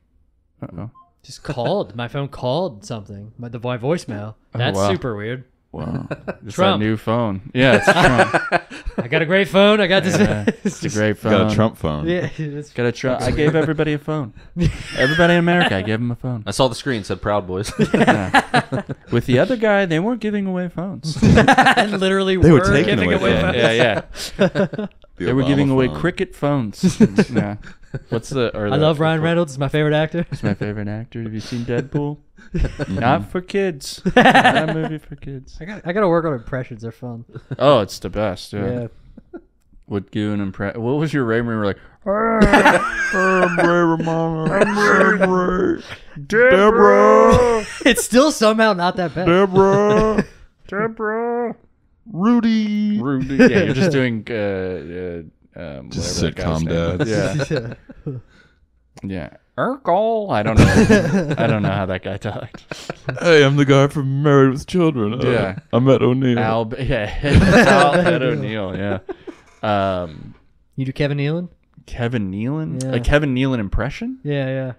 Speaker 3: Uh oh.
Speaker 4: Just called. My phone called something. My the my voicemail. That's
Speaker 3: Oh, wow.
Speaker 4: super weird.
Speaker 1: Wow.
Speaker 3: It's that
Speaker 4: Trump.
Speaker 3: new phone. Yeah, it's Trump.
Speaker 4: I got a great phone. I got this.
Speaker 3: Yeah, it's a great phone.
Speaker 1: Got a Trump phone.
Speaker 4: yeah, it's-
Speaker 3: Got a Trump. I gave everybody a phone. Everybody in America, I gave them a phone.
Speaker 2: I saw the screen said Proud Boys.
Speaker 3: With the other guy, they weren't giving away phones.
Speaker 4: literally
Speaker 1: They were
Speaker 4: were
Speaker 1: taking
Speaker 4: giving
Speaker 1: away
Speaker 4: away.
Speaker 1: phones.
Speaker 4: phones.
Speaker 3: yeah, yeah.
Speaker 1: The
Speaker 3: They were
Speaker 1: Obama
Speaker 3: giving away
Speaker 1: phone.
Speaker 3: cricket phones. yeah. What's the? Or
Speaker 4: I
Speaker 3: the-
Speaker 4: love Ryan Reynolds. He's my favorite actor.
Speaker 3: He's my favorite actor. Have you seen Deadpool? Not for kids. Not a movie for kids.
Speaker 4: I got I gotta work on impressions. They're fun.
Speaker 3: Oh, it's the best. Yeah.
Speaker 4: Yeah.
Speaker 3: Would give an impression. What was your Ray? We were like,
Speaker 1: Deborah, Mama, Deborah,
Speaker 3: Deborah,
Speaker 4: it's still somehow not that bad.
Speaker 1: Deborah,
Speaker 3: Deborah,
Speaker 1: Rudy.
Speaker 3: Rudy. Yeah, you're just doing uh, uh, um,
Speaker 1: Just
Speaker 3: whatever that
Speaker 1: sitcom
Speaker 3: guy's name was.
Speaker 1: dads.
Speaker 3: Yeah,
Speaker 4: Yeah.
Speaker 3: yeah. Urkel. I don't know. I don't know how that guy talked.
Speaker 1: Hey, I'm the guy from Married with Children. Uh,
Speaker 3: Yeah.
Speaker 1: I met O'Neill.
Speaker 3: Al. Yeah, Al Ed O'Neill. Yeah. Um,
Speaker 4: You do Kevin Nealon?
Speaker 3: Kevin Nealon.
Speaker 4: Yeah.
Speaker 3: A Kevin Nealon impression.
Speaker 4: Yeah, yeah.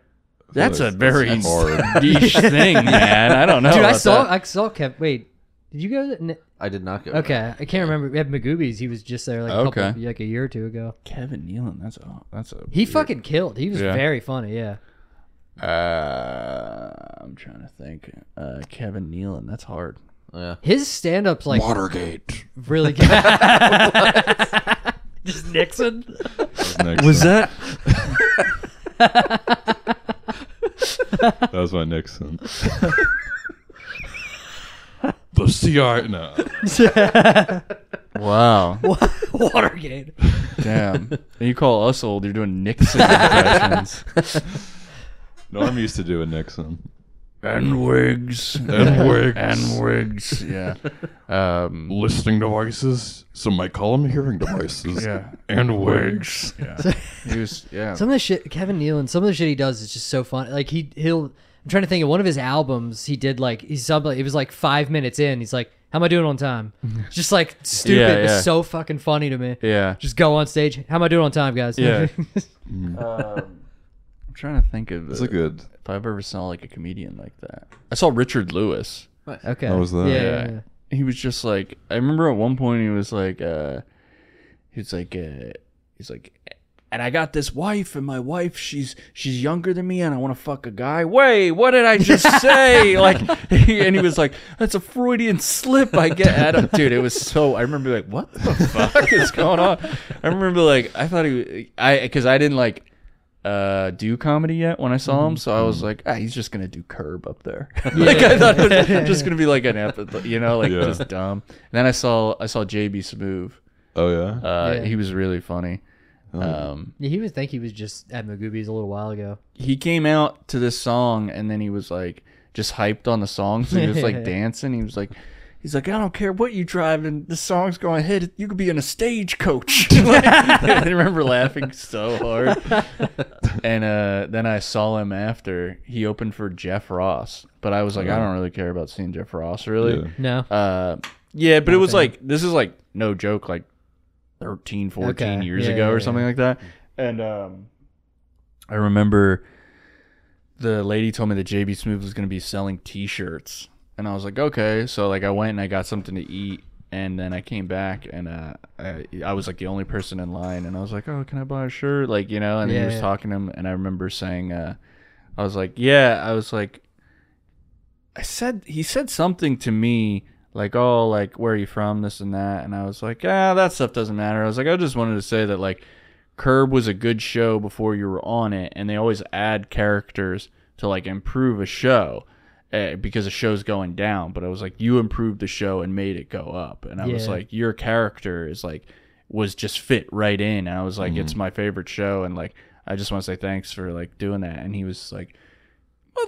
Speaker 3: That's a
Speaker 1: that's-
Speaker 3: very
Speaker 1: that's hard.
Speaker 3: niche thing, man. I don't know.
Speaker 4: Dude, I
Speaker 3: about
Speaker 4: saw
Speaker 3: that.
Speaker 4: I saw Kev. Wait, did you go? To, n-
Speaker 2: I did not go.
Speaker 4: okay, I can't remember. We had Magoobies. He was just there like a couple,
Speaker 3: Okay.
Speaker 4: like a year or two ago.
Speaker 3: Kevin Nealon. That's a. That's a.
Speaker 4: He fucking killed. He was
Speaker 3: Yeah.
Speaker 4: very funny. Yeah.
Speaker 3: Uh, I'm trying to think. Uh, Kevin Nealon. That's hard.
Speaker 2: Yeah.
Speaker 4: His stand up's like
Speaker 1: Watergate.
Speaker 4: really good. Just Nixon.
Speaker 1: Next
Speaker 3: Was
Speaker 1: one.
Speaker 3: that?
Speaker 1: that? was my Nixon. the CI. No.
Speaker 3: Wow.
Speaker 4: Watergate.
Speaker 3: Damn. And you call us old? You're doing Nixon impressions
Speaker 1: Norm used to do a Nixon.
Speaker 3: and wigs
Speaker 1: And wigs.
Speaker 3: and wigs. Yeah. Um.
Speaker 1: Listening devices. Some might call them hearing devices.
Speaker 3: Yeah.
Speaker 1: And wigs.
Speaker 3: Yeah. He was. Yeah.
Speaker 4: Some of the shit Kevin Nealon, some of the shit he does is just so fun. Like he he'll I'm trying to think of one of his albums he did like he's something it was like five minutes in. He's like, How am I doing on time? Just like stupid,
Speaker 3: Yeah, yeah.
Speaker 4: but so fucking funny to me.
Speaker 3: Yeah.
Speaker 4: Just go on stage. How am I doing on time, guys?
Speaker 3: Yeah. I'm trying to think of
Speaker 1: It's a good.
Speaker 3: if I've ever saw like a comedian like that. I saw Richard Lewis.
Speaker 4: okay.
Speaker 1: How was that?
Speaker 4: Yeah,
Speaker 3: Yeah.
Speaker 4: yeah, yeah.
Speaker 3: he was just like I remember at one point he was like uh he was like uh he's like and I got this wife and my wife she's she's younger than me and I want to fuck a guy. Wait, what did I just say? like he, and he was like that's a Freudian slip I get at him. Dude, it was so I remember like what the fuck is going on? I remember like I thought he I cuz I didn't like uh, do comedy yet when I saw him, so I was like, ah, he's just gonna do curb up there. like I thought it was just gonna be like an epic, you know, like
Speaker 1: Yeah.
Speaker 3: just dumb. And then I saw I saw JB Smoove.
Speaker 1: Oh, yeah?
Speaker 3: Uh,
Speaker 4: Yeah.
Speaker 3: He was really funny. Um,
Speaker 4: Yeah, he would think he was just at Magoobies a little while ago.
Speaker 3: he came out to this song and then he was like just hyped on the song, so he was like dancing. He was like. He's like, I don't care what you drive, and this song's going to hit. You could be in a stagecoach. Like, I remember laughing so hard. And uh, then I saw him after he opened for Jeff Ross, but I was like, I don't really care about seeing Jeff Ross, really.
Speaker 1: Yeah.
Speaker 4: No.
Speaker 3: Uh, yeah, but it was like this is like no joke, like 13, 14
Speaker 4: Okay.
Speaker 3: years
Speaker 4: Yeah,
Speaker 3: ago
Speaker 4: yeah,
Speaker 3: or
Speaker 4: yeah.
Speaker 3: something like that. And um, I remember the lady told me that JB Smooth was going to be selling T-shirts, and I was like, okay. So like I went and I got something to eat. And then I came back and uh, I, I was like the only person in line, and I was like, "Oh, can I buy a shirt?" Like you know. And then he
Speaker 4: Yeah,
Speaker 3: was
Speaker 4: yeah.
Speaker 3: talking to him, and I remember saying, uh, "I was like, yeah." I was like, I said he said something to me like, oh, like where are you from, this and that, and I was like, ah, that stuff doesn't matter. I was like, I just wanted to say that like, Curb was a good show before you were on it, and they always add characters to like improve a show. eh, Because a show's going down, but I was like, you improved the show and made it go up, and I was
Speaker 4: Yeah.
Speaker 3: like, your character is like, was just fit right in. And I was like, it's my favorite show, and like, I just want to say thanks for like doing that. And he was like,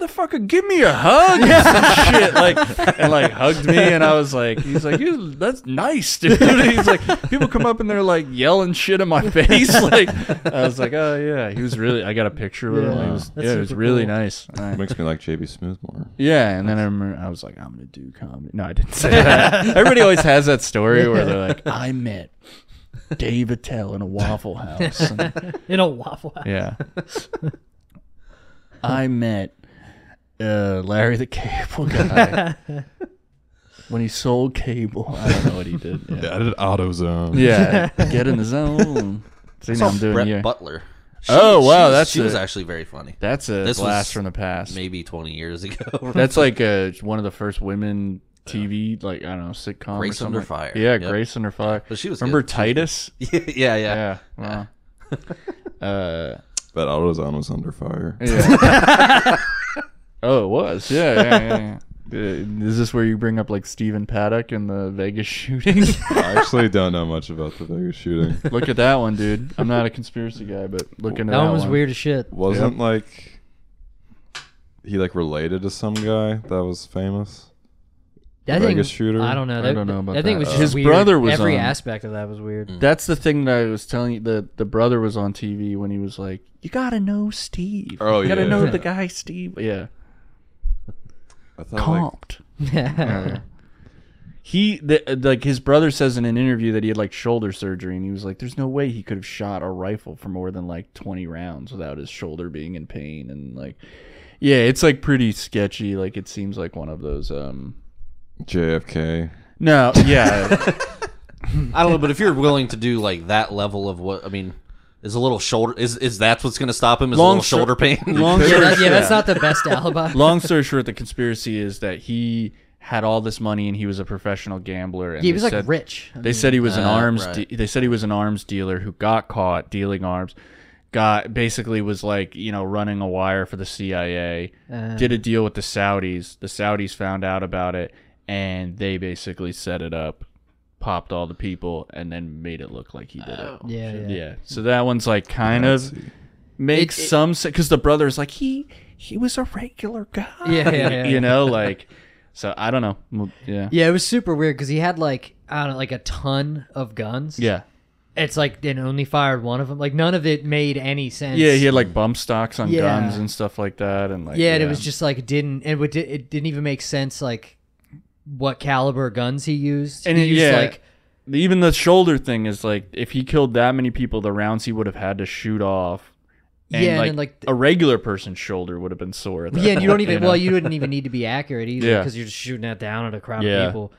Speaker 3: motherfucker, give me a hug and some shit. Like, and like hugged me, and I was like, he's like, you, that's nice, dude. He's like, people come up and they're like yelling shit in my face. Like, I was like, oh yeah, he was really. I got a picture with him.
Speaker 4: Yeah,
Speaker 3: He was,
Speaker 4: that's
Speaker 3: yeah, it was
Speaker 4: super
Speaker 3: really
Speaker 4: cool.
Speaker 3: nice. I-
Speaker 1: It makes me like JB Smooth more.
Speaker 3: yeah, and then I remember I was like, I'm gonna do comedy. No, I didn't say that. Everybody always has that story where they're like, I met Dave Attell in a Waffle House. And-
Speaker 4: In a waffle house.
Speaker 3: yeah. I met uh, Larry the Cable Guy when he sold cable. I don't know what he did.
Speaker 1: Yeah,
Speaker 3: Yeah.
Speaker 1: I did AutoZone.
Speaker 3: Yeah. Get in the zone. See now I'm doing
Speaker 2: Brett
Speaker 3: you.
Speaker 2: Butler. She-
Speaker 3: Oh, wow,
Speaker 2: she-
Speaker 3: that's
Speaker 2: she was
Speaker 3: a-
Speaker 2: actually very funny.
Speaker 3: That's a
Speaker 2: This
Speaker 3: blast
Speaker 2: was
Speaker 3: from the past.
Speaker 2: Maybe 20 years ago.
Speaker 3: That's like uh one of the first women TV, like, I don't know, sitcom. or
Speaker 2: Grace
Speaker 3: something
Speaker 2: Under
Speaker 3: like-
Speaker 2: Fire.
Speaker 3: Yeah,
Speaker 2: Yep.
Speaker 3: Grace Under Fire.
Speaker 2: But she was
Speaker 3: Remember
Speaker 2: good. She was
Speaker 3: Titus?
Speaker 2: yeah, yeah, yeah.
Speaker 3: Yeah. Wow. uh,
Speaker 1: That AutoZone was under fire.
Speaker 3: Yeah. oh, it was. Yeah, yeah, yeah. yeah. Uh, Is this where you bring up like Stephen Paddock and the Vegas shooting?
Speaker 1: I actually don't know much about the Vegas shooting.
Speaker 3: look at that one, dude. I'm not a conspiracy guy, but look into
Speaker 4: That one was weird as shit.
Speaker 1: Wasn't like he like related to some guy that was famous?
Speaker 4: That thing,
Speaker 1: Vegas shooter?
Speaker 4: I don't know.
Speaker 3: I
Speaker 4: That,
Speaker 3: don't know about
Speaker 4: that. thing
Speaker 3: that. Uh,
Speaker 4: was just
Speaker 3: His
Speaker 4: weird.
Speaker 3: brother was um, Mm.
Speaker 4: Every
Speaker 3: on-
Speaker 4: aspect of that was weird.
Speaker 3: That's the thing that I was telling you. The the brother was on TV when he was like, "You gotta know Steve.
Speaker 1: Oh,
Speaker 3: you gotta
Speaker 1: yeah.
Speaker 3: know the guy Steve. Yeah,
Speaker 1: I thought like
Speaker 3: comped. he the, uh, like his brother says in an interview that he had like shoulder surgery and he was like there's no way he could have shot a rifle for more than like 20 rounds without his shoulder being in pain and like yeah it's like pretty sketchy like it seems like one of those um
Speaker 1: JFK.
Speaker 3: no yeah
Speaker 2: I don't know, but if you're willing to do like that level of what I mean, is a little shoulder is is that what's going to stop him? Is
Speaker 3: Long
Speaker 2: a little
Speaker 3: sho-
Speaker 2: shoulder pain?
Speaker 3: long
Speaker 4: Yeah,
Speaker 3: story,
Speaker 4: that, yeah, that's not the best alibi.
Speaker 3: long story short the conspiracy is that he had all this money and he was a professional gambler and
Speaker 4: he was
Speaker 3: they
Speaker 4: like
Speaker 3: said-
Speaker 4: rich.
Speaker 3: They said he was an
Speaker 4: Uh,
Speaker 2: Ah,
Speaker 3: arms.
Speaker 2: right.
Speaker 3: De- they said he was an arms dealer who got caught dealing arms. Got basically was like you know running a wire for the CIA.
Speaker 4: Uh.
Speaker 3: did a deal with the Saudis. The Saudis found out about it, and they basically set it up, popped all the people, and then made it look like he did it.
Speaker 4: Yeah, yeah.
Speaker 3: Yeah. So that one's like kind of makes
Speaker 4: It- it-
Speaker 3: some sense because the brother's like he he was a regular guy.
Speaker 4: Yeah, yeah, yeah.
Speaker 3: you know like. So I don't know. Well, Yeah.
Speaker 4: Yeah, it was super weird because he had like I don't know, like a ton of guns.
Speaker 3: Yeah.
Speaker 4: it's like and only fired one of them. Like none of it made any sense.
Speaker 3: Yeah, he had like bump stocks on
Speaker 4: Yeah.
Speaker 3: guns and stuff like that, and like
Speaker 4: yeah, and it was just like it didn't and it, di- it didn't even make sense like what caliber guns he used.
Speaker 3: And
Speaker 4: he
Speaker 3: it-
Speaker 4: used
Speaker 3: yeah.
Speaker 4: like
Speaker 3: even the shoulder thing is like if he killed that many people, the rounds he would have had to shoot off, and
Speaker 4: Yeah, and
Speaker 3: like,
Speaker 4: then, like,
Speaker 3: a regular person's shoulder would have been sore. At that
Speaker 4: yeah, and you don't
Speaker 3: point,
Speaker 4: even
Speaker 3: know?
Speaker 4: well, you didn't even need to be accurate either
Speaker 3: Yeah.
Speaker 4: because you're just shooting that down at a crowd
Speaker 3: Yeah.
Speaker 4: of people.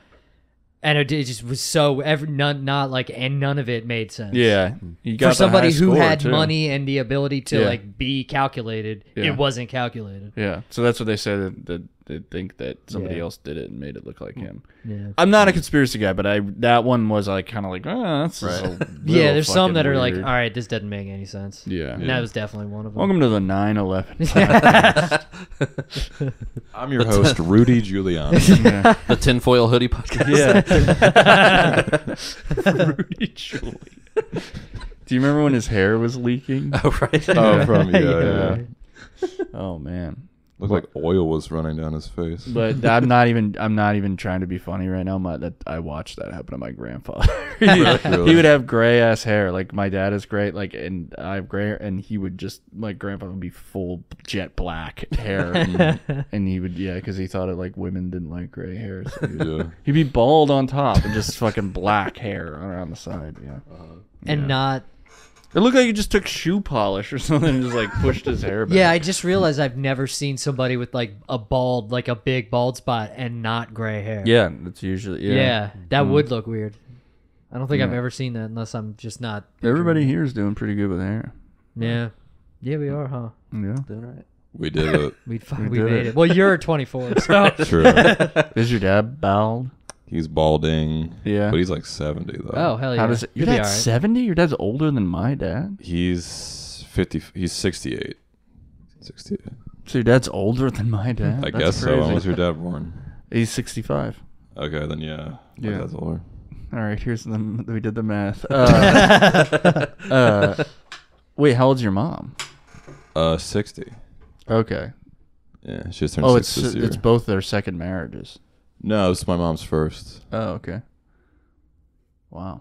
Speaker 4: And it, it just was so every none not like and none of it made sense.
Speaker 3: yeah, you got
Speaker 4: For
Speaker 3: the
Speaker 4: somebody
Speaker 3: high
Speaker 4: who
Speaker 3: score,
Speaker 4: had
Speaker 3: too.
Speaker 4: money and the ability to
Speaker 3: Yeah.
Speaker 4: like be calculated,
Speaker 3: Yeah.
Speaker 4: it wasn't calculated.
Speaker 3: Yeah, so that's what they say that, that they think that somebody
Speaker 4: Yeah.
Speaker 3: else did it and made it look like him.
Speaker 4: Yeah.
Speaker 3: I'm not a conspiracy guy, but I that one was like kind of like oh, that's just a
Speaker 4: Yeah,
Speaker 3: little
Speaker 4: there's some
Speaker 3: fucking
Speaker 4: that are like, all
Speaker 3: weird."
Speaker 4: right, this doesn't make any sense.
Speaker 3: yeah.
Speaker 4: And that was definitely one of them.
Speaker 3: Welcome to the 9/11.
Speaker 1: I'm your host, Rudy Giuliani.
Speaker 3: yeah.
Speaker 2: the tinfoil hoodie podcast.
Speaker 3: Rudy Giuliani. Do you remember when his hair was leaking?
Speaker 2: Oh, right.
Speaker 1: oh, from yeah,
Speaker 3: Yeah.
Speaker 1: yeah.
Speaker 3: Oh man.
Speaker 1: Looked like oil was running down his face.
Speaker 3: But I'm not even I'm not even trying to be funny right now. My that I watched that happen to my grandfather. he,
Speaker 1: Really?
Speaker 3: he would have gray ass hair. Like my dad is great. Like and I have gray hair, and he would just my grandfather would be full jet black hair, and, and he would yeah, because he thought it like women didn't like gray hair. So he would,
Speaker 1: yeah.
Speaker 3: he'd be bald on top and just fucking black hair around the side. Yeah,
Speaker 4: and not.
Speaker 3: it looked like he just took shoe polish or something and just like pushed his hair back.
Speaker 4: Yeah, I just realized I've never seen somebody with like a bald, like a big bald spot, and not gray hair.
Speaker 3: yeah, it's usually
Speaker 4: Yeah, that would look weird. I don't think I've ever seen that unless I'm just not.
Speaker 3: Everybody here is doing pretty good with hair.
Speaker 4: Yeah. Yeah, we are, huh?
Speaker 3: Yeah.
Speaker 2: Doing all right.
Speaker 1: We did it.
Speaker 4: We we, we
Speaker 3: did
Speaker 4: made it.
Speaker 3: it.
Speaker 4: Well, you're 24, so
Speaker 1: True.
Speaker 3: Is your dad bald?
Speaker 1: he's balding.
Speaker 3: Yeah.
Speaker 1: But he's like 70, though.
Speaker 4: oh hell yeah.
Speaker 3: How does it, your
Speaker 4: You'll be
Speaker 3: dad's
Speaker 4: all right.
Speaker 3: seventy? Your dad's older than my dad.
Speaker 1: He's 50. He's 68. 68.
Speaker 3: So your dad's older than my dad.
Speaker 1: I
Speaker 3: That's
Speaker 1: guess so.
Speaker 3: crazy.
Speaker 1: When was your dad born?
Speaker 3: He's sixty-five.
Speaker 1: Okay, then yeah. My
Speaker 3: Yeah.
Speaker 1: dad's older.
Speaker 3: All right, here's the we did the math. Uh, uh, wait, how old's your mom?
Speaker 1: Uh, 60.
Speaker 3: Okay.
Speaker 1: Yeah, she just turned 60
Speaker 3: Oh, it's
Speaker 1: this year.
Speaker 3: it's both their second marriages.
Speaker 1: no, it's my mom's first.
Speaker 3: Oh, okay. Wow.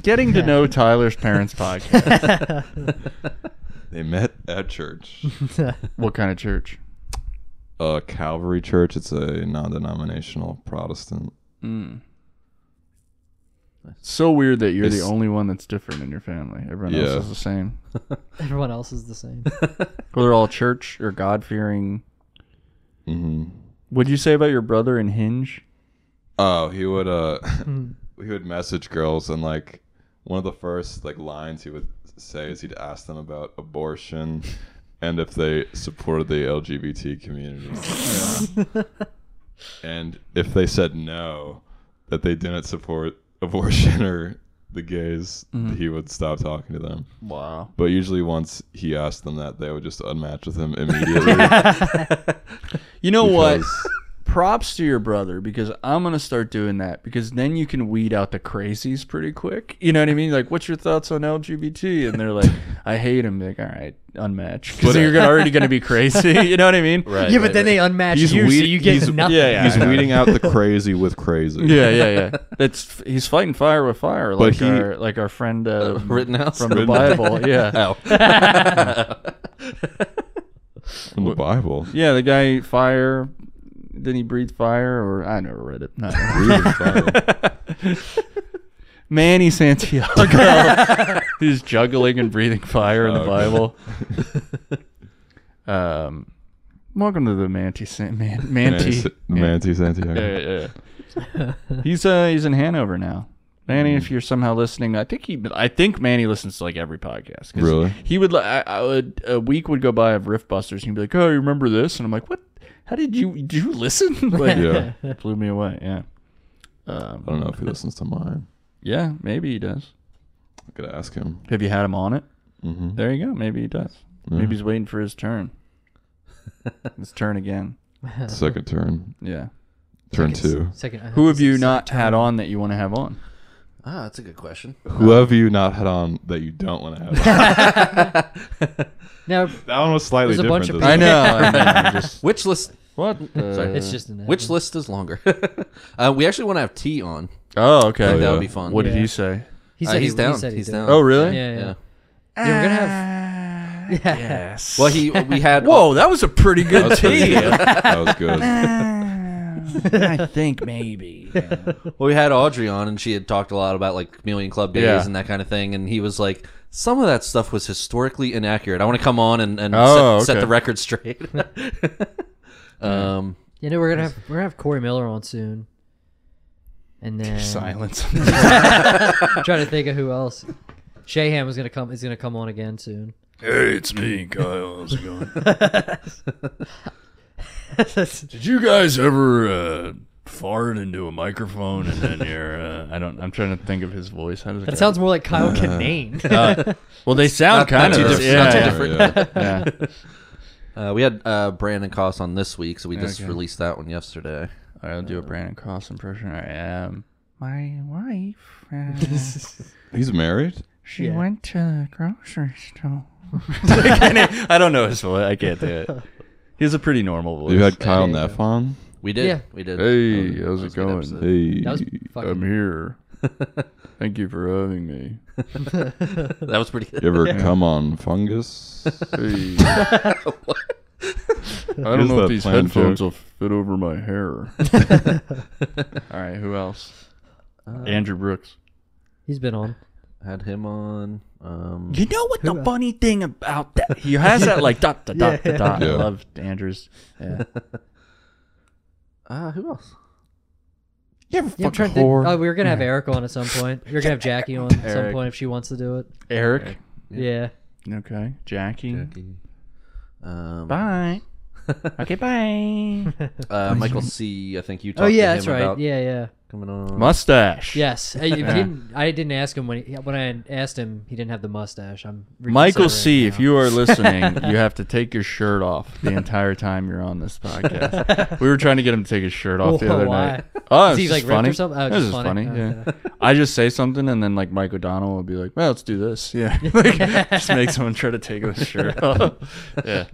Speaker 3: Getting to know Tyler's parents podcast.
Speaker 1: They met at church.
Speaker 3: what kind of church?
Speaker 1: uh, Calvary Church. It's a non-denominational Protestant.
Speaker 3: So weird that you're the
Speaker 1: It's-
Speaker 3: only one that's different in your family. Everyone
Speaker 1: Yeah.
Speaker 3: else is the same.
Speaker 4: Everyone else is the same.
Speaker 3: Well, they're all church or God fearing.
Speaker 1: hmm
Speaker 3: What'd you say about your brother in Hinge?
Speaker 1: Oh, he would uh, he would message girls and like one of the first like lines he would say is he'd ask them about abortion and if they supported the LGBT community. and if they said no, that they didn't support abortion or the gays, he would stop talking to them.
Speaker 3: Wow.
Speaker 1: But usually, once he asked them that, they would just unmatch with him immediately.
Speaker 3: You know
Speaker 1: because-
Speaker 3: what? Props to your brother because I'm gonna start doing that because then you can weed out the crazies pretty quick. You know what I mean? Like, what's your thoughts on LGBT? And they're like, I hate him. Like, all right, unmatch. Because
Speaker 1: But-
Speaker 3: you're gonna, already gonna be crazy. You know what I mean?
Speaker 2: Right.
Speaker 4: yeah, but then they unmatch
Speaker 1: He's
Speaker 4: you, so
Speaker 1: weed-
Speaker 4: you get
Speaker 1: he's-
Speaker 4: nothing.
Speaker 3: Yeah, yeah.
Speaker 1: He's
Speaker 3: I know.
Speaker 1: weeding out the crazy with crazy.
Speaker 3: Yeah, yeah, yeah. That's he's fighting fire with fire, like
Speaker 1: he-
Speaker 3: our like our friend uh,
Speaker 2: Rittenhouse?
Speaker 3: from the
Speaker 1: Rittenhouse.
Speaker 3: Bible. Yeah,
Speaker 2: Oh.
Speaker 1: From the Bible.
Speaker 3: yeah. The guy ate fire. Then he breathed fire, or I never read it. No.
Speaker 1: Breathing fire.
Speaker 3: Manny Santiago. He's juggling and breathing fire in the Bible.
Speaker 1: Oh,
Speaker 3: um, welcome to the Manti San- Man-
Speaker 1: Manti,
Speaker 3: Manti.
Speaker 1: Sa- Manti Santiago.
Speaker 3: Yeah, yeah, yeah. he's uh, he's in Hanover now. Manny, if you're somehow listening, I think he, I think Manny listens to like every podcast. 'cause
Speaker 1: Really?
Speaker 3: He would, li- I, I would, a week would go by of Riff Busters, and he'd be like, "Oh, you remember this?" And I'm like, "What? How did you did you listen?" like,
Speaker 1: Yeah.
Speaker 3: blew me away. Yeah, Um,
Speaker 1: I don't know if he listens to mine.
Speaker 3: yeah, maybe he does.
Speaker 1: I could ask him.
Speaker 3: Have you had him on it? Mm-hmm.
Speaker 4: Uh,
Speaker 3: There you go. Maybe he does. Maybe he's waiting for his turn. his turn again.
Speaker 1: Second turn.
Speaker 3: Yeah.
Speaker 1: Turn two.
Speaker 4: Second- Second,
Speaker 3: Who have you not had on that you want to have on?
Speaker 2: Ah, that's a good question.
Speaker 1: Who have you not had on that you don't want to have? on?
Speaker 4: Now
Speaker 1: that one was slightly
Speaker 4: There's a
Speaker 1: different.
Speaker 4: bunch of
Speaker 1: this
Speaker 4: I
Speaker 1: time.
Speaker 4: people.
Speaker 3: know. I know, just-
Speaker 2: Which list?
Speaker 3: what? the-
Speaker 4: it's just an
Speaker 2: Which list is longer? uh, we actually want to have T on.
Speaker 3: oh, okay.
Speaker 1: Oh,
Speaker 2: That
Speaker 1: yeah.
Speaker 2: would be fun.
Speaker 3: What
Speaker 4: Yeah.
Speaker 3: did he say?
Speaker 4: He
Speaker 2: Uh,
Speaker 4: said he-
Speaker 2: he's
Speaker 4: he
Speaker 2: down.
Speaker 4: said he
Speaker 2: he's
Speaker 4: did.
Speaker 2: down.
Speaker 3: Oh, really?
Speaker 4: Yeah, yeah.
Speaker 2: Yeah.
Speaker 4: Yeah, we're gonna have.
Speaker 3: have. Yes.
Speaker 2: Well, he we had.
Speaker 3: Whoa, that was a pretty
Speaker 1: That
Speaker 3: good
Speaker 1: was pretty
Speaker 3: tea.
Speaker 1: good. that was good.
Speaker 3: I think maybe.
Speaker 2: Well, we had Audrey on, and she had talked a lot about like Chameleon Club days
Speaker 3: Yeah.
Speaker 2: and that kind of thing. And he was like, "Some of that stuff was historically inaccurate. I want to come on and, and
Speaker 3: Oh,
Speaker 2: set, set
Speaker 3: okay.
Speaker 2: the record straight." um,
Speaker 4: You know we're gonna have we're gonna have Corey Miller on soon. And then
Speaker 3: Silence.
Speaker 4: I'm trying to think of who else. Shahan was gonna come is gonna come on again soon.
Speaker 3: hey, it's me, Kyle. How's it going?
Speaker 4: That's
Speaker 3: Did you guys ever uh, fart into a microphone and then you're? Uh, I don't. I'm trying to think of his voice. How does it?
Speaker 4: That sounds more like Kyle
Speaker 3: Uh,
Speaker 4: Kinane.
Speaker 3: well, they sound
Speaker 2: not
Speaker 3: kind
Speaker 2: too
Speaker 3: of
Speaker 2: different-
Speaker 3: Yeah,
Speaker 2: not too
Speaker 3: yeah,
Speaker 2: different.
Speaker 1: Yeah.
Speaker 3: yeah.
Speaker 2: uh, we had uh, Brandon Koss on this week, so we just
Speaker 3: Okay.
Speaker 2: released that one yesterday.
Speaker 3: All right, I'll do a Brandon Cross impression. I am my wife. Uh,
Speaker 1: He's married.
Speaker 3: she
Speaker 4: Yeah.
Speaker 3: went to the grocery store. I don't know his voice. I can't do it. He's a pretty normal voice.
Speaker 1: You had Kyle
Speaker 4: yeah, yeah.
Speaker 1: Neff on.
Speaker 2: We did.
Speaker 4: Yeah.
Speaker 2: We did.
Speaker 3: Hey,
Speaker 2: That was
Speaker 3: how's it
Speaker 2: a good
Speaker 3: going?
Speaker 2: episode.
Speaker 1: Hey,
Speaker 4: That was fucking.
Speaker 3: I'm here. Thank you for having me.
Speaker 2: That was pretty good.
Speaker 1: you ever come on fungus?
Speaker 3: Hey. I
Speaker 1: Here's
Speaker 3: don't know
Speaker 1: that
Speaker 3: if these
Speaker 1: plan
Speaker 3: headphones
Speaker 1: joke.
Speaker 3: will fit over my hair. All right, who else? Andrew Brooks.
Speaker 4: He's been on.
Speaker 2: Had him on. Um,
Speaker 3: You know what the funny thing about that? He has that like dot dot dot dot. dot.
Speaker 1: Yeah.
Speaker 3: I love Andrews. Yeah.
Speaker 2: uh, who else?
Speaker 1: You ever
Speaker 4: Yeah, I'm trying to think- Oh, we were gonna have Eric on at some point. We are gonna have Jackie on at some
Speaker 3: Eric.
Speaker 4: point if she wants to do it.
Speaker 3: Eric.
Speaker 4: Yeah.
Speaker 3: Okay. Jackie.
Speaker 2: Um,
Speaker 3: Bye. okay, bye.
Speaker 2: Uh, Michael C. I think you talked
Speaker 4: Oh yeah,
Speaker 2: to
Speaker 4: that's
Speaker 2: him
Speaker 4: right.
Speaker 2: about
Speaker 4: Yeah, yeah.
Speaker 2: coming on.
Speaker 3: Mustache.
Speaker 4: Yes. I, you didn't, I didn't ask him when he, when I asked him he didn't have the mustache. I'm
Speaker 3: Michael
Speaker 4: reconsidering
Speaker 3: C,
Speaker 4: it
Speaker 3: if
Speaker 4: now.
Speaker 3: you are listening, you have to take your shirt off the entire time you're on this podcast. we were trying to get him to take his shirt off the
Speaker 4: Whoa,
Speaker 3: other
Speaker 4: why?
Speaker 3: night. Oh, it's
Speaker 4: Is he,
Speaker 3: just
Speaker 4: like, ripped or
Speaker 3: funny.
Speaker 4: something? Oh,
Speaker 3: It
Speaker 4: just
Speaker 3: was just
Speaker 4: funny?
Speaker 3: funny. Yeah. I just say something and then like Mike O'Donnell will be like, "Well, let's do this." Yeah. like, just make someone try to take his shirt off. yeah.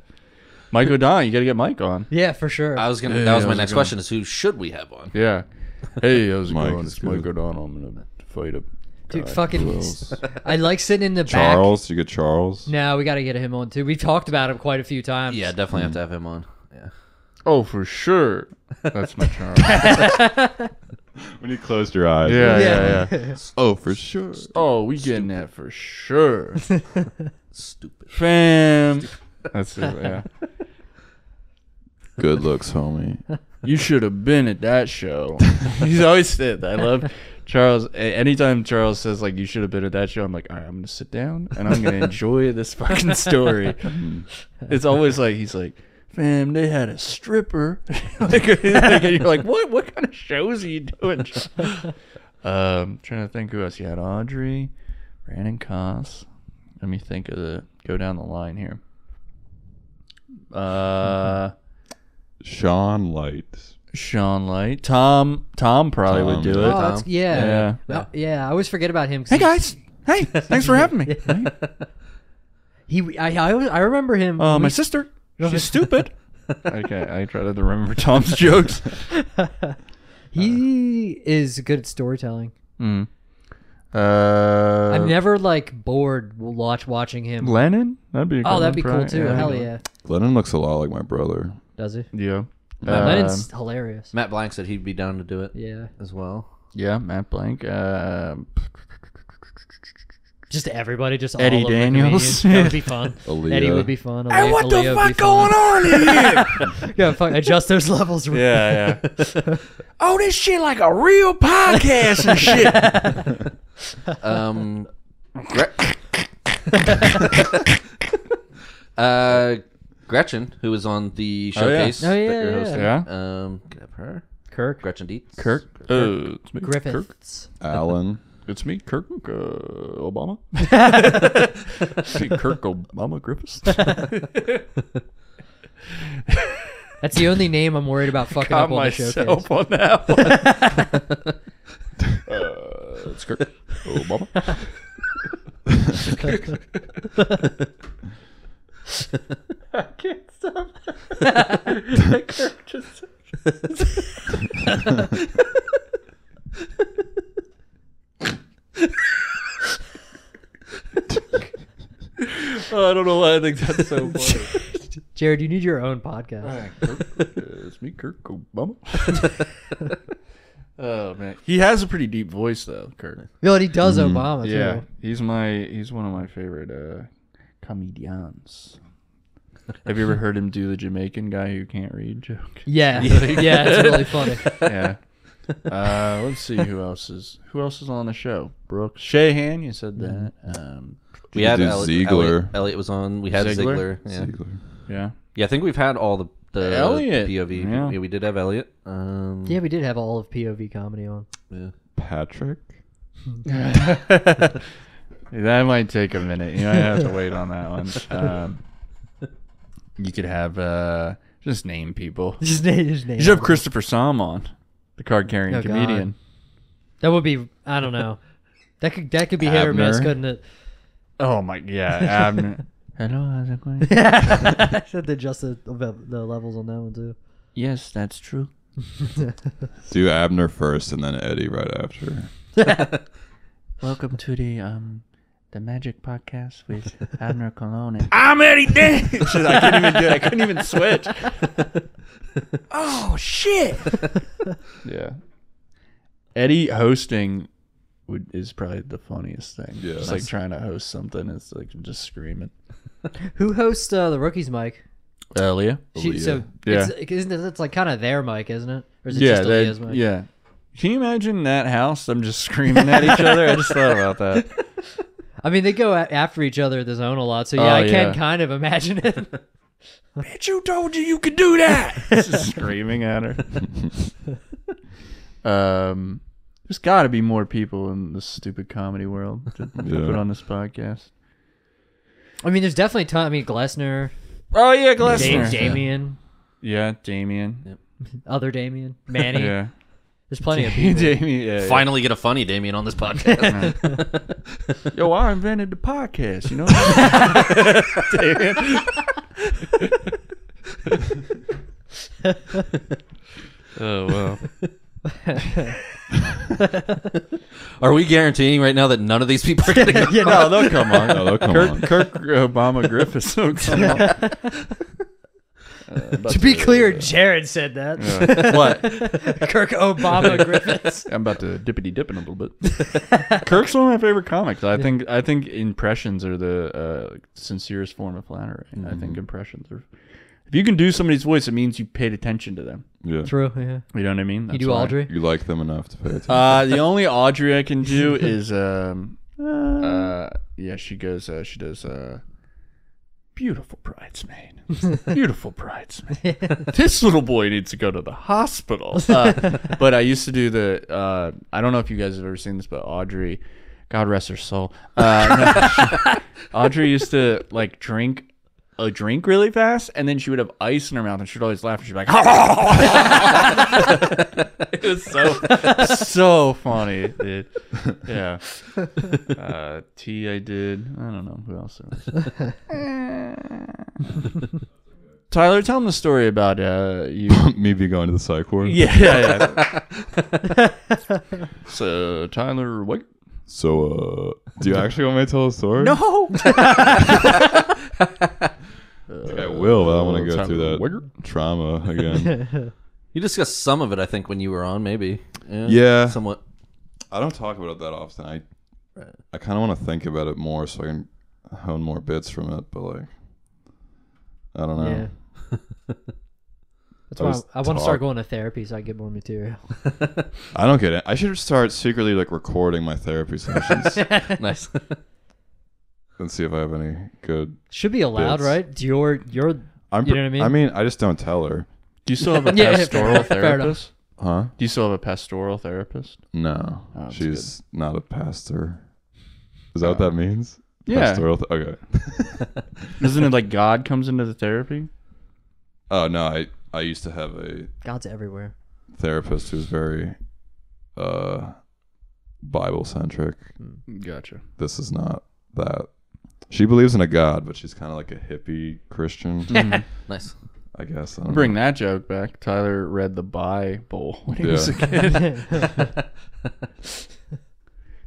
Speaker 3: Mike O'Donnell, you got to get Mike on.
Speaker 4: Yeah, for sure.
Speaker 2: I was gonna.
Speaker 3: Hey,
Speaker 2: that was my
Speaker 3: how's it
Speaker 2: next
Speaker 3: going?
Speaker 2: question: Is who should we have on?
Speaker 3: Yeah. Hey, how's it
Speaker 1: Mike
Speaker 3: going?
Speaker 1: is
Speaker 3: It's Mike
Speaker 1: good.
Speaker 3: O'Donnell. I'm gonna fight a
Speaker 4: Dude,
Speaker 3: guy.
Speaker 4: fucking. I like sitting in the back.
Speaker 1: Charles, you get Charles.
Speaker 4: No, we got to get him on too. We've talked about him quite a few times.
Speaker 2: Yeah, definitely
Speaker 3: Mm.
Speaker 2: have to have him on. Yeah.
Speaker 3: Oh, for sure. That's my charm. yeah,
Speaker 1: When you closed your eyes.
Speaker 3: yeah,
Speaker 4: Yeah.
Speaker 3: yeah.
Speaker 1: Oh, for sure.
Speaker 3: Oh, we getting that for sure,
Speaker 2: Stupid.
Speaker 3: fam. That's it. Yeah.
Speaker 1: Good looks, homie.
Speaker 3: You should have been at that show. He's always said that. I love Charles. a- Anytime Charles says like you should have been at that show, I'm like, all right, I'm gonna sit down and I'm gonna enjoy this fucking story. it's always like he's like, fam, they had a stripper. like, and you're like, what? What kind of shows are you
Speaker 4: Oh,
Speaker 3: doing? Charles?" um, trying to think who else you had. Audrey, Brandon Koss. Let me think of the go down the line here. Uh.
Speaker 1: Sean Light.
Speaker 3: Sean Light. Tom Tom probably
Speaker 1: Tom,
Speaker 3: would do
Speaker 1: yeah.
Speaker 4: Oh,
Speaker 3: it.
Speaker 4: that's, yeah.
Speaker 3: Yeah.
Speaker 4: Well, yeah, I always forget about him. 'cause
Speaker 3: Hey
Speaker 4: he-
Speaker 3: guys. Hey, thanks for having me.
Speaker 4: He, I, I, always- I remember him.
Speaker 3: Uh, my
Speaker 4: we-
Speaker 3: sister, she's stupid. okay, I try to remember Tom's jokes.
Speaker 4: he is good at storytelling.
Speaker 3: Mm. Uh,
Speaker 4: I'm never like bored wa- watch watching him.
Speaker 3: Lennon. That'd be. A good
Speaker 4: oh,
Speaker 3: one,
Speaker 4: that'd be cool
Speaker 3: probably.
Speaker 4: too. Hell yeah,
Speaker 1: Lennon looks a lot like my brother.
Speaker 4: does he?
Speaker 3: Yeah.
Speaker 4: Uh,
Speaker 3: Um,
Speaker 4: Lennon's hilarious.
Speaker 2: Matt Blank said he'd be down to do it
Speaker 4: Yeah,
Speaker 2: as well.
Speaker 3: yeah, Matt Blank. Um
Speaker 4: just everybody, just all
Speaker 3: Eddie
Speaker 4: of the
Speaker 3: Daniels.
Speaker 4: comedians. That would be fun.
Speaker 1: Aaliyah.
Speaker 4: Eddie would be fun. Aaliyah,
Speaker 3: Hey, what the
Speaker 4: Aaliyah would be
Speaker 3: fuck going
Speaker 4: fun.
Speaker 3: on here?
Speaker 4: Yeah, fuck, adjust those levels.
Speaker 3: yeah, yeah. oh, this shit like a real podcast and shit.
Speaker 2: Um, Gre- uh, Gretchen, who was on the
Speaker 3: Oh, yeah.
Speaker 2: showcase
Speaker 4: Oh, yeah,
Speaker 2: that you're
Speaker 4: yeah.
Speaker 2: hosting.
Speaker 3: Yeah.
Speaker 2: Um, could have her.
Speaker 4: Kirk
Speaker 2: Gretchen Dietz.
Speaker 3: Kirk. Uh, it's me, Kirk.
Speaker 4: Griffiths.
Speaker 1: Alan.
Speaker 3: It's me, Kirk uh, Obama. See, Kirk Obama Griffiths.
Speaker 4: That's the only name I'm worried about fucking up
Speaker 3: Got
Speaker 4: on the showcase.
Speaker 3: myself on that one. uh, it's Kirk
Speaker 2: Oh,
Speaker 3: Obama. I can't stop. Kirk just. Oh, I don't know why I think that's so funny.
Speaker 4: Jared, you need your own podcast.
Speaker 3: Uh, it's me, Kirk Obama. oh man, he has a pretty deep voice though, Kirk.
Speaker 4: No, and he does Obama
Speaker 3: Mm,
Speaker 4: too.
Speaker 3: Yeah, he's my he's one of my favorite uh, comedians. Have you ever heard him do the Jamaican guy who can't read joke?
Speaker 4: Yeah, yeah, it's really funny.
Speaker 3: Yeah. Uh, let's see who else is who else is on the show. Brooks Shahan, you said that.
Speaker 4: Mm-hmm.
Speaker 3: Um,
Speaker 2: We had
Speaker 1: do
Speaker 2: Elliot,
Speaker 1: Ziegler.
Speaker 2: Elliot, Elliot was on. We had Ziegler.
Speaker 3: Ziegler?
Speaker 2: Yeah.
Speaker 1: Ziegler.
Speaker 3: yeah,
Speaker 2: yeah, I think we've had all the, the
Speaker 3: Elliot,
Speaker 2: POV.
Speaker 3: yeah.
Speaker 2: we did have Elliot. Um,
Speaker 4: Yeah, we did have all of POV comedy on.
Speaker 2: yeah.
Speaker 1: Patrick.
Speaker 3: that might take a minute. You might have to wait on that one. Um, you could have uh, just name people.
Speaker 4: His name, his name.
Speaker 3: You should have Christopher Sam on, the card carrying
Speaker 4: Oh, God.
Speaker 3: comedian.
Speaker 4: That would be. I don't know. That could that could be hit or miss,
Speaker 1: Abner.
Speaker 4: couldn't it?
Speaker 3: Oh my yeah, Abner. Hello, how's it going?
Speaker 4: Should they adjust the, the levels on that one too?
Speaker 3: yes, that's true.
Speaker 1: Do Abner first and then Eddie right after.
Speaker 3: Welcome to the um the Magic Podcast with Abner Cologne. And-
Speaker 5: I'm Eddie Davis.
Speaker 3: I couldn't even do it. I couldn't even switch.
Speaker 5: oh shit!
Speaker 3: Yeah. Eddie hosting would, is probably the funniest thing.
Speaker 1: Yeah.
Speaker 3: Just like trying to host something. It's like just screaming.
Speaker 4: Who hosts uh, the rookies, Mike?
Speaker 3: Uh, Leah?
Speaker 4: She, so
Speaker 3: Yeah.
Speaker 4: it's, isn't it, it's like kind of their mic, isn't it? Or is it
Speaker 3: Yeah.
Speaker 4: just
Speaker 3: they-
Speaker 4: Aaliyah's mic?
Speaker 3: yeah. Can you imagine that house? I'm just screaming at each other. I just thought about that.
Speaker 4: I mean, they go a after each other at the zone a lot, so yeah,
Speaker 3: Oh,
Speaker 4: I can
Speaker 3: yeah.
Speaker 4: kind of imagine it.
Speaker 5: Bitch, who told you you could do that?
Speaker 3: Just screaming at her. um, there's got to be more people in this stupid comedy world to, to
Speaker 1: Yeah.
Speaker 3: put on this podcast.
Speaker 4: I mean, there's definitely time. I mean, Glessner,
Speaker 3: Oh yeah,
Speaker 4: Dame,
Speaker 3: Glassner.
Speaker 4: Damien,
Speaker 3: Yeah, Damien.
Speaker 4: other Damien, Manny.
Speaker 3: Yeah,
Speaker 4: There's plenty of people.
Speaker 3: Damien. Yeah, yeah.
Speaker 2: Finally, get a funny Damien on this podcast.
Speaker 3: Yo, I invented the podcast. You know. Damien.
Speaker 2: oh wow. Are we guaranteeing right now that none of these people are going to
Speaker 3: yeah, no, they'll come on.
Speaker 1: No, they'll come
Speaker 3: Kirk,
Speaker 1: on.
Speaker 3: Kirk Obama Griffiths will come on. Uh, about
Speaker 4: To be clear, Jared said that.
Speaker 3: uh, what?
Speaker 4: Kirk Obama Griffiths.
Speaker 3: I'm about to dippity dip in a little bit. Kirk's one of my favorite comics. I think I think impressions are the uh, sincerest form of flattery. I think
Speaker 4: Mm-hmm.
Speaker 3: impressions are. If you can do somebody's voice, it means you paid attention to them.
Speaker 1: Yeah.
Speaker 4: True. Yeah.
Speaker 3: You know what I mean? That's
Speaker 4: you do
Speaker 3: why.
Speaker 4: Audrey.
Speaker 1: You like them enough to pay attention.
Speaker 3: Uh, the only Audrey I can do is um, uh, yeah, she goes, uh, she does, uh, beautiful bridesmaid, beautiful bridesmaid. this little boy needs to go to the hospital. Uh, but I used to do the, uh, I don't know if you guys have ever seen this, but Audrey, God rest her soul. Uh, Audrey used to like drink. A drink really fast, and then she would have ice in her mouth, and she'd always laugh, and she'd be like, "It was so so funny, dude. Yeah. Uh, T I did. I don't know who else there was. Tyler, tell him the story about uh, you.
Speaker 1: Me be going to the psych ward.
Speaker 3: yeah, yeah, yeah. so Tyler, what?
Speaker 1: So, uh, do you actually want me to tell a story?
Speaker 3: No.
Speaker 1: I will, but I want to go
Speaker 3: Tyler
Speaker 1: through that
Speaker 3: Wigger?
Speaker 1: trauma again.
Speaker 2: You discussed some of it, I think, when you were on, maybe.
Speaker 1: Yeah.
Speaker 2: Somewhat.
Speaker 1: I don't talk about it that often. I I kind of want to think about it more so I can hone more bits from it, but like, I don't know.
Speaker 4: Yeah. That's
Speaker 1: I
Speaker 4: why
Speaker 1: was
Speaker 4: I, want to start
Speaker 1: taught-
Speaker 4: going to therapy so I get more material.
Speaker 1: I don't get it. I should start secretly like recording my therapy sessions
Speaker 2: nice.
Speaker 1: and see if I have any good.
Speaker 4: Should be allowed,
Speaker 1: Bits.
Speaker 4: right? Dior, your
Speaker 1: I'm
Speaker 4: You know what I mean?
Speaker 1: I mean, I just don't tell her,
Speaker 3: Do you still have a
Speaker 4: Yeah,
Speaker 3: pastoral
Speaker 4: fair enough.
Speaker 3: therapist?
Speaker 1: huh?
Speaker 3: Do you still have a pastoral therapist?
Speaker 1: No,
Speaker 3: Oh, that's
Speaker 1: she's not a pastor. Is that what
Speaker 4: Oh.
Speaker 1: that means?
Speaker 3: Yeah.
Speaker 1: Pastoral th- okay.
Speaker 3: Isn't it like God comes into the therapy?
Speaker 1: Oh no, I I used to have a
Speaker 4: God's everywhere.
Speaker 1: therapist who's very, uh, Bible centric.
Speaker 3: Gotcha.
Speaker 1: This is not that. She believes in a God, but she's kind of like a hippie Christian,
Speaker 2: Nice.
Speaker 1: I guess. I don't
Speaker 3: Hmm. Bring
Speaker 1: know.
Speaker 3: that joke back. Tyler read the Bible when he was a
Speaker 1: Yeah.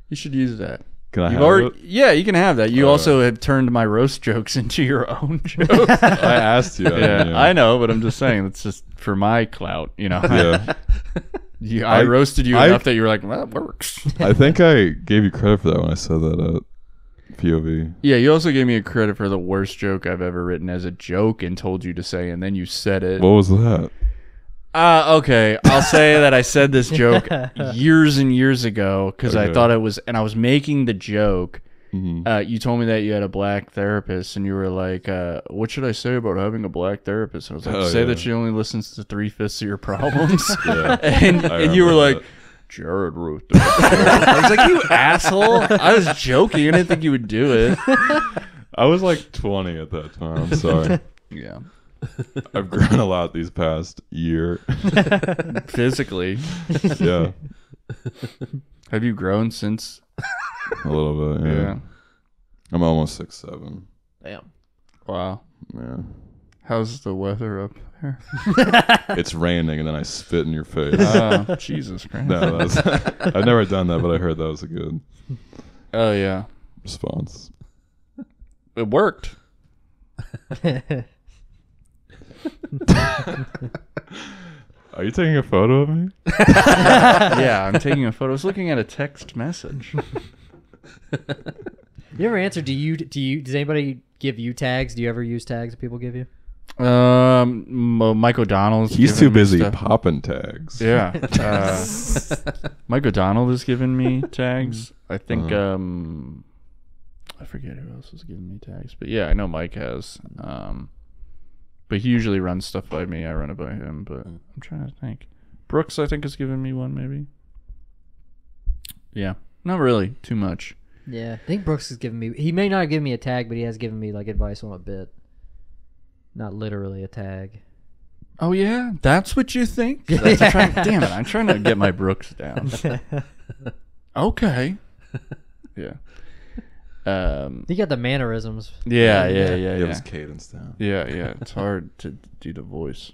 Speaker 3: You should use that.
Speaker 1: Can I
Speaker 3: You've
Speaker 1: have
Speaker 3: already,
Speaker 1: it? Uh,
Speaker 3: yeah, you can have that. You
Speaker 1: All
Speaker 3: also have turned my roast jokes into your own jokes.
Speaker 1: I asked you. I
Speaker 3: yeah,
Speaker 1: mean,
Speaker 3: I know, but I'm just saying that's just for my clout. You know,
Speaker 1: Yeah.
Speaker 3: You- I,
Speaker 1: I-
Speaker 3: roasted you
Speaker 1: I-
Speaker 3: enough that you were like, well, that works.
Speaker 1: I think I gave you credit for that when I said that at POV.
Speaker 3: yeah, you also gave me a credit for the worst joke I've ever written as a joke and told you to say, and then you said it.
Speaker 1: What was that?
Speaker 3: Uh, okay. I'll say that I said this joke years and years ago because I
Speaker 1: Okay.
Speaker 3: thought it was, and I was making the joke.
Speaker 1: Mhm.
Speaker 3: Uh, you told me that you had a black therapist, and you were like, uh, "What should I say about having a black therapist?" And I was like,
Speaker 1: Oh,
Speaker 3: "Say
Speaker 1: yeah.
Speaker 3: that she only listens to three fifths of your problems."
Speaker 1: Yeah.
Speaker 3: and, and you were
Speaker 1: remember
Speaker 3: like, "Jared wrote that." I was like, "You asshole!" I was joking. I didn't think you would do it.
Speaker 1: I was like 20 at that time. I'm sorry.
Speaker 3: Yeah,
Speaker 1: I've grown a lot these past year.
Speaker 3: physically,
Speaker 1: yeah.
Speaker 3: have you grown since?
Speaker 1: A little bit. Yeah. I'm almost six seven.
Speaker 2: Damn.
Speaker 3: Wow.
Speaker 1: Yeah.
Speaker 3: How's the weather up there?
Speaker 1: It's raining and then I spit in your face.
Speaker 3: Oh, Jesus Christ.
Speaker 1: no, that's, I've never done that, but I heard that was a good
Speaker 3: Oh yeah,
Speaker 1: response.
Speaker 3: it worked.
Speaker 1: Are you taking a photo of me?
Speaker 3: yeah, I'm taking a photo. I was looking at a text message.
Speaker 4: You ever answer? Do you? Do you? Does anybody give you tags? Do you ever use tags that people give you?
Speaker 3: Um, Mo- Mike O'Donnell's.
Speaker 1: He's
Speaker 3: given
Speaker 1: too
Speaker 3: me
Speaker 1: busy
Speaker 3: stuff.
Speaker 1: popping tags.
Speaker 3: Yeah. Uh, Mike O'Donnell has given me tags. I think
Speaker 1: Uh-huh.
Speaker 3: um I forget who else was giving me tags, but yeah, I know Mike has. Um but he usually runs stuff by me. I run it by him, but
Speaker 1: Mm.
Speaker 3: I'm trying to think. Brooks I think has given me one maybe. Yeah. Not really too much.
Speaker 4: Yeah, I think Brooks has given me. He may not have given me a tag, but he has given me like advice on a bit. Not literally a tag.
Speaker 3: Oh yeah, that's what you think? That's- I'm trying- damn it, I'm trying to get my Brooks down. Okay. Yeah. Um
Speaker 4: You got the mannerisms.
Speaker 3: yeah, yeah, yeah,
Speaker 1: Give
Speaker 3: yeah.
Speaker 1: his cadence down.
Speaker 3: Yeah, yeah. It's hard to do the voice.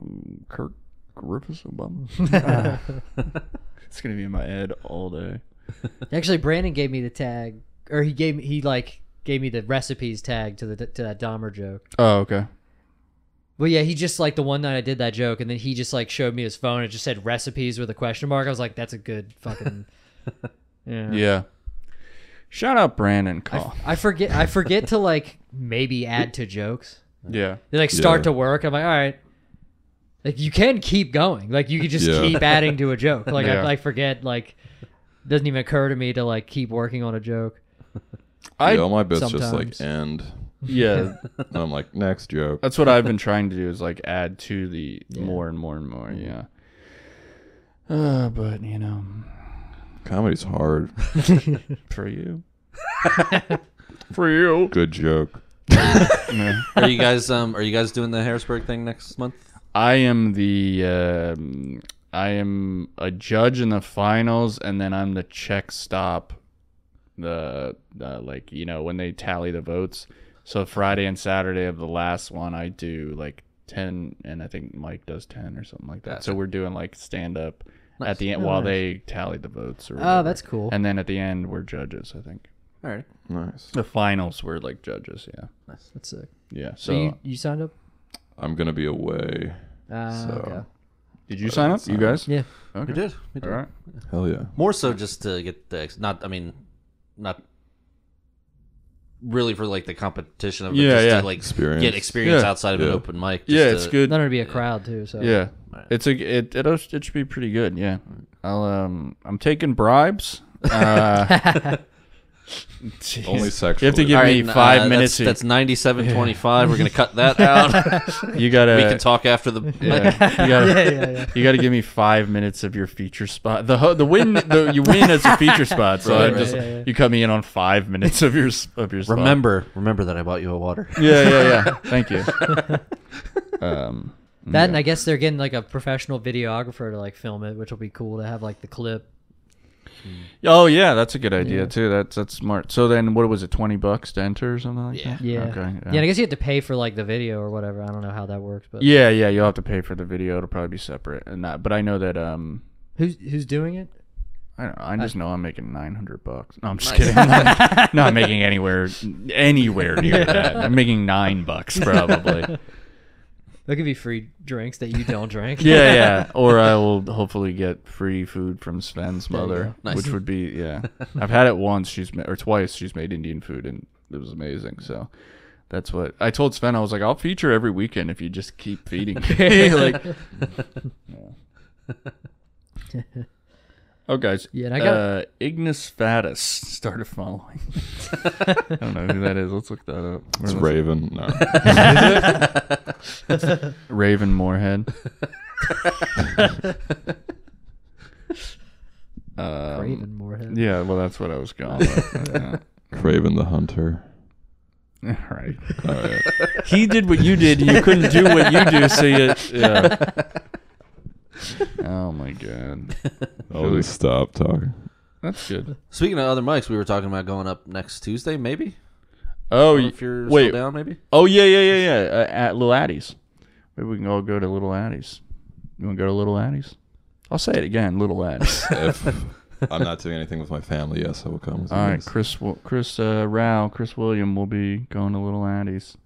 Speaker 3: Um, Kirk Griffiths Obama. Ah. it's gonna be in my head all day.
Speaker 4: Actually, Brandon gave me the tag, or he gave me he like gave me the recipes tag to the to that Dahmer joke.
Speaker 3: Oh, okay.
Speaker 4: Well, yeah, he just like the one night I did that joke, and then he just like showed me his phone. It just said recipes with a question mark. I was like, that's a good fucking.
Speaker 3: Yeah. Shout out Brandon Call.
Speaker 4: I forget. I forget to like maybe add to jokes.
Speaker 3: yeah.
Speaker 4: They like start
Speaker 1: Yeah.
Speaker 4: to work. I'm like, all right. Like you can keep going. Like you can just
Speaker 1: Yeah.
Speaker 4: keep adding to a joke. Like
Speaker 3: Yeah.
Speaker 4: I like forget. Like doesn't even occur to me to like keep working on a joke.
Speaker 3: I
Speaker 1: yeah, all my bits just
Speaker 4: sometimes.
Speaker 1: like end.
Speaker 3: yeah.
Speaker 1: And I'm like, next joke.
Speaker 3: That's what I've been trying to do is like add to the more and more and more. Yeah. Uh, but you know,
Speaker 1: Comedy's hard.
Speaker 3: for you. for you.
Speaker 1: Good joke.
Speaker 3: Yeah.
Speaker 2: Are you guys um are you guys doing the Harrisburg thing next month?
Speaker 3: I am the um, I am a judge in the finals, and then I'm the check stop, the uh, like you know when they tally the votes. So Friday and Saturday of the last one, I do like ten, and I think Mike does ten or something like that. so we're doing like stand up at the end while they tally the votes. Or
Speaker 4: Oh,
Speaker 3: whatever.
Speaker 4: that's cool.
Speaker 3: And then at the end, we're judges. I think
Speaker 2: All right.
Speaker 1: Nice.
Speaker 3: the finals were like judges. Yeah,
Speaker 4: That's sick.
Speaker 3: yeah. So,
Speaker 4: So you you signed up?
Speaker 1: I'm gonna be away.
Speaker 4: Uh,
Speaker 1: So
Speaker 4: okay.
Speaker 3: did you sign up? You guys?
Speaker 4: Yeah.
Speaker 3: Okay.
Speaker 2: We did. We
Speaker 3: All
Speaker 2: did.
Speaker 3: right.
Speaker 1: hell yeah.
Speaker 2: More so just to get the ex- not I mean not really for like the competition of it,
Speaker 3: Yeah,
Speaker 2: just
Speaker 3: yeah.
Speaker 2: to like
Speaker 1: Experience.
Speaker 2: get experience
Speaker 3: Yeah.
Speaker 2: outside of an
Speaker 1: Yeah.
Speaker 2: open mic. just
Speaker 3: Yeah, it's
Speaker 2: to-
Speaker 3: good.
Speaker 4: Not gonna be a crowd too. So
Speaker 3: Yeah,
Speaker 2: Right.
Speaker 3: it's a it it it should be pretty good. Yeah, I'll um I'm taking bribes. Uh, jeez.
Speaker 1: Only
Speaker 3: You have to
Speaker 1: sexually.
Speaker 3: give
Speaker 2: All
Speaker 3: me
Speaker 2: right,
Speaker 3: five
Speaker 2: uh,
Speaker 3: minutes. to-
Speaker 2: That's, that's 97.25. We're going to cut that out.
Speaker 3: you gotta.
Speaker 2: we can talk after the.
Speaker 3: yeah, you gotta. You gotta give me five minutes of your feature spot. The ho- the win the you win as a feature spot. So
Speaker 2: Right,
Speaker 3: I'm
Speaker 2: right,
Speaker 3: just
Speaker 4: yeah, yeah.
Speaker 3: you cut me in on five minutes of your s- of your. Spot.
Speaker 2: Remember, remember that I bought you a water.
Speaker 3: Yeah, yeah, yeah. Thank you. Um,
Speaker 4: that and I guess they're getting like a professional videographer to like film it, which will be cool to have like the clip.
Speaker 3: oh yeah, that's a good idea too. That's that's smart. So then, what was it? Twenty bucks to enter or something like
Speaker 2: Yeah.
Speaker 3: that.
Speaker 4: Yeah.
Speaker 3: Okay.
Speaker 4: yeah. And I guess you have to pay for like the video or whatever. I don't know how that works, but
Speaker 3: Yeah, yeah, you'll have to pay for the video. It'll probably be separate and that. But I know that um,
Speaker 4: who's who's doing it?
Speaker 3: I don't know, I just know I'm making nine hundred bucks. No, I'm just kidding. I'm not, not making anywhere anywhere near that. I'm making nine bucks probably.
Speaker 4: They'll give you free drinks that you don't drink.
Speaker 3: Yeah, yeah. Or I will hopefully get free food from Sven's mother,
Speaker 2: Nice.
Speaker 3: which would be yeah. I've had it once. She's ma- or twice. She's made Indian food and it was amazing. So. That's what I told Sven. I was like, I'll feature every weekend if you just keep feeding me. like, Oh, guys.
Speaker 4: Yeah, and I got-
Speaker 3: uh, Ignis Fatus started following. I don't know who that is. Let's look that up.
Speaker 1: It's
Speaker 3: Where was
Speaker 1: Raven. No.
Speaker 3: it? Raven Moorhead. Um,
Speaker 4: Raven Moorhead.
Speaker 3: Yeah, well, that's what I was going with. yeah.
Speaker 1: Craven the Hunter.
Speaker 3: All right.
Speaker 1: All right.
Speaker 3: He did what you did, and you couldn't do what you do, so you. Yeah. Oh, my God.
Speaker 1: I'll just stop talking.
Speaker 3: That's good.
Speaker 2: Speaking of other mics, we were talking about going up next Tuesday, maybe?
Speaker 3: Oh, y-
Speaker 2: if you're
Speaker 3: wait.
Speaker 2: still down, maybe.
Speaker 3: Oh yeah, yeah, yeah, yeah. Uh, at Little Addie's. Maybe we can all go to Little Addie's. You want to go to Little Addie's? I'll say it again, Little Addie's.
Speaker 1: If I'm not doing anything with my family, yes, I will come. with you
Speaker 3: all right,
Speaker 1: guys.
Speaker 3: Chris, Wi- Chris uh, Rao, Chris William will be going to Little Addie's.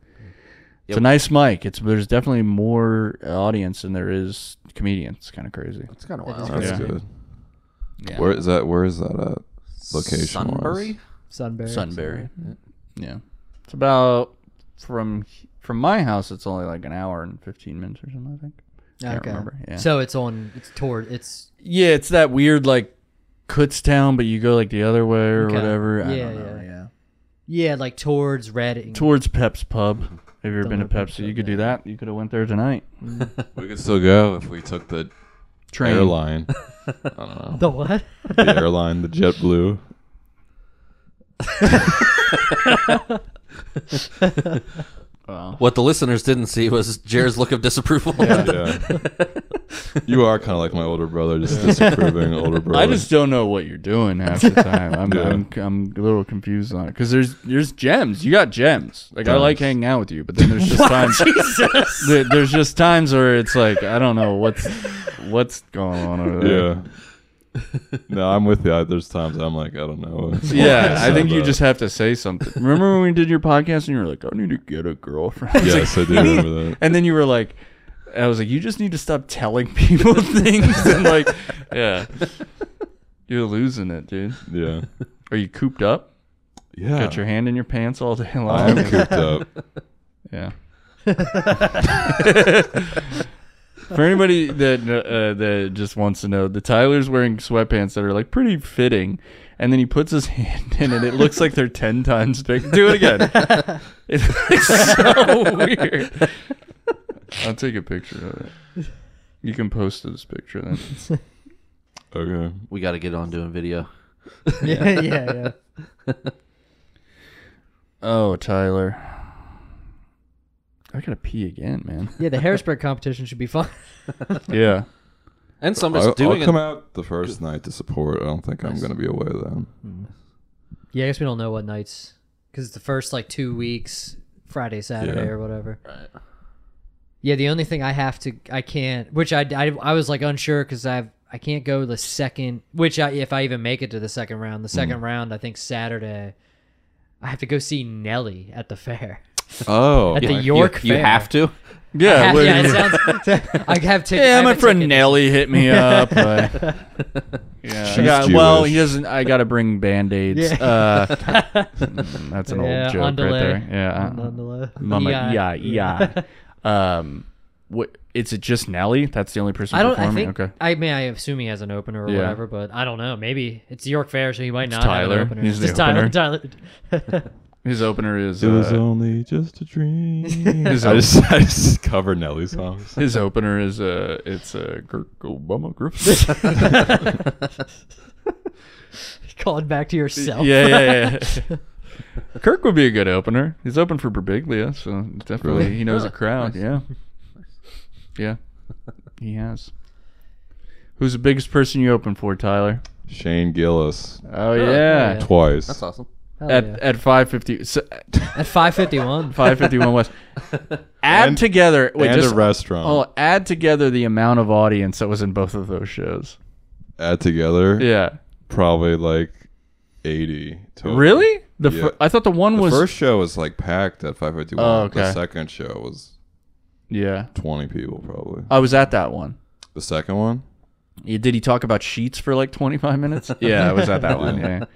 Speaker 3: It's
Speaker 2: Yep.
Speaker 3: a nice mic. It's there's definitely more audience than there is comedians. It's kind of crazy.
Speaker 2: It's kind of
Speaker 4: wild.
Speaker 1: That's
Speaker 3: Yeah.
Speaker 1: good.
Speaker 3: Yeah.
Speaker 1: Where is that? Where is that at? Location.
Speaker 2: Sunbury.
Speaker 4: Sunbury.
Speaker 3: Sunbury. Yeah, it's about from from my house. It's only like an hour and fifteen minutes or something. I think. Can't
Speaker 4: Okay.
Speaker 3: remember, yeah.
Speaker 4: So it's on. It's toward. It's
Speaker 3: Yeah, it's that weird like Kutztown, but you go like the other way or
Speaker 4: Okay.
Speaker 3: whatever. I
Speaker 4: Yeah,
Speaker 3: don't know. Yeah.
Speaker 4: yeah. yeah, like towards Reading.
Speaker 3: Towards Pep's Pub. Have you ever
Speaker 4: Don't
Speaker 3: been to
Speaker 4: know Pep's
Speaker 3: Pep's? You
Speaker 4: Pub,
Speaker 3: could do that. You could have went there tonight.
Speaker 1: We could still go if we took the
Speaker 3: Train.
Speaker 1: airline. I don't know.
Speaker 4: the what?
Speaker 1: The airline, the JetBlue.
Speaker 3: Wow.
Speaker 2: What the listeners didn't see was Jared's look of disapproval.
Speaker 1: Yeah. you are kind of like my older brother, just disapproving older brother.
Speaker 3: I just don't know what you're doing half the time. I'm,
Speaker 1: Yeah.
Speaker 3: I'm, I'm a little confused on it because there's there's gems. You got gems. Like I like
Speaker 1: Gems.
Speaker 3: hanging out with you, but then there's just times. there, there's just times where it's like I don't know what's what's going on over there.
Speaker 1: yeah. No, I'm with you. I, there's times I'm like, I don't know.
Speaker 3: Yeah, I
Speaker 1: So,
Speaker 3: think you
Speaker 1: uh,
Speaker 3: just have to say something. Remember when we did your podcast and you were like, I need to get a girlfriend?
Speaker 1: Yes, I do remember that.
Speaker 3: And then you were like, I was like, you just need to stop telling people things. And like, yeah. You're losing it, dude.
Speaker 1: Yeah.
Speaker 3: Are you cooped up?
Speaker 1: Yeah.
Speaker 3: Got your hand in your pants all day long?
Speaker 1: I'm cooped up.
Speaker 3: yeah. For anybody that uh, that just wants to know, the Tyler's wearing sweatpants that are like pretty fitting, and then he puts his hand in it. It looks like they're ten times big. Do it again. It looks so weird. I'll take a picture of it. You can post this picture then.
Speaker 1: Okay.
Speaker 2: we got to get on doing video.
Speaker 4: yeah, yeah, yeah.
Speaker 3: Oh, Tyler. I gotta pee again, man.
Speaker 4: Yeah, the hairspray competition should be fun.
Speaker 3: Yeah.
Speaker 2: And somebody's
Speaker 1: I'll, I'll
Speaker 2: doing
Speaker 1: come
Speaker 2: it.
Speaker 1: out the first night to support. I don't think I'm
Speaker 2: Nice.
Speaker 1: going to be away then.
Speaker 4: Yeah, I guess we don't know what nights because the first like two weeks, Friday, Saturday,
Speaker 1: Yeah.
Speaker 4: or whatever.
Speaker 2: Right.
Speaker 4: Yeah, the only thing I have to, I can't, which I, I, I was like unsure because I've, I can't go the second, which I, if I even make it to the second round, the second
Speaker 3: Mm-hmm.
Speaker 4: round, I think Saturday, I have to go see Nelly at the fair.
Speaker 1: Oh.
Speaker 4: At the
Speaker 2: You-
Speaker 4: York
Speaker 2: You,
Speaker 4: Fair.
Speaker 2: have to.
Speaker 3: Yeah.
Speaker 4: yeah,
Speaker 3: Uh, where-
Speaker 4: it sounds, I have tickets.
Speaker 3: Yeah, my friend Nelly hit me up. but- yeah. I
Speaker 1: She's
Speaker 3: got, well,
Speaker 1: Jewish.
Speaker 3: he doesn't. I gotta bring band aids.
Speaker 4: Yeah.
Speaker 3: Uh, mm, that's an
Speaker 4: Yeah,
Speaker 3: old joke right
Speaker 4: underlay.
Speaker 3: there. Yeah. Mama, yeah, yeah. um, what? Is it just Nelly? That's the only person.
Speaker 4: I don't. I
Speaker 3: performing?
Speaker 4: think.
Speaker 3: Okay.
Speaker 4: I mean, I assume he has an opener or
Speaker 3: Yeah.
Speaker 4: whatever, but I don't know. Maybe it's York Fair, so he might not
Speaker 3: Tyler.
Speaker 4: have an opener.
Speaker 3: He's the
Speaker 4: Just Tyler. Tyler.
Speaker 3: His opener is.
Speaker 1: It was
Speaker 3: Uh,
Speaker 1: only just a dream. I
Speaker 3: His
Speaker 1: just, I just cover Nelly songs.
Speaker 3: his opener is uh, it's uh, Kirk Obama group.
Speaker 4: Calling back to yourself.
Speaker 3: Yeah, yeah, yeah. Kirk would be a good opener. He's open for Berbiglia, so definitely
Speaker 1: Really?
Speaker 3: he knows a crowd. Yeah, yeah, he has. Who's the biggest person you open for, Tyler?
Speaker 1: Shane Gillis.
Speaker 3: Oh
Speaker 4: yeah.
Speaker 3: yeah,
Speaker 4: yeah.
Speaker 1: Twice.
Speaker 2: That's awesome.
Speaker 4: Hell
Speaker 3: at
Speaker 4: yeah.
Speaker 3: at five fifty, so,
Speaker 4: At 551.
Speaker 3: five fifty one West. Add
Speaker 1: And-
Speaker 3: together, wait,
Speaker 1: and
Speaker 3: just
Speaker 1: a restaurant.
Speaker 3: oh, add together the amount of audience that was in both of those shows.
Speaker 1: Add together,
Speaker 3: Yeah,
Speaker 1: probably like 80 total.
Speaker 3: really? The
Speaker 1: Yeah.
Speaker 3: fir- I thought the one
Speaker 1: The
Speaker 3: was
Speaker 1: first show was like packed at 551.
Speaker 3: Oh, okay.
Speaker 1: The second show was
Speaker 3: yeah.
Speaker 1: 20 people probably.
Speaker 3: I was at that one.
Speaker 1: The second one?
Speaker 3: Yeah, did he talk about sheets for like 25 minutes? yeah, I was at that one. Yeah.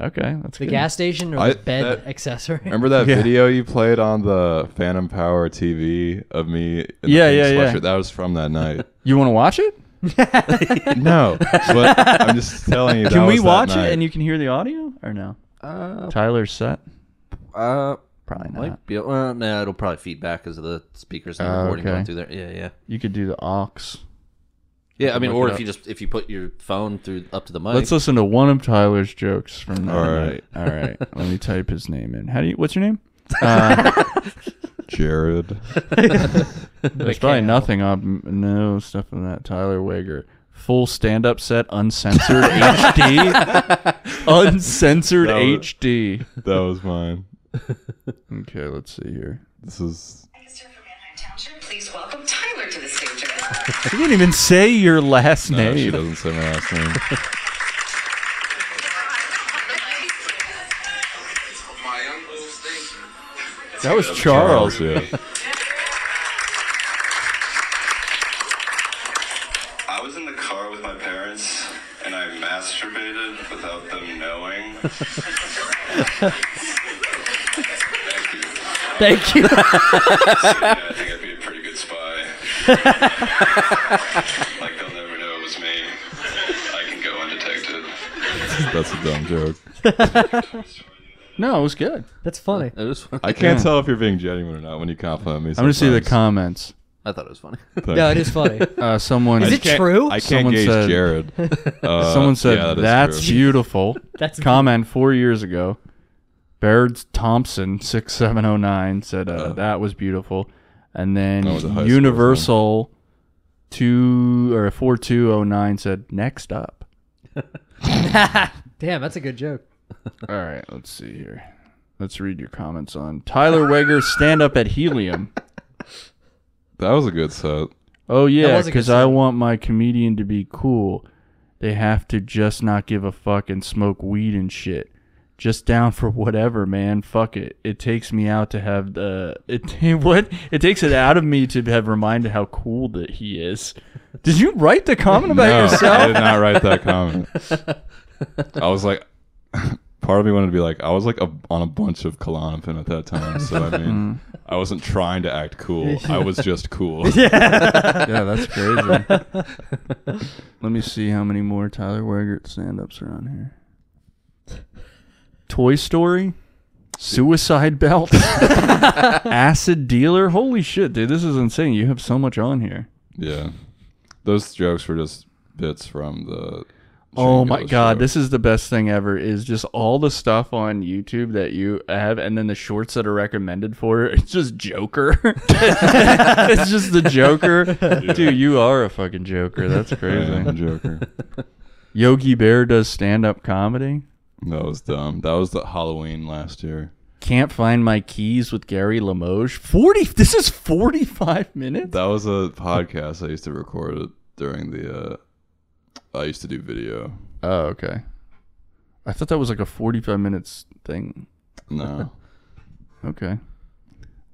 Speaker 3: Okay, that's
Speaker 4: The
Speaker 3: good.
Speaker 4: gas station or
Speaker 1: I-
Speaker 4: the bed
Speaker 1: that-
Speaker 4: accessory?
Speaker 1: Remember that
Speaker 3: Yeah.
Speaker 1: video you played on the Phantom Power TV of me in the
Speaker 3: Yeah,
Speaker 1: pink
Speaker 3: yeah, yeah.
Speaker 1: sweatshirt? That was from that night.
Speaker 3: You want to watch it?
Speaker 1: no. But I'm just telling you.
Speaker 3: Can
Speaker 1: that
Speaker 3: we
Speaker 1: was that
Speaker 3: watch it
Speaker 1: night.
Speaker 3: and you can hear the audio or no?
Speaker 2: Uh,
Speaker 3: Tyler's set?
Speaker 2: uh,
Speaker 3: Probably not.
Speaker 2: might be. Uh, no, it'll probably feed back because of the speakers and the
Speaker 3: Oh,
Speaker 2: recording
Speaker 3: okay.
Speaker 2: going through there. Yeah, yeah,
Speaker 3: You could do the aux.
Speaker 2: yeah. I mean,
Speaker 3: Look
Speaker 2: or
Speaker 3: it
Speaker 2: if
Speaker 3: up.
Speaker 2: you just if you put your phone through up to the mic.
Speaker 3: Let's listen to one of Tyler's jokes from that
Speaker 1: All
Speaker 3: night.
Speaker 1: right.
Speaker 3: All right. Let me type his name in. How do you what's your name? Uh,
Speaker 1: Jared.
Speaker 3: there's probably
Speaker 4: Mikhail.
Speaker 3: nothing on no stuff in that. Tyler Wager. Full stand up set, uncensored HD. Uncensored
Speaker 1: That was-
Speaker 3: HD.
Speaker 1: That was mine.
Speaker 3: Okay, let's see here.
Speaker 1: This is
Speaker 6: Mr. from Anaheim Township, please welcome Tyler to the stage. everyone.
Speaker 3: She didn't even say your last
Speaker 1: no, she
Speaker 3: name.
Speaker 1: doesn't say my last name.
Speaker 3: That was Charles.
Speaker 1: yeah.
Speaker 7: I was in the car with my parents and I masturbated without them knowing.
Speaker 4: Thank
Speaker 7: Thank you.
Speaker 4: you.
Speaker 7: So, yeah, I think I'd be a pretty good spy. like they'll never know it was me. I can go undetected.
Speaker 1: That's a dumb joke.
Speaker 3: No, it was good.
Speaker 4: That's funny.
Speaker 2: It was funny.
Speaker 1: I can't tell if you're being genuine or not when you compliment me.
Speaker 3: I'm gonna see the
Speaker 1: sometimes.
Speaker 3: comments.
Speaker 2: I thought it was funny.
Speaker 1: Thank
Speaker 4: No,
Speaker 1: you.
Speaker 4: it is funny.
Speaker 3: Uh, someone
Speaker 4: Is it
Speaker 1: Can't-
Speaker 4: true?
Speaker 1: I can't
Speaker 3: Someone
Speaker 1: gauge
Speaker 3: said-
Speaker 1: Jared. Uh,
Speaker 3: someone said
Speaker 1: yeah, that is
Speaker 3: that's
Speaker 1: true."
Speaker 3: beautiful.
Speaker 4: That's
Speaker 3: Comment four years ago. Baird Thompson six seven oh nine said uh, that was beautiful, and then
Speaker 1: That was a high school
Speaker 3: Universal two or four two oh nine said next up.
Speaker 4: Damn, that's a good joke.
Speaker 3: All right, let's see here. Let's read your comments on Tyler Weger's stand up at Helium.
Speaker 1: That was a good set.
Speaker 3: Oh yeah,
Speaker 4: was a good
Speaker 3: because I want my comedian to be cool. They have to just not give a fuck and smoke weed and shit. Just down for whatever, man. Fuck it. It takes me out to have the it what? It takes it out of me to have reminded how cool that he is. Did you write the comment about
Speaker 1: no, I
Speaker 3: yourself?
Speaker 1: did not write that comment. I was like, part of me wanted to be like, I was like a, on a bunch of Klonopin at that time. So I
Speaker 3: Mm.
Speaker 1: mean, I wasn't trying to act cool. I was just cool.
Speaker 3: yeah, that's crazy. Let me see how many more Tyler Weigert stand ups are on here. Toy Story, Suicide Belt, Acid Dealer. Holy shit, dude, this is insane. You have so much on here.
Speaker 1: Yeah, those jokes were just bits from the.
Speaker 3: Oh
Speaker 1: Django
Speaker 3: my god,
Speaker 1: show.
Speaker 3: this is the best thing ever. Is just all the stuff on YouTube that you have, and then the shorts that are recommended for it. It's just Joker. it's just the Joker, dude. You are a fucking Joker. That's
Speaker 1: Yeah,
Speaker 3: crazy.
Speaker 1: I'm Joker.
Speaker 3: Yogi Bear does stand up comedy.
Speaker 1: That was dumb. That was the Halloween last year.
Speaker 3: Can't find my keys with Gary Limoges. Forty. This is forty-five minutes.
Speaker 1: That was a podcast I used to record it during the. Uh, I used to do video.
Speaker 3: Oh, okay. I thought that was like a forty-five minutes thing.
Speaker 1: No,
Speaker 3: Okay.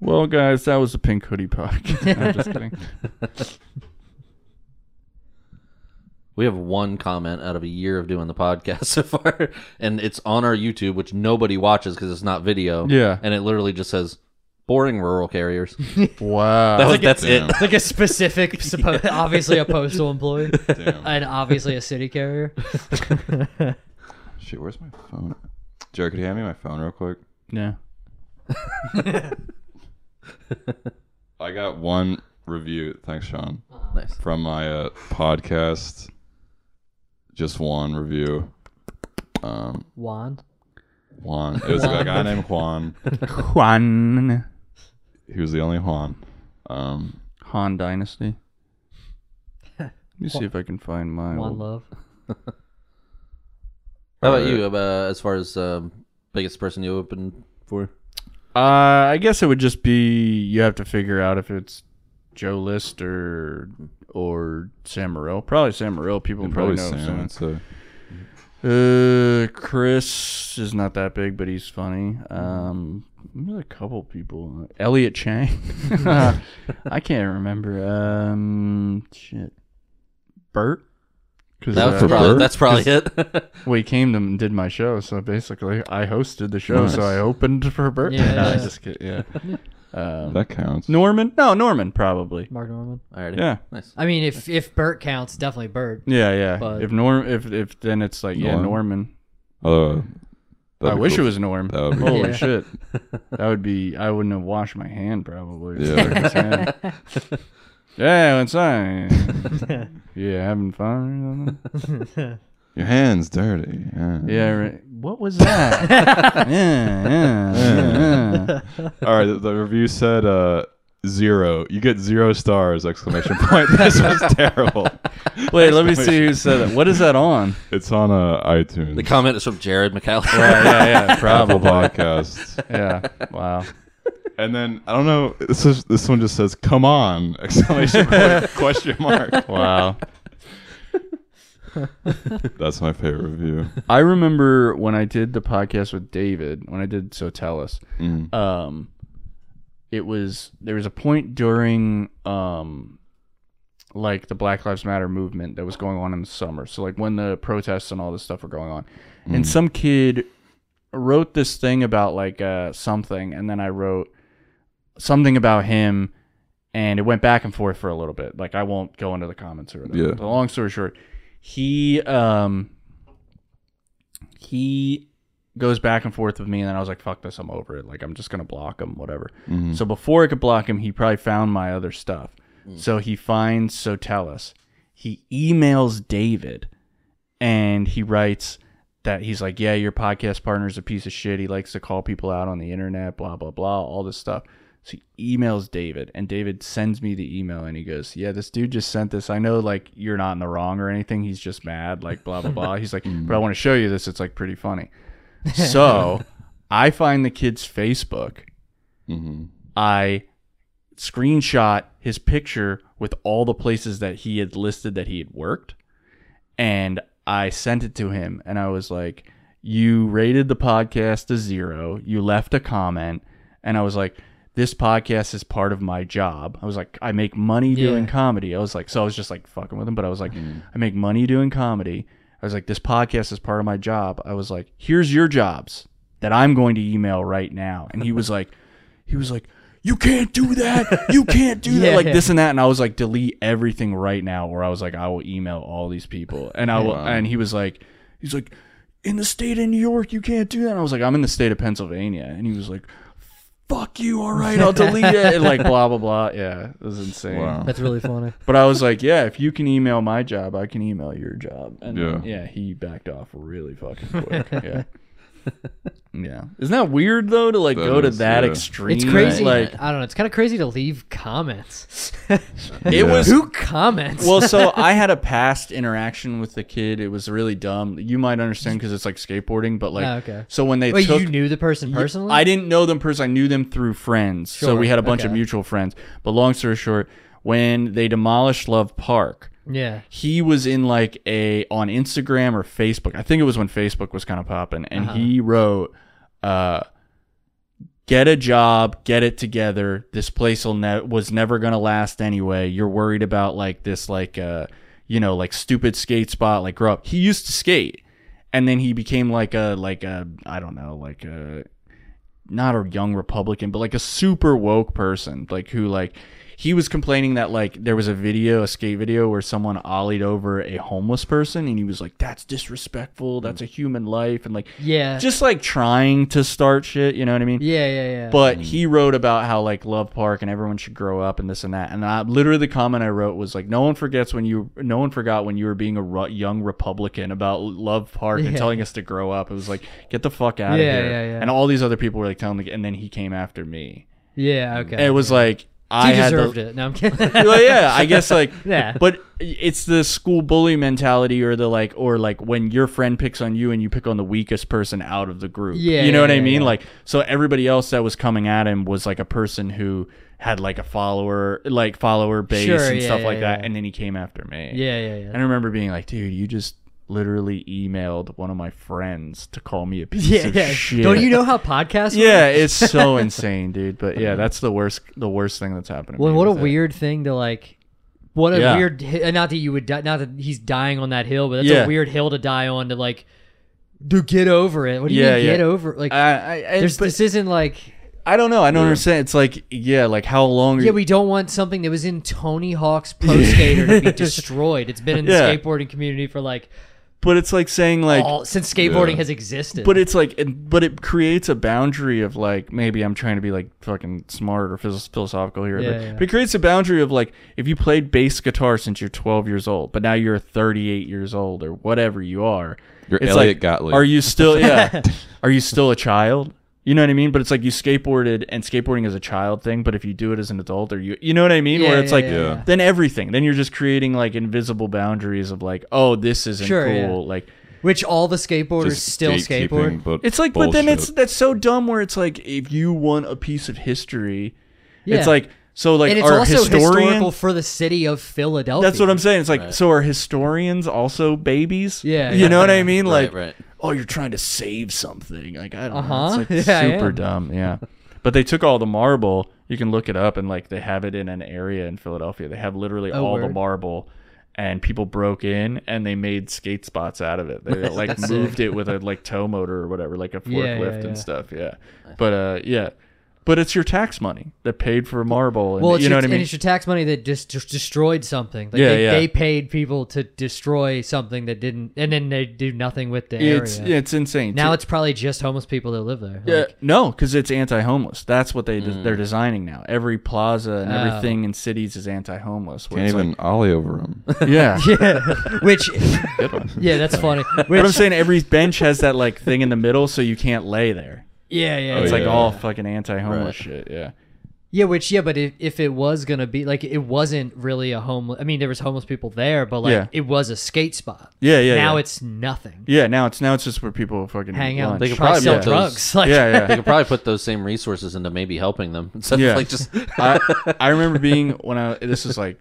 Speaker 3: Well, guys, that was the Pink Hoodie podcast. I'm just kidding.
Speaker 2: We have one comment out of a year of doing the podcast so far, and it's on our YouTube, which nobody watches because it's not video.
Speaker 3: Yeah.
Speaker 2: and it literally just says "boring rural carriers."
Speaker 3: Wow.
Speaker 2: That's, that's
Speaker 1: damn.
Speaker 2: it.
Speaker 4: It's like a specific, suppo- obviously a postal employee,
Speaker 1: damn.
Speaker 4: and obviously a city carrier.
Speaker 1: Shit, where's my phone? Jared, could you hand me my phone real quick?
Speaker 3: yeah.
Speaker 1: I got one review. Thanks, Sean.
Speaker 2: Nice.
Speaker 1: From my uh, podcast. Just one review. Um,
Speaker 4: Juan.
Speaker 1: Juan. It was a guy named Juan.
Speaker 3: Juan.
Speaker 1: He was the only Juan. Um,
Speaker 3: Han Dynasty. Let me see if I can find my.
Speaker 4: Juan
Speaker 3: old-
Speaker 4: Love.
Speaker 2: How about you? Uh, as far as um, biggest person you opened for?
Speaker 3: Uh, I guess it would just be you have to figure out if it's Joe List or or Sam Morril. Probably Sam Morril. People
Speaker 1: probably
Speaker 3: probably, know
Speaker 1: Sam. I'd say.
Speaker 3: Sam. Uh, Chris is not that big, but he's funny. Um, there's a couple people. Elliot Chang. I can't remember. Um, shit. Bert. Cause
Speaker 2: That was
Speaker 3: uh,
Speaker 2: probably,
Speaker 1: Bert?
Speaker 2: that's probably it.
Speaker 3: well, he came to and did my show, so basically I hosted the show, so I opened for Bert.
Speaker 4: Yeah,
Speaker 3: No, I
Speaker 4: yeah.
Speaker 3: just kid- yeah. Um,
Speaker 1: That counts.
Speaker 3: Norman? No, Norman probably.
Speaker 4: Mark Norman.
Speaker 2: Alrighty.
Speaker 3: Yeah.
Speaker 2: Nice.
Speaker 4: I mean, if if Bert counts, definitely Bert.
Speaker 3: Yeah, yeah.
Speaker 4: But-
Speaker 3: if Norm, if if then it's like yeah,
Speaker 1: Norm.
Speaker 3: Norman.
Speaker 1: Although, uh,
Speaker 3: I wish it was Norm.
Speaker 1: That would be
Speaker 3: Holy
Speaker 4: cool.
Speaker 3: shit. That would be. I wouldn't have washed my hand probably.
Speaker 1: Yeah.
Speaker 3: Like his hand. yeah, what's that? yeah, having fun. Or something?
Speaker 1: Your hand's dirty. Yeah.
Speaker 3: Yeah, right. What was that? yeah, yeah, yeah.
Speaker 1: All right. The, the review said uh, zero. You get zero stars! Exclamation point. This was terrible.
Speaker 3: Wait, let me see who said that. What is that on?
Speaker 1: It's on uh, iTunes.
Speaker 2: The comment is from Jared McAllister.
Speaker 3: yeah, yeah,
Speaker 1: Apple Podcasts.
Speaker 3: yeah. Wow.
Speaker 1: And then I don't know. This is this one just says "Come on!" Exclamation point! Question mark.
Speaker 3: Wow.
Speaker 1: That's my favorite review.
Speaker 3: I remember when I did the podcast with David, when I did So Tell Us, um, it was there was a point during um, like the Black Lives Matter movement that was going on in the summer. So like when the protests and all this stuff were going on, and some kid wrote this thing about like uh, something, and then I wrote something about him, and it went back and forth for a little bit. Like I won't go into the comments or whatever.
Speaker 1: Yeah.
Speaker 3: But long story short, he um he goes back and forth with me, and then I was like, "Fuck this, I'm over it. Like, I'm just gonna block him, whatever." So before I could block him, he probably found my other stuff. So he finds Sotellus. He emails David, and he writes that he's like, "Yeah, your podcast partner's a piece of shit. He likes to call people out on the internet, blah blah blah, all this stuff." So he emails David, and David sends me the email, and he goes, "Yeah, this dude just sent this. I know like you're not in the wrong or anything. He's just mad, like blah blah blah." He's like, "But I want to show you this. It's like pretty funny." So I find the kid's Facebook. I screenshot his picture with all the places that he had listed that he had worked. And I sent it to him. And I was like, You rated the podcast a zero. You left a comment. And I was like, This podcast is part of my job. I was like, I make money doing
Speaker 4: Yeah.
Speaker 3: comedy. I was like, So I was just like fucking with him. But I was like, I make money doing comedy. I was like, This podcast is part of my job. I was like, Here's your jobs that I'm going to email right now. And he was like, he was like, "You can't do that. You can't do that."
Speaker 4: Yeah.
Speaker 3: Like this and that, and I was like, "Delete everything right now," or I was like, "I will email all these people," and I will. And he was like, he's like, "In the state of New York, you can't do that." And I was like, "I'm in the state of Pennsylvania," and he was like. Fuck you! All right, I'll delete it. And like blah blah blah. Yeah, it was insane.
Speaker 4: That's really funny.
Speaker 3: But I was like, yeah, if you can email my job, I can email your job. And yeah,
Speaker 1: Yeah.
Speaker 3: he backed off really fucking quick. Yeah, yeah. Isn't that weird though to like
Speaker 1: That
Speaker 3: go to
Speaker 1: is,
Speaker 3: that
Speaker 1: yeah.
Speaker 3: extreme?
Speaker 4: It's crazy.
Speaker 3: Like
Speaker 4: I don't know. It's kind of crazy to leave comments.
Speaker 3: it
Speaker 1: Yeah.
Speaker 3: was
Speaker 4: Who comments?
Speaker 3: well so i had a past interaction with the kid it was really dumb you might understand because it's like skateboarding but like
Speaker 4: Oh, okay.
Speaker 3: so when they
Speaker 4: Wait,
Speaker 3: took
Speaker 4: you knew the person personally?
Speaker 3: I didn't know them personally. I knew them through friends. So
Speaker 4: Sure,
Speaker 3: we had a bunch of
Speaker 4: okay.
Speaker 3: mutual friends. But long story short, when they demolished Love Park,
Speaker 4: Yeah.
Speaker 3: he was in like a on Instagram or Facebook. I think it was when Facebook was kind of popping, and he wrote, uh, "Get a job, get it together. This place will ne- was never gonna last anyway. You're worried about like this like uh, you know like stupid skate spot. Like grow up. He used to skate, and then he became like a like a I don't know like a not a young Republican, but like a super woke person, like who like he was complaining that like there was a video, a skate video where someone ollied over a homeless person, and he was like, "That's disrespectful. That's a human life," and like
Speaker 4: Yeah.
Speaker 3: just like trying to start shit. You know what I mean?
Speaker 4: yeah, yeah, yeah.
Speaker 3: But he wrote about how like Love Park and everyone should grow up and this and that. And I, literally the comment I wrote was like, "No one forgets when you, no one forgot when you were being a ru- young Republican about Love Park and
Speaker 4: Yeah.
Speaker 3: telling us to grow up." It was like, "Get the fuck out
Speaker 4: Yeah,
Speaker 3: of here!"
Speaker 4: yeah, yeah.
Speaker 3: And all these other people were like telling the, and then he came after me.
Speaker 4: yeah, okay.
Speaker 3: And it was like I
Speaker 4: he
Speaker 3: had
Speaker 4: deserved
Speaker 3: the,
Speaker 4: it. No, I'm kidding.
Speaker 3: well, yeah, I guess like
Speaker 4: Yeah.
Speaker 3: But it's the school bully mentality, or the like, or like when your friend picks on you and you pick on the weakest person out of the group.
Speaker 4: Yeah,
Speaker 3: you know
Speaker 4: yeah,
Speaker 3: what I
Speaker 4: yeah,
Speaker 3: mean.
Speaker 4: yeah.
Speaker 3: Like, so everybody else that was coming at him was like a person who had like a follower, like follower base
Speaker 4: Sure,
Speaker 3: and
Speaker 4: yeah,
Speaker 3: stuff
Speaker 4: yeah,
Speaker 3: like that,
Speaker 4: yeah.
Speaker 3: and then he came after me.
Speaker 4: yeah, yeah, yeah.
Speaker 3: And I remember being like, dude, you just literally emailed one of my friends to call me a piece
Speaker 4: Yeah,
Speaker 3: of
Speaker 4: yeah.
Speaker 3: shit.
Speaker 4: Don't you know how podcasts? work?
Speaker 3: Yeah, it's so insane, dude. But yeah, that's the worst. The worst thing that's happened. To
Speaker 4: Well,
Speaker 3: me
Speaker 4: what a
Speaker 3: with it.
Speaker 4: weird thing to like. What a
Speaker 3: Yeah.
Speaker 4: weird. hi- and Not that you would. Di- not that he's dying on that hill, but that's
Speaker 3: Yeah.
Speaker 4: a weird hill to die on. To like, dude, get over it. What do you
Speaker 3: Yeah,
Speaker 4: mean,
Speaker 3: yeah.
Speaker 4: get over? Like,
Speaker 3: I, I, I,
Speaker 4: there's
Speaker 3: but
Speaker 4: this isn't like.
Speaker 3: I don't know. I don't understand. It's like, yeah, like how long? Are
Speaker 4: Yeah,
Speaker 3: you,
Speaker 4: we don't want something that was in Tony Hawk's Pro Skater to be destroyed. It's been in the
Speaker 3: Yeah.
Speaker 4: skateboarding community for like
Speaker 3: but it's like saying like,
Speaker 4: all since skateboarding
Speaker 1: Yeah.
Speaker 4: has existed.
Speaker 3: but it's like, it, but it creates a boundary of like maybe I'm trying to be like fucking smart or phys- philosophical here,
Speaker 4: Yeah,
Speaker 3: but,
Speaker 4: yeah.
Speaker 3: but it creates a boundary of like if you played bass guitar since you're 12 years old, but now you're 38 years old or whatever you are.
Speaker 1: You're
Speaker 3: it's
Speaker 1: Elliot
Speaker 3: like,
Speaker 1: Gottlieb.
Speaker 3: Are you still yeah? are you still a child? You know what I mean? But it's like you skateboarded and skateboarding is a child thing, but if you do it as an adult or you you know what I mean?
Speaker 4: Yeah,
Speaker 3: Where it's
Speaker 4: yeah,
Speaker 3: like
Speaker 4: yeah,
Speaker 1: yeah.
Speaker 3: then everything. Then you're just creating like invisible boundaries of like, oh, this isn't
Speaker 4: Sure,
Speaker 3: cool.
Speaker 4: yeah.
Speaker 3: Like
Speaker 4: Which all the skateboarders
Speaker 1: Just
Speaker 4: still
Speaker 1: gatekeeping,
Speaker 4: skateboard.
Speaker 1: But
Speaker 3: it's like but then it's
Speaker 1: bullshit.
Speaker 3: that's so dumb where it's like if you want a piece of history,
Speaker 4: Yeah.
Speaker 3: it's like so like
Speaker 4: and it's
Speaker 3: our
Speaker 4: also
Speaker 3: historian
Speaker 4: historical for the city of Philadelphia.
Speaker 3: that's what I'm saying. It's like so are historians also babies?
Speaker 4: Yeah,
Speaker 3: You
Speaker 4: yeah,
Speaker 3: know what I
Speaker 4: yeah.
Speaker 3: mean?
Speaker 2: Right,
Speaker 3: Like
Speaker 2: right.
Speaker 3: oh you're trying to save something. Like I don't
Speaker 4: Uh-huh.
Speaker 3: know. It's like
Speaker 4: Yeah, I
Speaker 3: super
Speaker 4: am.
Speaker 3: dumb. Yeah. But they took all the marble. You can look it up and like they have it in an area in Philadelphia. They have literally all the
Speaker 4: Oh, word.
Speaker 3: marble and people broke in and they made skate spots out of it. They like moved it with a like tow motor or whatever, like a
Speaker 4: Yeah, yeah,
Speaker 3: forklift
Speaker 4: yeah.
Speaker 3: and stuff. Yeah. But uh yeah. But it's your tax money that paid for marble. And,
Speaker 4: Well, it's
Speaker 3: you know
Speaker 4: your,
Speaker 3: what I
Speaker 4: and
Speaker 3: mean?
Speaker 4: it's your tax money that just, just destroyed something. Like
Speaker 3: Yeah,
Speaker 4: they,
Speaker 3: yeah.
Speaker 4: they paid people to destroy something that didn't, and then they do nothing with the
Speaker 3: It's
Speaker 4: area.
Speaker 3: it's insane.
Speaker 4: now
Speaker 3: too.
Speaker 4: it's probably just homeless people that live there.
Speaker 3: Yeah,
Speaker 4: Like,
Speaker 3: no, because it's anti-homeless. That's what they they're designing now. Every plaza
Speaker 4: Oh.
Speaker 3: and everything in cities is anti-homeless. where
Speaker 1: can't
Speaker 3: it's
Speaker 1: even ollie over him.
Speaker 3: like- yeah.
Speaker 4: which, yeah, that's funny. Which,
Speaker 3: But I'm saying every bench has that like thing in the middle, so you can't lay there.
Speaker 4: yeah, yeah,
Speaker 1: Oh,
Speaker 3: It's
Speaker 4: yeah.
Speaker 3: like
Speaker 1: yeah.
Speaker 3: all fucking anti-homeless shit. Yeah,
Speaker 4: Yeah, which yeah, but if, if it was gonna be like it wasn't really a homeless. I mean, there was homeless people there, but like
Speaker 3: Yeah.
Speaker 4: it was a skate spot.
Speaker 3: yeah, yeah.
Speaker 4: now
Speaker 3: yeah.
Speaker 4: it's nothing.
Speaker 3: yeah. Now it's now it's just where people fucking
Speaker 4: Hang out,
Speaker 3: lunch.
Speaker 4: they
Speaker 2: could
Speaker 4: try
Speaker 2: probably
Speaker 4: to sell
Speaker 2: make those-
Speaker 4: drugs. Like,
Speaker 3: yeah,
Speaker 2: They
Speaker 3: yeah.
Speaker 2: could probably put those same resources into maybe helping them instead
Speaker 3: Yeah.
Speaker 2: of like just
Speaker 3: I, I remember being when I this is like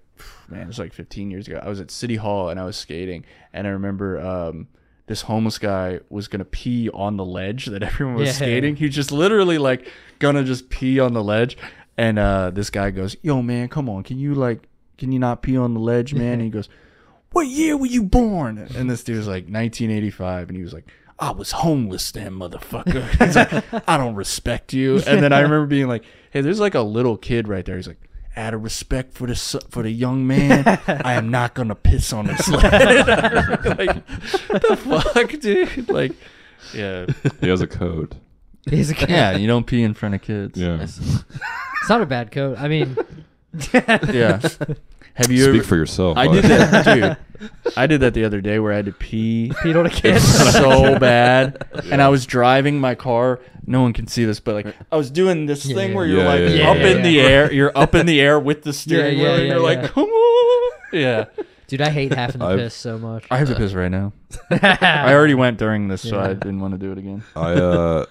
Speaker 3: man it's like 15 years ago I was at City Hall and I was skating and I remember um, this homeless guy was gonna pee on the ledge that everyone was
Speaker 4: Yeah.
Speaker 3: skating he was just literally like gonna just pee on the ledge and uh, this guy goes yo man come on can you like can you not pee on the ledge man and he goes what year were you born and this dude was like 1985 and he was like I was homeless then, motherfucker. He's like, I don't respect you. And then I remember being like, hey, there's like a little kid right there. He's like, out of respect for the s- for the young man, I am not gonna piss on this lad. like, the fuck, dude? Like, yeah,
Speaker 1: He has a code.
Speaker 4: He's a kid.
Speaker 3: yeah. You don't pee in front of kids.
Speaker 1: Yeah.
Speaker 4: It's not a bad code. I mean,
Speaker 3: yeah. Have you?
Speaker 1: Speak
Speaker 3: ever,
Speaker 1: for yourself.
Speaker 3: I
Speaker 1: Ollie.
Speaker 3: did that, dude. I did that the other day where I had to pee
Speaker 4: Pete on a kid.
Speaker 3: It's so bad. And I was driving my car. No one can see this, but like I was doing this thing where you're
Speaker 1: Yeah,
Speaker 3: like
Speaker 1: yeah,
Speaker 3: up
Speaker 4: yeah.
Speaker 3: in the
Speaker 4: Yeah.
Speaker 3: air. You're up in the air with the steering
Speaker 4: yeah,
Speaker 3: wheel. and
Speaker 4: yeah,
Speaker 3: you're
Speaker 4: yeah.
Speaker 3: like, come on. Yeah.
Speaker 4: Dude, I hate having to
Speaker 1: I've-
Speaker 4: piss so much.
Speaker 3: I have to piss right now. I already went during this, so I didn't want to do it again.
Speaker 1: I uh,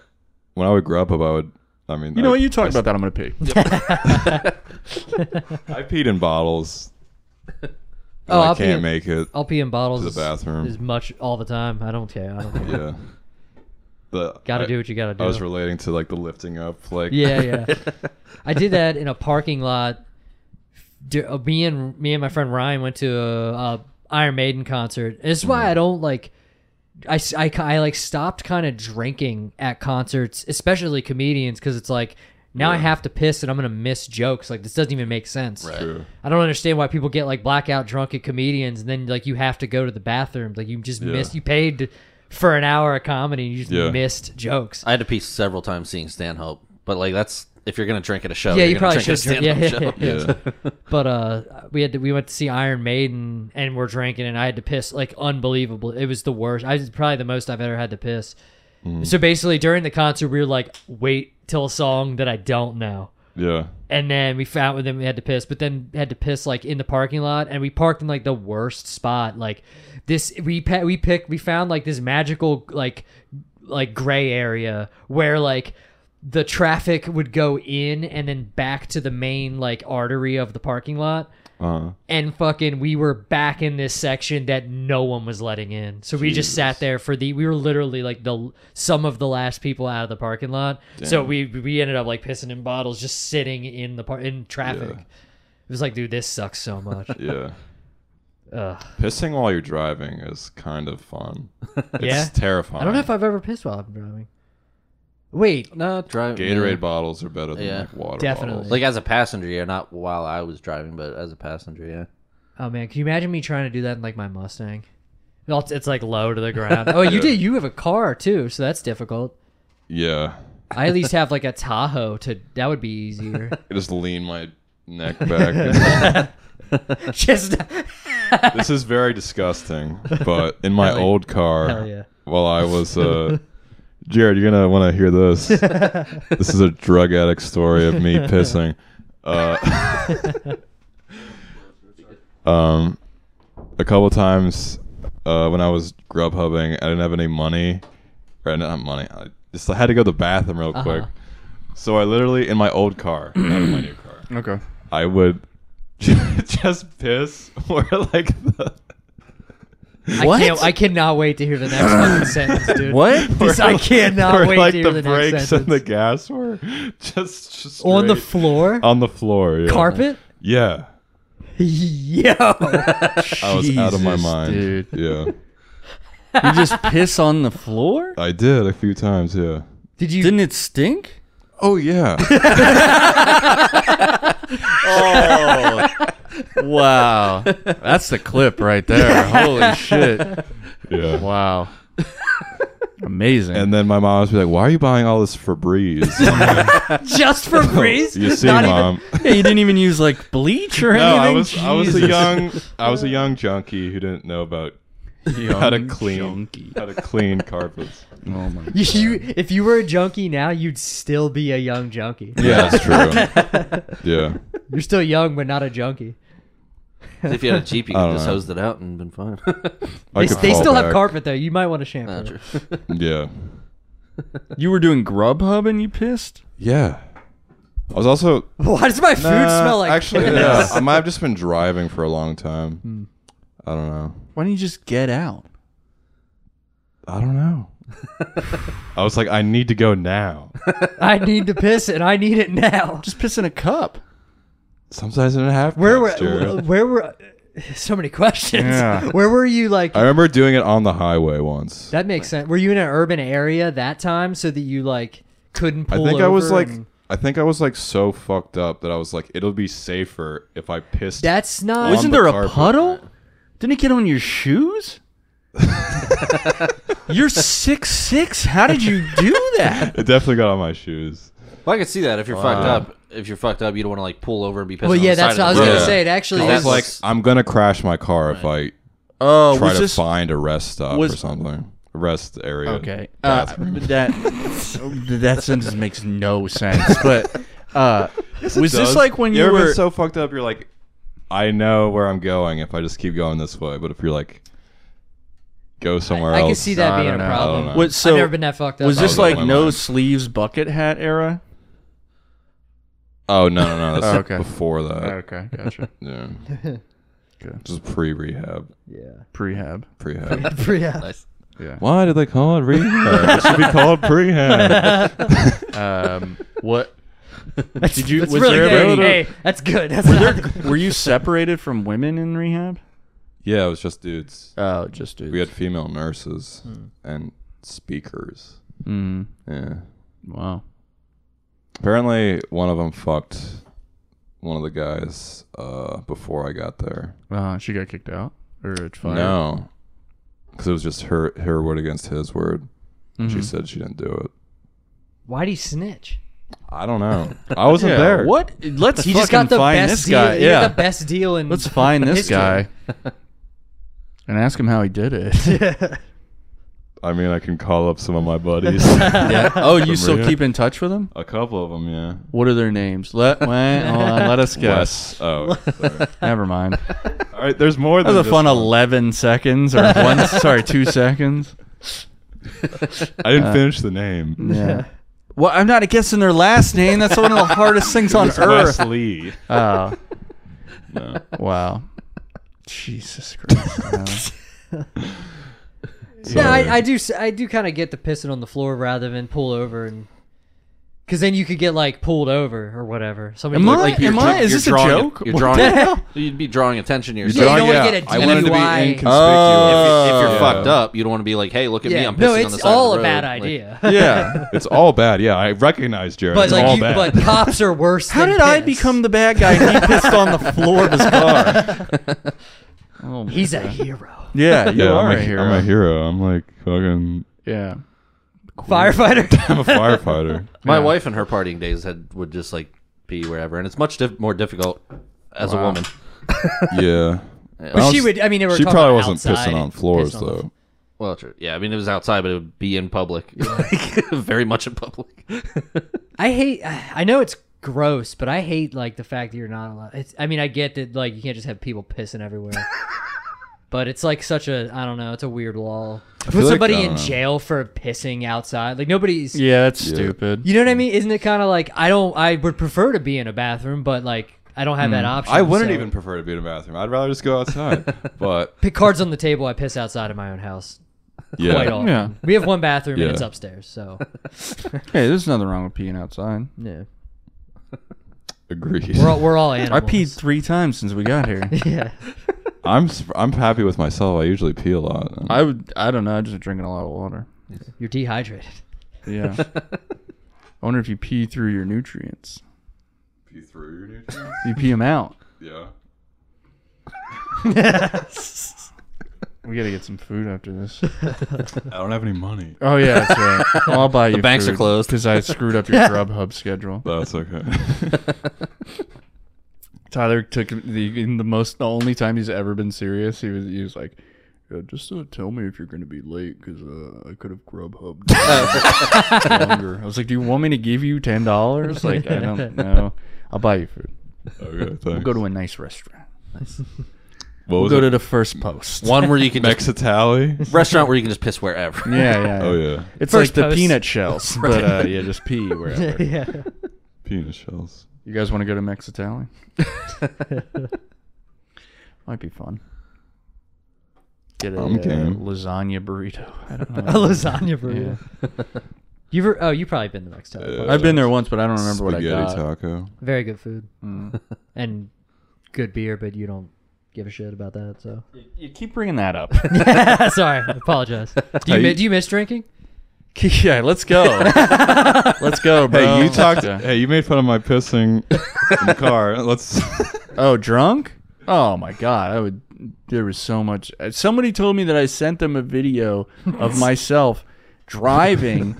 Speaker 1: when I would grow up, I would. I mean,
Speaker 3: You know
Speaker 1: I,
Speaker 3: what? You talk about that. I'm gonna pee.
Speaker 1: I peed in bottles.
Speaker 4: Oh,
Speaker 1: Oh, I
Speaker 4: I'll pee
Speaker 1: can't
Speaker 4: in-
Speaker 1: make it.
Speaker 4: I'll pee in bottles.
Speaker 1: To the bathroom.
Speaker 4: as much all the time. I don't care. I don't care.
Speaker 1: yeah. But
Speaker 4: Gotta
Speaker 1: I-
Speaker 4: do what you gotta do.
Speaker 1: I was relating to like the lifting up, like
Speaker 4: yeah, yeah. I did that in a parking lot. D- uh, Me and me and my friend Ryan went to a, a Iron Maiden concert. This is
Speaker 1: Hmm.
Speaker 4: why I don't like. I, s- I ki- I, like stopped kind of drinking at concerts, especially comedians, because it's like now I have to piss and I'm gonna miss jokes. Like this doesn't even make sense.
Speaker 1: True.
Speaker 4: I don't understand why people get like blackout drunk at comedians and then like you have to go to the bathroom. Like you just missed. You paid for an hour of comedy and you just
Speaker 1: Yeah.
Speaker 4: missed jokes.
Speaker 2: I had to pee several times seeing Stanhope, but like that's if you're gonna drink at a show,
Speaker 4: yeah,
Speaker 2: you're
Speaker 4: you
Speaker 2: gonna
Speaker 4: probably should.
Speaker 2: drink
Speaker 4: Drink.
Speaker 2: at a Stanhope
Speaker 4: Yeah,
Speaker 2: show.
Speaker 4: yeah.
Speaker 1: yeah.
Speaker 4: But uh, we had to, we went to see Iron Maiden and we're drinking, and I had to piss like unbelievable. It was the worst. I was probably the most I've ever had to piss. So basically, during the concert, we were like, wait till a song that I don't know,
Speaker 1: yeah.
Speaker 4: and then we found then we had to piss, but then had to piss like in the parking lot, and we parked in like the worst spot. Like this, we pe- we picked we found like this magical like like gray area where like the traffic would go in and then back to the main like artery of the parking lot
Speaker 1: Uh,
Speaker 4: and fucking we were back in this section that no one was letting in. So we just sat there for the we were literally like the some of the last people out of the parking lot. So we we ended up like pissing in bottles just sitting in the par- in traffic.
Speaker 1: Yeah.
Speaker 4: It was like dude this sucks so much.
Speaker 1: yeah.
Speaker 4: Ugh.
Speaker 1: Pissing while you're driving is kind of fun. It's
Speaker 4: Yeah.
Speaker 1: terrifying.
Speaker 4: I don't know if I've ever pissed while I'm driving. Wait,
Speaker 2: No, drive
Speaker 1: Gatorade
Speaker 2: yeah.
Speaker 1: bottles are better than
Speaker 2: Yeah.
Speaker 1: like water
Speaker 4: Definitely.
Speaker 1: bottles.
Speaker 2: Like as a passenger, yeah, not while I was driving, but as a passenger, yeah.
Speaker 4: oh man, can you imagine me trying to do that in like my Mustang? Well, It's it's, like low to the ground. Oh, you did. You have a car too, so that's difficult.
Speaker 1: yeah.
Speaker 4: I at least have like a Tahoe to. That would be easier.
Speaker 1: I just lean my neck back.
Speaker 4: Just
Speaker 1: this is very disgusting. But in my old car,
Speaker 4: Hell yeah.
Speaker 1: while I was uh, Jared, you're gonna want to hear this. this is a drug addict story of me pissing. Uh, um, a couple times uh, when I was grub hubbing, I didn't have any money, or not money. I just had to go to the bathroom real quick. So I literally in my old car, not in my new car.
Speaker 3: Okay.
Speaker 1: I would just piss or like the,
Speaker 3: What?
Speaker 4: I, can't, I cannot wait to hear the next fucking sentence, dude.
Speaker 3: What?
Speaker 4: This- I cannot
Speaker 1: or
Speaker 4: wait
Speaker 1: like
Speaker 4: to
Speaker 1: the
Speaker 4: hear the,
Speaker 1: brakes
Speaker 4: next
Speaker 1: and
Speaker 4: sentence.
Speaker 1: the gas were just, just
Speaker 4: On the
Speaker 1: straight
Speaker 4: floor,
Speaker 1: on the floor yeah.
Speaker 4: carpet.
Speaker 1: Yeah,
Speaker 4: Yo,
Speaker 1: I was out of my
Speaker 3: Jesus,
Speaker 1: mind.
Speaker 3: dude.
Speaker 1: Yeah,
Speaker 3: You just piss on the floor?
Speaker 1: I did a few times. Yeah.
Speaker 4: did you?
Speaker 3: Didn't it stink?
Speaker 1: Oh yeah.
Speaker 3: Oh. wow. That's the clip right there. Holy shit.
Speaker 1: yeah.
Speaker 3: Wow. Amazing.
Speaker 1: And then my mom was like, "Why are you buying all this Febreze?"
Speaker 4: just for breeze?
Speaker 1: you see,
Speaker 4: Not even-
Speaker 1: mom.
Speaker 3: yeah, you didn't even use like bleach or
Speaker 1: No,
Speaker 3: anything?
Speaker 1: I was I was a
Speaker 3: Jesus.
Speaker 1: young I was a young junkie who didn't know about how to
Speaker 3: Young
Speaker 1: clean Oh,
Speaker 3: junkie.
Speaker 1: how to clean carpets.
Speaker 3: Oh my
Speaker 4: You, you- if you were a junkie now, you'd still be a young junkie.
Speaker 1: Yeah, that's true. Yeah.
Speaker 4: You're still young, but not a junkie.
Speaker 2: If you had a Jeep, you
Speaker 1: I
Speaker 2: could
Speaker 1: don't
Speaker 2: just
Speaker 1: know.
Speaker 2: hosed it out and been fine.
Speaker 1: I
Speaker 4: They,
Speaker 1: could
Speaker 4: they
Speaker 1: fall
Speaker 4: still have
Speaker 1: back.
Speaker 4: carpet though. You might want to shampoo.
Speaker 2: Not
Speaker 4: it.
Speaker 2: true.
Speaker 1: Yeah.
Speaker 3: You were doing Grubhub and you pissed?
Speaker 1: Yeah. I was also
Speaker 4: Why does my food
Speaker 1: Nah,
Speaker 4: smell like?
Speaker 1: actually
Speaker 4: piss?
Speaker 1: yeah, I might have just been driving for a long time. I don't know.
Speaker 3: Why don't you just get out?
Speaker 1: I don't know. I was like, I need to go now.
Speaker 4: I need to piss and I need it now.
Speaker 3: Just piss in a cup.
Speaker 1: Sometimes I didn't have.
Speaker 4: Where were?
Speaker 1: cups, Jared.
Speaker 4: Where were? So many questions.
Speaker 3: Yeah.
Speaker 4: Where were you? Like
Speaker 1: I remember doing it on the highway once.
Speaker 4: that makes sense. Were you in an urban area that time so that you like couldn't
Speaker 1: I
Speaker 4: pull?
Speaker 1: think I was
Speaker 4: over
Speaker 1: like,
Speaker 4: and-
Speaker 1: I think I was like so fucked up that I was like, it'll be safer if I pissed.
Speaker 4: That's not.
Speaker 1: Wasn't
Speaker 3: Isn't
Speaker 1: the
Speaker 3: there a
Speaker 1: carpet.
Speaker 3: puddle? Didn't it get on your shoes? You're six six. How did you do that?
Speaker 1: it definitely got on my shoes.
Speaker 2: Well, I could see that if you're fucked up. If you're fucked up, you don't want to like pull over and be pissed.
Speaker 4: well,
Speaker 2: on
Speaker 4: yeah,
Speaker 2: the side
Speaker 4: that's
Speaker 2: of
Speaker 4: what I was
Speaker 2: the
Speaker 4: gonna
Speaker 2: road.
Speaker 1: Yeah.
Speaker 4: say. It actually
Speaker 2: Because
Speaker 4: is.
Speaker 1: It's like
Speaker 2: That's-
Speaker 1: I'm gonna crash my car if
Speaker 3: Oh,
Speaker 1: I try
Speaker 3: was
Speaker 1: to
Speaker 3: this
Speaker 1: find a rest stop or
Speaker 3: was-
Speaker 1: something, a rest area.
Speaker 3: okay? Uh, that that sentence makes no sense. But uh, was this
Speaker 1: Does-
Speaker 3: like when you,
Speaker 1: ever
Speaker 3: were
Speaker 1: been so fucked up? You're like, I know where I'm going if I just keep going this way. But if you're like, go somewhere
Speaker 4: I
Speaker 1: else.
Speaker 4: can see that
Speaker 3: I
Speaker 4: being a
Speaker 3: don't know.
Speaker 1: I
Speaker 4: problem.
Speaker 1: don't know.
Speaker 3: what, so
Speaker 4: I've never been that fucked up. Oh,
Speaker 3: was this
Speaker 1: That was
Speaker 3: like
Speaker 1: on my
Speaker 3: no
Speaker 1: mind.
Speaker 3: sleeves bucket hat era?
Speaker 1: Oh no, no, no. That's
Speaker 3: Oh, okay.
Speaker 1: before that.
Speaker 3: Okay, gotcha.
Speaker 1: Yeah. Just pre-rehab.
Speaker 3: Prehab.
Speaker 1: Prehab.
Speaker 4: yeah.
Speaker 1: Why do they call it rehab? it should be called prehab.
Speaker 3: Um, what did you?
Speaker 4: That's
Speaker 3: was
Speaker 4: really
Speaker 3: there
Speaker 4: good.
Speaker 3: ever-
Speaker 4: Hey, that's good. That's
Speaker 3: Were,
Speaker 4: not,
Speaker 3: there, were you separated from women in rehab?
Speaker 1: yeah, it was just dudes.
Speaker 3: Oh, just dudes.
Speaker 1: We had female nurses
Speaker 3: Hmm.
Speaker 1: and speakers.
Speaker 3: Mm,
Speaker 1: Yeah.
Speaker 3: wow.
Speaker 1: Apparently, one of them fucked one of the guys uh, before I got there.
Speaker 3: Uh, she got kicked out or fired.
Speaker 1: No, because it was just her her word against his word. She said she didn't do it.
Speaker 4: why'd he snitch?
Speaker 1: I don't know. I wasn't
Speaker 3: Yeah,
Speaker 1: there.
Speaker 3: What? Let's
Speaker 4: He
Speaker 3: fucking
Speaker 4: just got the
Speaker 3: find
Speaker 4: best
Speaker 3: this
Speaker 4: deal.
Speaker 3: guy.
Speaker 4: he
Speaker 3: Yeah.
Speaker 4: got the best deal in.
Speaker 3: Let's find this
Speaker 4: history.
Speaker 3: guy and ask him how he did it.
Speaker 1: I mean, I can call up some of my buddies.
Speaker 3: yeah. Oh, you still
Speaker 1: rehab.
Speaker 3: keep in touch with him?
Speaker 1: A couple of them, yeah.
Speaker 3: What are their names? Let wait, hold on, let us
Speaker 1: Wes.
Speaker 3: guess.
Speaker 1: Oh, sorry.
Speaker 3: Never mind.
Speaker 1: all right. There's more
Speaker 3: That
Speaker 1: than
Speaker 3: was a
Speaker 1: just
Speaker 3: fun
Speaker 1: one.
Speaker 3: eleven seconds or one. sorry, two seconds.
Speaker 1: I didn't finish the name.
Speaker 3: Yeah. Well, I'm not guessing their last name. That's one of the hardest things on earth.
Speaker 1: Wesley.
Speaker 3: Oh,
Speaker 1: No.
Speaker 3: wow. Jesus Christ. man.
Speaker 4: Yeah,
Speaker 1: Sorry.
Speaker 4: I, I do. s- I do kind of get the pissing on the floor rather than pull over and. Because then you could get like pulled over or whatever. Somebody
Speaker 3: Am
Speaker 4: could,
Speaker 3: I-
Speaker 4: like,
Speaker 3: am
Speaker 2: you're
Speaker 3: I-
Speaker 2: dra-
Speaker 3: is
Speaker 2: you're
Speaker 3: this a
Speaker 2: drawing,
Speaker 3: joke?
Speaker 2: You're
Speaker 3: What
Speaker 2: drawing.
Speaker 4: the hell?
Speaker 2: You'd be drawing attention to
Speaker 4: Yeah, you
Speaker 2: yourself.
Speaker 4: don't wanna get a
Speaker 1: I wanted to be
Speaker 4: DUI.
Speaker 1: inconspicuous.
Speaker 3: Oh.
Speaker 2: if you're
Speaker 1: Yeah.
Speaker 2: fucked up, you don't want to be like, "Hey, look at me,
Speaker 4: yeah,
Speaker 2: I'm pissing
Speaker 4: no,
Speaker 2: on the
Speaker 4: it's
Speaker 2: side
Speaker 4: all
Speaker 2: of
Speaker 4: a
Speaker 2: the road."
Speaker 4: bad
Speaker 2: Like,
Speaker 4: idea.
Speaker 3: Yeah.
Speaker 1: It's all bad. Yeah, I recognize Jared.
Speaker 4: but
Speaker 1: it's
Speaker 4: like,
Speaker 1: all
Speaker 4: you,
Speaker 1: bad.
Speaker 4: but cops are worse.
Speaker 3: How
Speaker 4: than
Speaker 3: did I
Speaker 4: piss.
Speaker 3: become the bad guy? and He pissed on the floor of his car. Oh my
Speaker 4: He's a hero.
Speaker 3: Yeah, you
Speaker 1: yeah,
Speaker 3: are
Speaker 1: I'm,
Speaker 3: a
Speaker 1: a,
Speaker 3: hero.
Speaker 1: I'm a hero. I'm like fucking.
Speaker 3: Yeah.
Speaker 4: Firefighter.
Speaker 1: I'm a firefighter.
Speaker 2: My wife in her partying days had would just like pee wherever, and it's much diff- more difficult as a woman.
Speaker 1: yeah.
Speaker 4: But she would. I mean, they were
Speaker 1: She
Speaker 4: talking
Speaker 1: probably
Speaker 4: about
Speaker 1: wasn't
Speaker 4: outside
Speaker 1: pissing
Speaker 4: and
Speaker 1: on floors
Speaker 4: pissed on the-
Speaker 1: though.
Speaker 2: Well, true. Yeah, I mean, it was outside, but it would be in public, Like, very much in public.
Speaker 4: I hate. I know it's gross, but I hate like the fact that you're not allowed. It's, I mean, I get that like you can't just have people pissing everywhere, but it's like such a I don't know. It's a weird law. To
Speaker 1: feel
Speaker 4: Put
Speaker 1: like- uh,
Speaker 4: somebody
Speaker 1: I don't
Speaker 4: in
Speaker 1: know.
Speaker 4: jail for pissing outside. Like nobody's.
Speaker 3: Yeah, that's stupid.
Speaker 4: You know what I mean? Isn't it kind of like I don't? I would prefer to be in a bathroom, but like I don't have that option.
Speaker 1: Hmm. I wouldn't
Speaker 4: so-
Speaker 1: even prefer to be in a bathroom. I'd rather just go outside. but
Speaker 4: pick cards on the table. I piss outside of my own house. Quite
Speaker 1: yeah,
Speaker 4: often.
Speaker 3: Yeah.
Speaker 4: We have one bathroom
Speaker 1: Yeah.
Speaker 4: and it's upstairs, so
Speaker 3: Hey, there's nothing wrong with peeing outside.
Speaker 4: yeah.
Speaker 1: agreed.
Speaker 4: We're all, we're all animals.
Speaker 3: I peed three times since we got here.
Speaker 4: Yeah.
Speaker 1: I'm sp- I'm happy with myself. I usually pee a lot.
Speaker 3: I would. I don't know. I just drinking a lot of water.
Speaker 4: You're dehydrated.
Speaker 3: Yeah. I wonder if you pee through your nutrients.
Speaker 1: pee through your nutrients.
Speaker 3: You pee them out.
Speaker 1: yeah.
Speaker 3: We gotta get some food after this.
Speaker 1: I don't have any money.
Speaker 3: Oh yeah, that's right. Well, I'll buy you. The
Speaker 2: banks are closed.
Speaker 3: because I screwed up your Grubhub schedule.
Speaker 1: That's okay.
Speaker 3: Tyler took the in the most the only time he's ever been serious. He was he was like, yeah, just uh, tell me if you're gonna be late because uh, I could have Grubhub longer. I was like, do you want me to give you ten dollars? Like I don't know. I'll buy you food.
Speaker 1: okay, thanks.
Speaker 3: We'll go to a nice restaurant.
Speaker 1: what
Speaker 3: We'll
Speaker 1: was
Speaker 3: go
Speaker 1: it?
Speaker 3: to the first post.
Speaker 2: One where you can just,
Speaker 1: Mexitali.
Speaker 2: restaurant where you can just piss wherever.
Speaker 3: Yeah, yeah.
Speaker 1: oh yeah,
Speaker 3: It's
Speaker 4: First
Speaker 3: like the
Speaker 4: post.
Speaker 3: peanut shells, but uh, yeah, just pee wherever.
Speaker 4: yeah.
Speaker 1: penis shells.
Speaker 3: You guys want to go to Mexitali? Might be fun. Get a
Speaker 1: I'm
Speaker 3: uh,
Speaker 1: game.
Speaker 3: lasagna burrito. I don't
Speaker 4: A
Speaker 3: know.
Speaker 4: lasagna burrito. You've ever- oh you probably been the next time.
Speaker 1: Yeah.
Speaker 3: I've been there once, but I don't remember
Speaker 1: Spaghetti
Speaker 3: what I got.
Speaker 1: taco.
Speaker 4: Very good food
Speaker 3: Mm.
Speaker 4: and good beer, but you don't give a shit about that. So
Speaker 3: You keep bringing that up.
Speaker 4: sorry, I apologize. Do you,
Speaker 1: Hey,
Speaker 4: mi-
Speaker 1: you-
Speaker 4: do you miss drinking?
Speaker 3: yeah, let's go. let's go, bro.
Speaker 1: Hey, you
Speaker 3: Let's
Speaker 1: talked.
Speaker 3: go.
Speaker 1: Um, Hey, you made fun of my pissing in the car. Let's.
Speaker 3: Oh, drunk? Oh my god, I would. There was so much. uh, Somebody told me that I sent them a video of myself driving,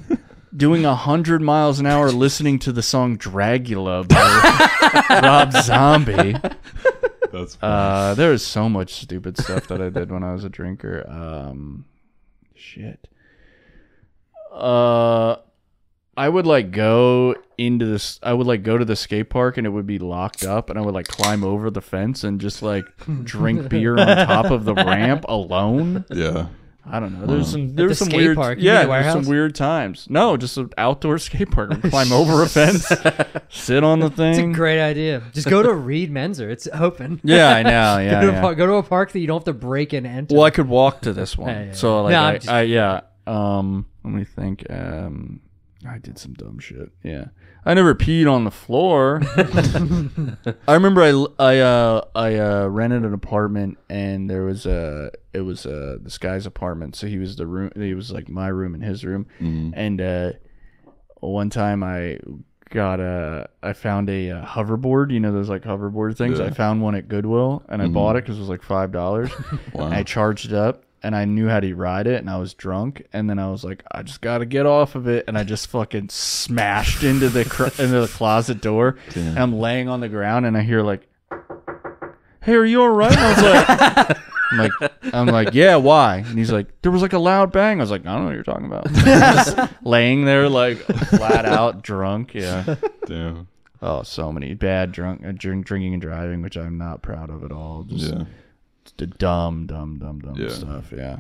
Speaker 3: doing hundred miles an hour, listening to the song "Dragula" by Rob Zombie.
Speaker 1: That's.
Speaker 3: Uh, there was so much stupid stuff that I did when I was a drinker. Um, shit. Uh, I would like go into this. I would like go to the skate park and it would be locked up, and I would like climb over the fence and just like drink beer on top of the ramp alone.
Speaker 1: yeah.
Speaker 3: I don't know. There's some
Speaker 4: the
Speaker 3: there's some
Speaker 4: skate
Speaker 3: weird
Speaker 4: park? You mean
Speaker 3: yeah.
Speaker 4: the
Speaker 3: There's some
Speaker 4: warehouse?
Speaker 3: weird times. No, just an outdoor skate park. I'd Climb over a fence, sit on the
Speaker 4: It's a
Speaker 3: thing.
Speaker 4: great idea. Just go to Reed Menzer. It's open.
Speaker 3: yeah, I know. Yeah,
Speaker 4: go, to a
Speaker 3: yeah.
Speaker 4: park, go to a park that you don't have to break and enter.
Speaker 3: Well, I could walk to this one.
Speaker 4: Yeah, yeah,
Speaker 3: So
Speaker 4: yeah.
Speaker 3: like,
Speaker 4: No,
Speaker 3: I,
Speaker 4: I'm just-
Speaker 3: I- yeah. Um, let me think. Um, I did some dumb shit. Yeah, I never peed on the floor. I remember I l- I uh, I uh, rented an apartment and there was a it was uh, this guy's apartment. So he was the room. He was like my room and his room. And uh, one time I got a I found a, uh hoverboard. You know those like hoverboard things. I found one at Goodwill and I bought it because it was like five dollars.
Speaker 1: Wow.
Speaker 3: I charged it up and I knew how to ride it and I was drunk and then I was like I just got to get off of it and I just fucking smashed into the cr- into the closet door and I'm laying on the ground and I hear like hey are you all right and I was like I'm like I'm like yeah why and he's like there was like a loud bang I was like I don't know what you're talking about Just laying there like flat out drunk yeah
Speaker 1: Damn.
Speaker 3: oh so many bad drunk uh, drink, drinking and driving which I'm not proud of at all just
Speaker 1: Yeah.
Speaker 3: the dumb, dumb, dumb, dumb
Speaker 1: Yeah.
Speaker 3: stuff. Yeah.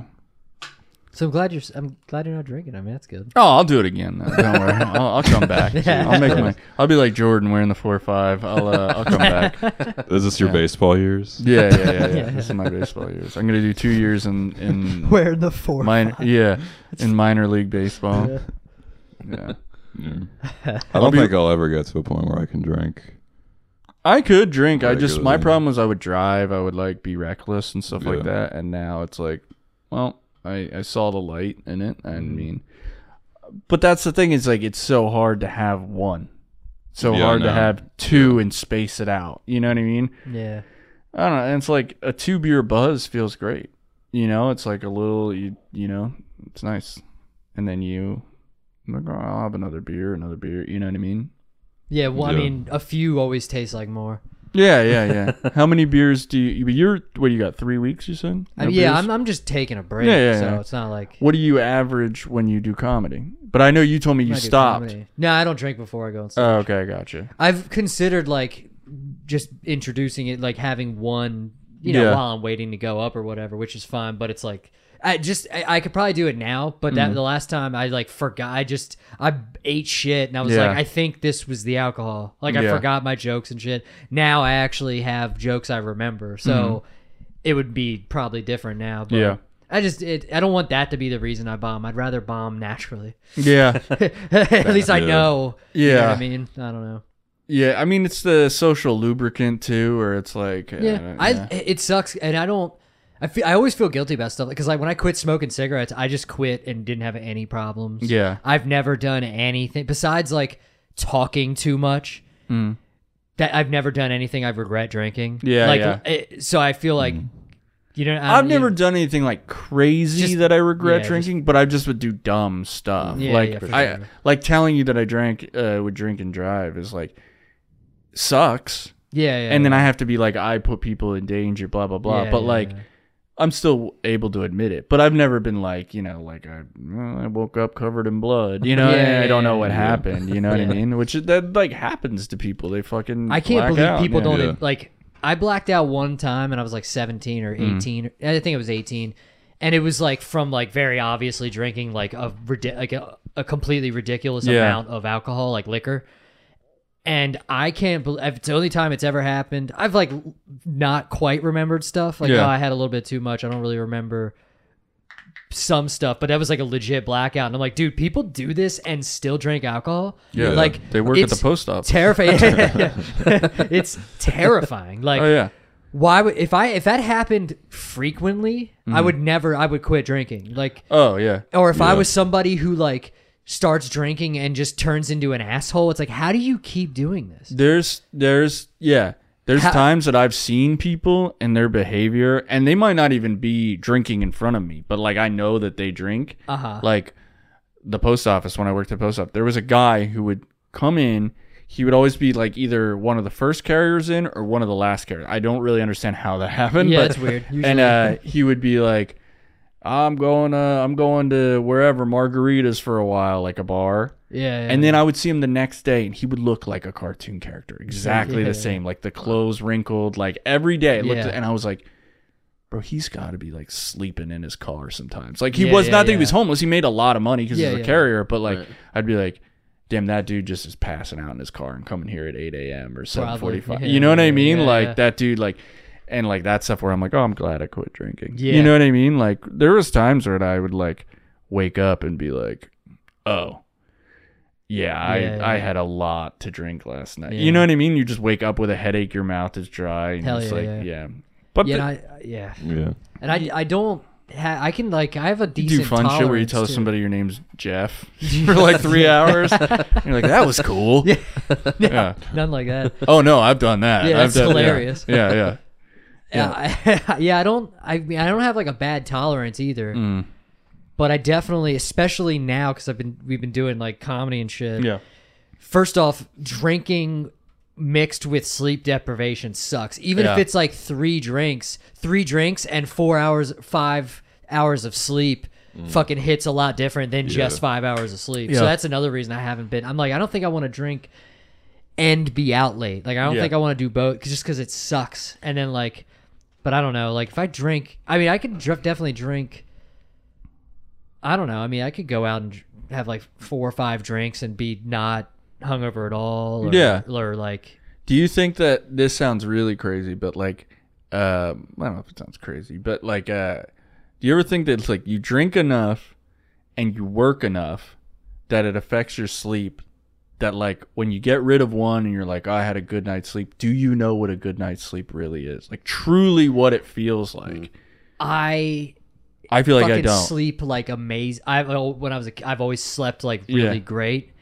Speaker 4: so I'm glad you're. s- I'm glad you're not drinking. I mean, that's good.
Speaker 3: Oh, I'll do it again. Though. Don't worry. I'll, I'll come back. I'll make my. I'll be like Jordan wearing the four five. I'll uh, I'll come back.
Speaker 1: Is this your baseball years?
Speaker 3: Yeah, yeah, yeah, yeah. This is my baseball years. I'm gonna do two years in in
Speaker 4: Where in the four?
Speaker 3: minor. Yeah, in minor league baseball. Yeah.
Speaker 1: I don't think I'll ever get to a point where I can drink.
Speaker 3: I could drink. I just my
Speaker 1: Regularly.
Speaker 3: problem was I would drive. I would like be reckless and stuff like
Speaker 1: Yeah.
Speaker 3: that. And now it's like, well, I I saw the light in it. I
Speaker 1: Mm-hmm.
Speaker 3: mean, but that's the thing is like it's so hard to have one. So
Speaker 1: Yeah, I
Speaker 3: hard to
Speaker 1: know.
Speaker 3: have two and space it out. You know what I mean?
Speaker 4: Yeah.
Speaker 3: I don't know. And it's like a two beer buzz feels great. You know, it's like a little you you know, it's nice. And then you, like, oh, I'll have another beer, another beer. You know what I mean?
Speaker 4: Yeah. Well, I
Speaker 1: Yeah.
Speaker 4: mean, a few always taste like more.
Speaker 3: Yeah, yeah, yeah. How many beers do you? You're what do you got? Three weeks? You said?
Speaker 4: I
Speaker 3: No
Speaker 4: mean, Uh, yeah,
Speaker 3: beers?
Speaker 4: I'm, I'm just taking a break,
Speaker 3: Yeah, yeah,
Speaker 4: so
Speaker 3: yeah.
Speaker 4: it's not like
Speaker 3: What do you average when you do comedy? But I know you told me you
Speaker 4: I do
Speaker 3: stopped.
Speaker 4: comedy. No, I don't drink before I go. And stuff.
Speaker 3: Oh, okay, gotcha.
Speaker 4: I've considered like just introducing it, like having one, you know,
Speaker 3: Yeah.
Speaker 4: while I'm waiting to go up or whatever, which is fine. But it's like I just I, I could probably do it now, but that
Speaker 3: Mm-hmm.
Speaker 4: the last time I like forgot. I just I ate shit and I was
Speaker 3: Yeah.
Speaker 4: like, I think this was the alcohol. Like I
Speaker 3: Yeah.
Speaker 4: forgot my jokes and shit. Now I actually have jokes I remember, so it would be probably different now. But
Speaker 3: Mm-hmm. Yeah.
Speaker 4: I just it, I don't want that to be the reason I bomb. I'd rather bomb naturally.
Speaker 3: Yeah,
Speaker 4: At least I know. You know
Speaker 3: Yeah.
Speaker 4: what I mean, I don't know.
Speaker 3: yeah. I mean, it's the social lubricant too, where it's like, uh,
Speaker 4: Yeah, I it sucks, and I don't. I feel I always feel guilty about stuff because like when I quit smoking cigarettes, I just quit and didn't have any problems.
Speaker 3: Yeah.
Speaker 4: I've never done anything besides like talking too much. That I've never done anything I regret drinking.
Speaker 3: Mm. Yeah,
Speaker 4: like
Speaker 3: yeah. Mm.
Speaker 4: It, so I feel like you know I
Speaker 3: I've
Speaker 4: don't-
Speaker 3: never done anything like crazy
Speaker 4: Just-
Speaker 3: that I regret
Speaker 4: yeah, just-
Speaker 3: drinking, but I just would do dumb stuff.
Speaker 4: Yeah,
Speaker 3: like
Speaker 4: yeah, for
Speaker 3: I
Speaker 4: sure.
Speaker 3: like telling you that I drank uh, would drink and drive is like sucks.
Speaker 4: yeah, yeah,
Speaker 3: and then
Speaker 4: yeah.
Speaker 3: I have to be like, I put people in danger, blah blah blah.
Speaker 4: Yeah,
Speaker 3: but
Speaker 4: yeah,
Speaker 3: like,
Speaker 4: yeah.
Speaker 3: I'm still able to admit it. But I've never been like, you know, like I, well, I woke up covered in blood. You know,
Speaker 4: Yeah,
Speaker 3: and I
Speaker 4: yeah,
Speaker 3: don't know
Speaker 4: yeah,
Speaker 3: what
Speaker 4: yeah.
Speaker 3: happened. You know
Speaker 4: Yeah.
Speaker 3: what I mean? Which is- that like happens to people. They fucking
Speaker 4: I can't
Speaker 3: Mm, black
Speaker 4: believe
Speaker 3: out,
Speaker 4: people
Speaker 3: yeah.
Speaker 4: don't
Speaker 1: Yeah.
Speaker 4: like. I blacked out one time, and I was like seventeen or
Speaker 3: Mm.
Speaker 4: eighteen. I think it was eighteen, and it was like from like very obviously drinking like a ridi- like a, a completely ridiculous
Speaker 3: Yeah.
Speaker 4: amount of alcohol, like liquor. And I can't believe it's the only time it's ever happened. I've like not quite remembered stuff. Like,
Speaker 3: Yeah.
Speaker 4: oh, I had a little bit too much. I don't really remember some stuff, but that was like a legit blackout. And I'm like, dude, people do this and still drink alcohol.
Speaker 3: Yeah,
Speaker 4: like
Speaker 3: they work at the
Speaker 4: it's
Speaker 3: post office.
Speaker 4: Terrifying. it's terrifying. Like,
Speaker 3: Oh yeah.
Speaker 4: why would if I if that happened frequently, I would never. I would quit drinking. Like,
Speaker 3: Oh Mm. yeah.
Speaker 4: or if I was somebody who like starts drinking and just turns into an asshole, it's like, how do you keep doing this?
Speaker 3: There's there's yeah. There's
Speaker 4: How-
Speaker 3: times that I've seen people and their behavior, and they might not even be drinking in front of me, but like I know that they drink.
Speaker 4: Uh-huh.
Speaker 3: Like the post office when I worked at the post office, there was a guy who would come in. He would always be like either one of the first carriers in or one of the last carriers. I don't really understand how that happened.
Speaker 4: Yeah,
Speaker 3: but,
Speaker 4: that's weird.
Speaker 3: And
Speaker 4: Usually-
Speaker 3: uh, he would be like, "I'm going, uh, I'm going to wherever margaritas for a while, like a bar."
Speaker 4: Yeah, yeah.
Speaker 3: And then I would see him the next day, and he would look like a cartoon character, exactly the same, like the clothes wrinkled, like every day. I looked
Speaker 4: Yeah.
Speaker 3: at- and I was like, "Bro, he's got to be like sleeping in his car sometimes." Like he
Speaker 4: Yeah,
Speaker 3: was
Speaker 4: yeah,
Speaker 3: not that he was
Speaker 4: yeah.
Speaker 3: homeless; he made a lot of money because
Speaker 4: Yeah,
Speaker 3: he's a
Speaker 4: yeah.
Speaker 3: carrier. But like, I'd be like, "Damn, that dude just is passing out in his car and coming here at eight a.m. or seven forty-five.
Speaker 4: yeah,
Speaker 3: you know what I
Speaker 4: yeah,
Speaker 3: mean?
Speaker 4: yeah,
Speaker 3: like
Speaker 4: yeah.
Speaker 3: that dude, like." And like that stuff where I'm like, oh, I'm glad I quit drinking.
Speaker 4: Yeah.
Speaker 3: You know what I mean? Like there was times where I would like wake up and be like, oh, yeah, I,
Speaker 4: Yeah.
Speaker 3: I had a lot to drink last night.
Speaker 4: Yeah.
Speaker 3: You know what I mean? You just wake up with a headache, your mouth is dry, and
Speaker 4: Hell
Speaker 3: it's
Speaker 4: yeah,
Speaker 3: like,
Speaker 4: yeah.
Speaker 3: yeah. But
Speaker 4: yeah,
Speaker 3: the-
Speaker 4: and I, yeah,
Speaker 1: Yeah.
Speaker 4: and I I don't. Ha- I can like I have a
Speaker 3: you
Speaker 4: decent
Speaker 3: do fun shit where you
Speaker 4: tolerance
Speaker 3: tell
Speaker 4: to-
Speaker 3: somebody your name's Jeff for like three hours. You're like, that was cool. Yeah.
Speaker 4: none like that.
Speaker 3: Oh no, I've done that.
Speaker 4: Yeah,
Speaker 3: I've
Speaker 4: it's
Speaker 3: done,
Speaker 4: hilarious.
Speaker 3: Yeah, yeah.
Speaker 4: Yeah, I, yeah. I don't. I mean, I don't have like a bad tolerance either. But I definitely, especially now, because I've been we've been doing like comedy and shit.
Speaker 3: Yeah.
Speaker 4: First off, drinking mixed with sleep deprivation sucks. Even if
Speaker 3: Yeah.
Speaker 4: it's like three drinks, three drinks and four hours, five hours of sleep.
Speaker 3: Mm.
Speaker 4: Fucking hits a lot different than just five hours of sleep. So
Speaker 3: Yeah.
Speaker 4: that's another reason I haven't been. I'm like, I don't think I want to drink and be out late. Like I don't
Speaker 3: Yeah.
Speaker 4: think I want to do both 'cause- just because it sucks. And then like, but I don't know. Like if I drink, I mean, I could dr- definitely drink. I don't know. I mean, I could go out and dr- have like four or five drinks and be not hungover at all. Or,
Speaker 3: Yeah.
Speaker 4: Or like,
Speaker 3: Do you think that this sounds really crazy, but like, uh, I don't know if it sounds crazy, but like, uh, do you ever think that it's like you drink enough and you work enough that it affects your sleep? That like when you get rid of one and you're like, "Oh, I had a good night's sleep. Do you know what a good night's sleep really is? Like truly what it feels like.
Speaker 4: I
Speaker 3: I feel like I
Speaker 4: Mm. fucking
Speaker 3: don't.
Speaker 4: sleep like amazing. I oh, when I was a ki- I've always slept like
Speaker 3: Yeah.
Speaker 4: really great.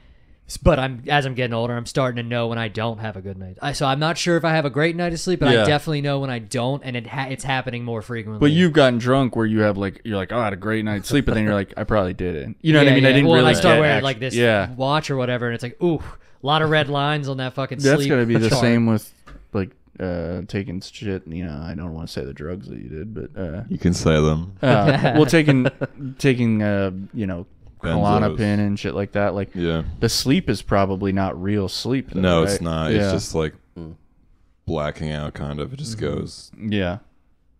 Speaker 4: S- But I'm as I'm getting older, I'm starting to know when I don't have a good night. I, so I'm not sure if I have a great night of sleep, but I
Speaker 3: Yeah.
Speaker 4: definitely know when I don't, and it ha- it's happening more frequently.
Speaker 3: But you've gotten drunk where you have like you're like, oh, I had a great night's sleep, but then you're like, I probably didn't. You know what I
Speaker 4: Yeah,
Speaker 3: mean? I
Speaker 4: yeah.
Speaker 3: didn't
Speaker 4: well,
Speaker 3: really
Speaker 4: I start
Speaker 3: get
Speaker 4: wearing
Speaker 3: act-
Speaker 4: like this
Speaker 3: Yeah,
Speaker 4: watch or whatever, and it's like ooh, a lot of red lines on that fucking.
Speaker 3: that's
Speaker 4: sleep
Speaker 3: gonna be the
Speaker 4: chart.
Speaker 3: same with like uh, taking shit. You know, I don't want to say the drugs that you did, but uh,
Speaker 1: You can say them.
Speaker 3: uh, well, taking taking uh, you know
Speaker 1: Benzos.
Speaker 3: Klonopin and shit like that. Like
Speaker 1: Yeah.
Speaker 3: the sleep is probably not real sleep. though,
Speaker 1: No,
Speaker 3: right?
Speaker 1: it's not.
Speaker 3: Yeah. Mm.
Speaker 1: It's just like blacking out, kind of. It just
Speaker 3: Mm-hmm.
Speaker 1: goes.
Speaker 3: yeah.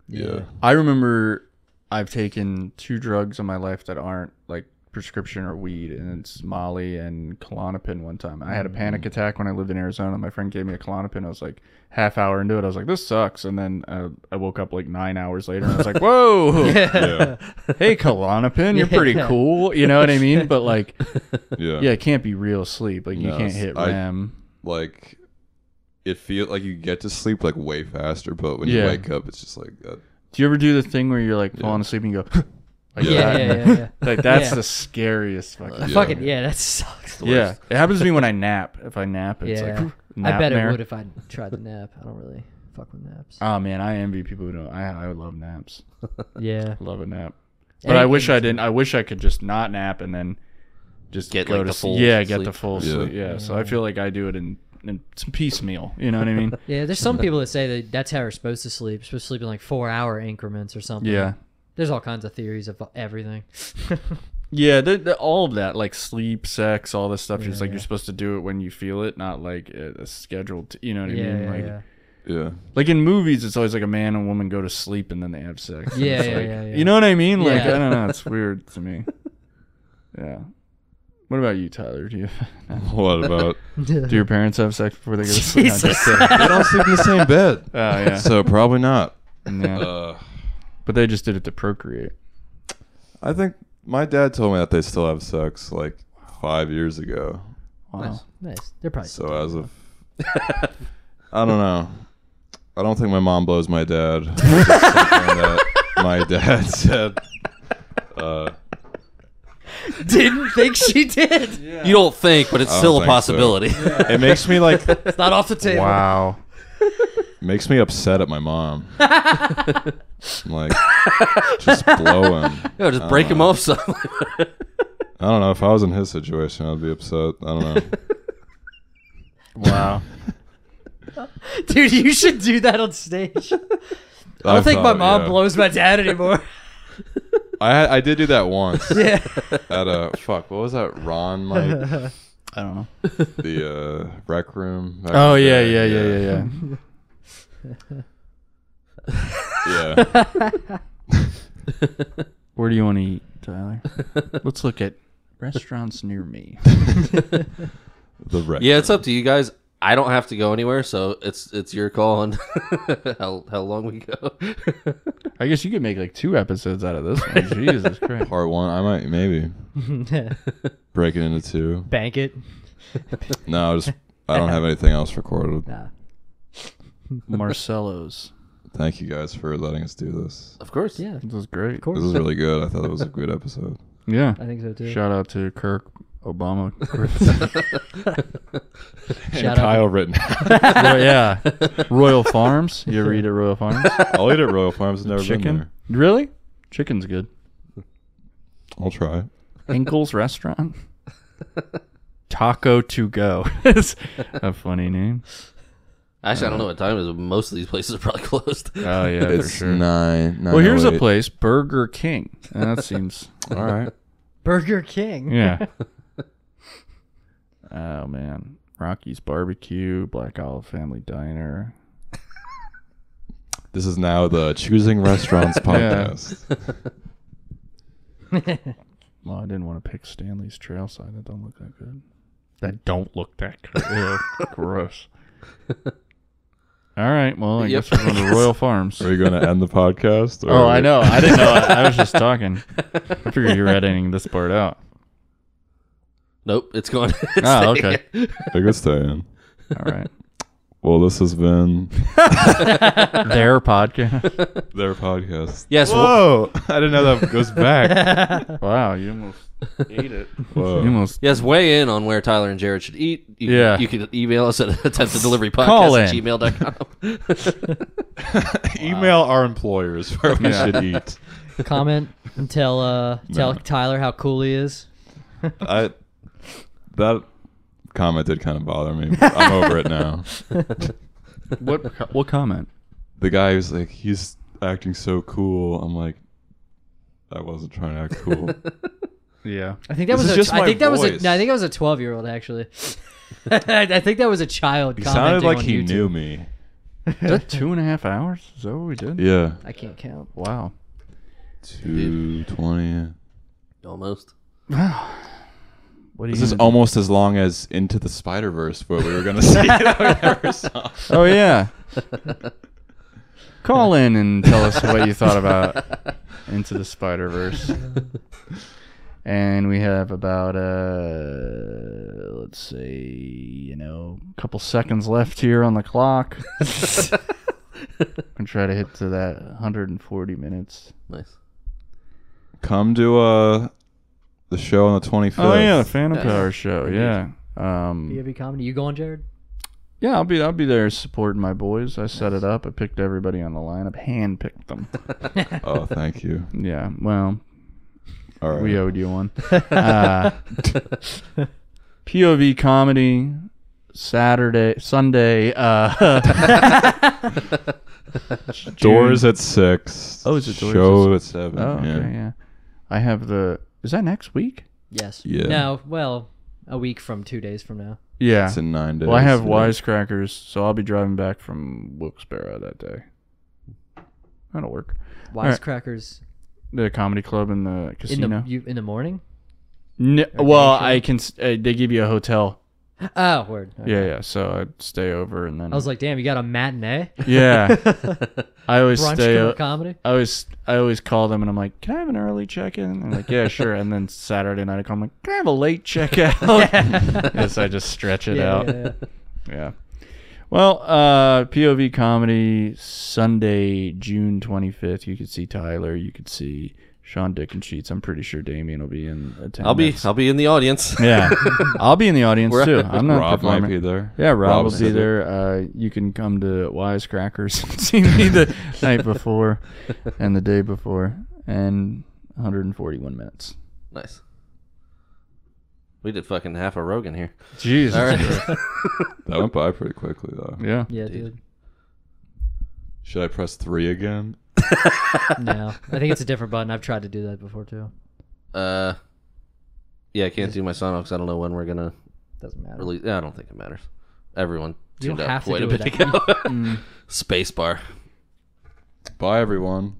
Speaker 1: Yeah.
Speaker 3: I remember I've taken two drugs in my life that aren't like prescription or weed, and it's Molly and Klonopin one time. I had a
Speaker 4: Mm.
Speaker 3: panic attack when I lived in Arizona. My friend gave me a Klonopin. I was like half hour into it. I was like, this sucks. And then uh, I woke up like nine hours later and I was like, whoa,
Speaker 1: Yeah.
Speaker 3: hey, Klonopin, you're pretty
Speaker 4: Yeah.
Speaker 3: cool. You know what I mean? But like,
Speaker 1: Yeah.
Speaker 3: yeah, it can't be real sleep. Like, you
Speaker 1: No,
Speaker 3: can't
Speaker 1: it's-
Speaker 3: hit
Speaker 1: I-
Speaker 3: REM.
Speaker 1: Like, it feels like you get to sleep like way faster, but when
Speaker 3: Yeah.
Speaker 1: you wake up, it's just like uh, that.
Speaker 3: Do you ever do the thing where you're like falling asleep and you go, like,
Speaker 4: yeah,
Speaker 3: that?
Speaker 4: yeah, yeah, yeah.
Speaker 3: like that's
Speaker 4: Yeah.
Speaker 3: the scariest fucking
Speaker 4: I Fucking yeah, that sucks.
Speaker 3: Yeah, it happens to me when I nap. If I nap, it's
Speaker 4: yeah,
Speaker 3: like
Speaker 4: I
Speaker 3: nap
Speaker 4: bet
Speaker 3: there.
Speaker 4: it would if I tried to nap. I don't really fuck with naps.
Speaker 3: Oh man, I envy people who don't. I I love naps.
Speaker 4: yeah,
Speaker 3: I love a nap, but I wish I didn't. I wish I could just not nap and then just
Speaker 2: Get,
Speaker 3: go
Speaker 2: like,
Speaker 3: to
Speaker 2: the
Speaker 3: s-
Speaker 2: full
Speaker 3: yeah, get the
Speaker 2: sleep.
Speaker 3: full
Speaker 1: Yeah.
Speaker 3: sleep. Yeah, so I feel like I do it in in some piecemeal. You know what I mean?
Speaker 4: yeah. There's some people that say that that's how we're supposed to sleep. You're supposed to sleep in like four hour increments or something.
Speaker 3: yeah,
Speaker 4: There's all kinds of theories of everything.
Speaker 3: yeah. The, the, all of that, like sleep, sex, all this stuff. it's like you're supposed to do it when you feel it, not like a, a scheduled. t- you know what I
Speaker 4: yeah,
Speaker 3: mean?
Speaker 4: yeah,
Speaker 3: like,
Speaker 4: yeah.
Speaker 1: Yeah.
Speaker 3: Like in movies, it's always like a man and woman go to sleep and then they have sex. And
Speaker 4: Yeah,
Speaker 3: it's
Speaker 4: yeah,
Speaker 3: like-
Speaker 4: yeah, yeah.
Speaker 3: You know what I mean? Like
Speaker 4: Yeah.
Speaker 3: I don't know, it's weird to me. Yeah. What about you, Tyler? Do you
Speaker 1: What about?
Speaker 3: do your parents have sex before they go to sleep? No, just-
Speaker 1: they don't sleep in the same bed.
Speaker 3: Oh yeah. Mm,
Speaker 1: So probably not.
Speaker 3: yeah.
Speaker 1: Uh,
Speaker 3: but they just did it to procreate.
Speaker 1: I think my dad told me that they still have sex like five years ago.
Speaker 3: Wow.
Speaker 4: Nice. They're probably
Speaker 1: So as of, I don't know. I don't think my mom blows my dad. It's just something that my dad said. Uh,
Speaker 4: didn't think she did.
Speaker 2: You don't think, but it's
Speaker 1: I
Speaker 2: still
Speaker 1: don't
Speaker 2: a
Speaker 1: think so.
Speaker 2: possibility.
Speaker 1: it makes me like
Speaker 4: It's not off the table.
Speaker 3: Wow.
Speaker 1: makes me upset at my mom. I'm like, just blow him.
Speaker 2: no, just break him off some.
Speaker 1: I don't know if I was in his situation, I'd be upset. I don't know.
Speaker 3: Wow.
Speaker 4: Dude, you should do that on stage. I don't think my
Speaker 3: uh,
Speaker 4: mom blows my dad anymore.
Speaker 1: I I did do that once. yeah. At a fuck, what was that? Ron Mike,
Speaker 3: I don't know.
Speaker 1: the uh, rec room. back
Speaker 3: Oh
Speaker 1: in the
Speaker 3: yeah,
Speaker 1: day.
Speaker 3: yeah, yeah, yeah, yeah.
Speaker 1: Yeah.
Speaker 3: Where do you want to eat, Tyler? Let's look at restaurants near me.
Speaker 1: The rec.
Speaker 2: yeah, it's up to you guys. I don't have to go anywhere, so it's it's your call on how how long we go.
Speaker 3: I guess you could make like two episodes out of this one. Jesus Christ.
Speaker 1: Part one. I might maybe break it into two.
Speaker 4: Bank it.
Speaker 1: No, I just I don't have anything else recorded.
Speaker 4: Nah.
Speaker 3: Marcello's.
Speaker 1: Thank you guys for letting us do this.
Speaker 2: of course.
Speaker 4: Yeah,
Speaker 3: This is great.
Speaker 1: This is really good. I thought it was a good episode.
Speaker 3: Yeah.
Speaker 4: I think so too.
Speaker 3: Shout out to Kirk Obama.
Speaker 4: Shout out.
Speaker 1: written.
Speaker 3: Roy- yeah. Royal Farms. You ever eat at Royal Farms?
Speaker 1: I'll eat at Royal Farms. I've never been
Speaker 3: Chicken?
Speaker 1: there.
Speaker 3: Really? Chicken's good.
Speaker 1: I'll try.
Speaker 3: Hinkle's Restaurant. Taco to go. It's a funny name.
Speaker 2: Actually, I don't know what time it is. but Most of these places are probably closed.
Speaker 3: Oh yeah,
Speaker 1: It's nine, nine.
Speaker 3: Well, here's a
Speaker 1: oh eight.
Speaker 3: place, Burger King. And that seems
Speaker 1: All right.
Speaker 4: Burger King.
Speaker 3: yeah. oh man, Rocky's Barbecue, Black Olive Family Diner.
Speaker 1: This is now the Choosing Restaurants podcast.
Speaker 3: Well, I didn't want to pick Stanley's trail side. That don't look that good. That don't look that good. Ew, gross. All right. Well, I
Speaker 2: Yep.
Speaker 3: guess we're going to Royal Farms.
Speaker 1: Are you going to end the podcast? or-
Speaker 3: Oh, I know. I didn't know. I, I was just talking. I figured you were editing this part out.
Speaker 2: Nope, it's gone. It's
Speaker 3: Oh, okay.
Speaker 1: I could stay in.
Speaker 3: All right.
Speaker 1: Well, this has been
Speaker 3: Their podcast.
Speaker 1: their podcast.
Speaker 2: yes. Well,
Speaker 1: Whoa! I didn't know that goes back.
Speaker 3: Wow, you almost ate it. You
Speaker 1: Whoa.
Speaker 3: almost
Speaker 2: yes. Weigh in on where Tyler and Jared should eat. You,
Speaker 3: Yeah.
Speaker 2: You can email us at attempt to delivery
Speaker 3: Call
Speaker 2: podcast at
Speaker 3: in.
Speaker 2: gmail.com.
Speaker 1: Email our employers where we
Speaker 3: Yeah.
Speaker 1: should eat.
Speaker 4: Comment and tell uh tell Tyler how cool he is.
Speaker 1: I that comment did kind of bother me. but I'm over it now.
Speaker 3: What co- what comment?
Speaker 1: the guy was like, he's acting so cool. I'm like, I wasn't trying to act cool.
Speaker 3: Yeah.
Speaker 4: I think that
Speaker 1: This
Speaker 4: was
Speaker 1: is
Speaker 4: a,
Speaker 1: just
Speaker 4: I
Speaker 1: my
Speaker 4: think that was
Speaker 1: voice.
Speaker 4: a, no, I think that was a 12 year old actually. I think that was a child.
Speaker 1: he sounded
Speaker 4: commenting
Speaker 1: like
Speaker 4: on
Speaker 1: he
Speaker 4: YouTube.
Speaker 1: knew me.
Speaker 3: Is that two and a half hours? Is that what we did?
Speaker 1: Yeah.
Speaker 4: I can't count.
Speaker 3: Wow.
Speaker 1: Two twenty.
Speaker 2: Almost.
Speaker 3: What do
Speaker 1: This
Speaker 3: you
Speaker 1: is
Speaker 3: gonna
Speaker 1: almost as long as Into the Spider Verse, but we were gonna see.
Speaker 3: do? Oh yeah. Call in and tell us what you thought about Into the Spider Verse. And we have about uh let's see, you know, a couple seconds left here on the clock. And try to hit to that 140 minutes.
Speaker 2: Nice.
Speaker 1: Come to uh, the show on the twenty fifth.
Speaker 3: Oh yeah, the Phantom
Speaker 2: Nice.
Speaker 3: Power show. Yeah. Um,
Speaker 4: BFB comedy. You going, Jared?
Speaker 3: Yeah, I'll be I'll be there supporting my boys. I set it up. I picked everybody on the lineup, hand picked them.
Speaker 1: Oh, thank you.
Speaker 3: yeah, well,
Speaker 1: All right.
Speaker 3: we owed you one. Uh, POV comedy Saturday, Sunday. Uh, June-
Speaker 1: Doors at six.
Speaker 3: Oh, is it doors
Speaker 1: show at seven?
Speaker 3: Oh, okay, yeah. I have the. Is that next week?
Speaker 4: Yes.
Speaker 1: Yeah.
Speaker 4: No. Well, a week from two days from now.
Speaker 3: Yeah.
Speaker 1: It's in nine days.
Speaker 3: Well, I have
Speaker 1: yeah.
Speaker 3: Wisecrackers, so I'll be driving back from Wilkes-Barre that day. That'll work. right.
Speaker 4: Wisecrackers
Speaker 3: The comedy club and the
Speaker 4: in
Speaker 3: casino.
Speaker 4: the you, in the morning.
Speaker 3: No, well, I can. s- Uh, they give you a hotel.
Speaker 4: Oh, word. Okay.
Speaker 3: Yeah, yeah. So I'd stay over and then.
Speaker 4: I was like, damn, you got a matinee
Speaker 3: yeah. I always
Speaker 4: brunch
Speaker 3: stay.
Speaker 4: for
Speaker 3: O-
Speaker 4: comedy.
Speaker 3: I always, I always call them and I'm like, can I have an early check in? And like, yeah, sure. And then Saturday night I call them like, can I have a late check out? yes, I just stretch it
Speaker 4: Yeah,
Speaker 3: out.
Speaker 4: yeah, yeah.
Speaker 3: Yeah. Well, uh, POV comedy Sunday, June 25th. You could see Tyler. You could see Sean Dick and Sheets. I'm pretty sure Damien will be in attendance.
Speaker 2: I'll be I'll be in the audience.
Speaker 3: Yeah, I'll be in the audience
Speaker 2: We're-
Speaker 3: too. I'm not
Speaker 1: Rob might
Speaker 3: performing.
Speaker 1: be there.
Speaker 3: Yeah, Rob will
Speaker 1: Rob's
Speaker 3: be
Speaker 1: in it.
Speaker 3: there. Uh, you can come to Wisecrackers and see me the night before and the day before and 141 minutes.
Speaker 2: Nice. We did fucking half a Rogan here.
Speaker 3: Jeez.
Speaker 2: All right.
Speaker 1: That went by pretty quickly though.
Speaker 3: Yeah.
Speaker 4: Yeah, dude.
Speaker 1: Should I press three again?
Speaker 4: No, I think it's a different button. I've tried to do that before too.
Speaker 2: Uh, yeah, I can't do my sign off 'cause I don't know when we're gonna
Speaker 4: Doesn't matter.
Speaker 2: release. I don't think it matters. Everyone
Speaker 4: You don't
Speaker 2: tuned out
Speaker 4: have to
Speaker 2: quite
Speaker 4: do Mm.
Speaker 2: a bit
Speaker 4: it
Speaker 2: ago. Space bar.
Speaker 1: Bye everyone.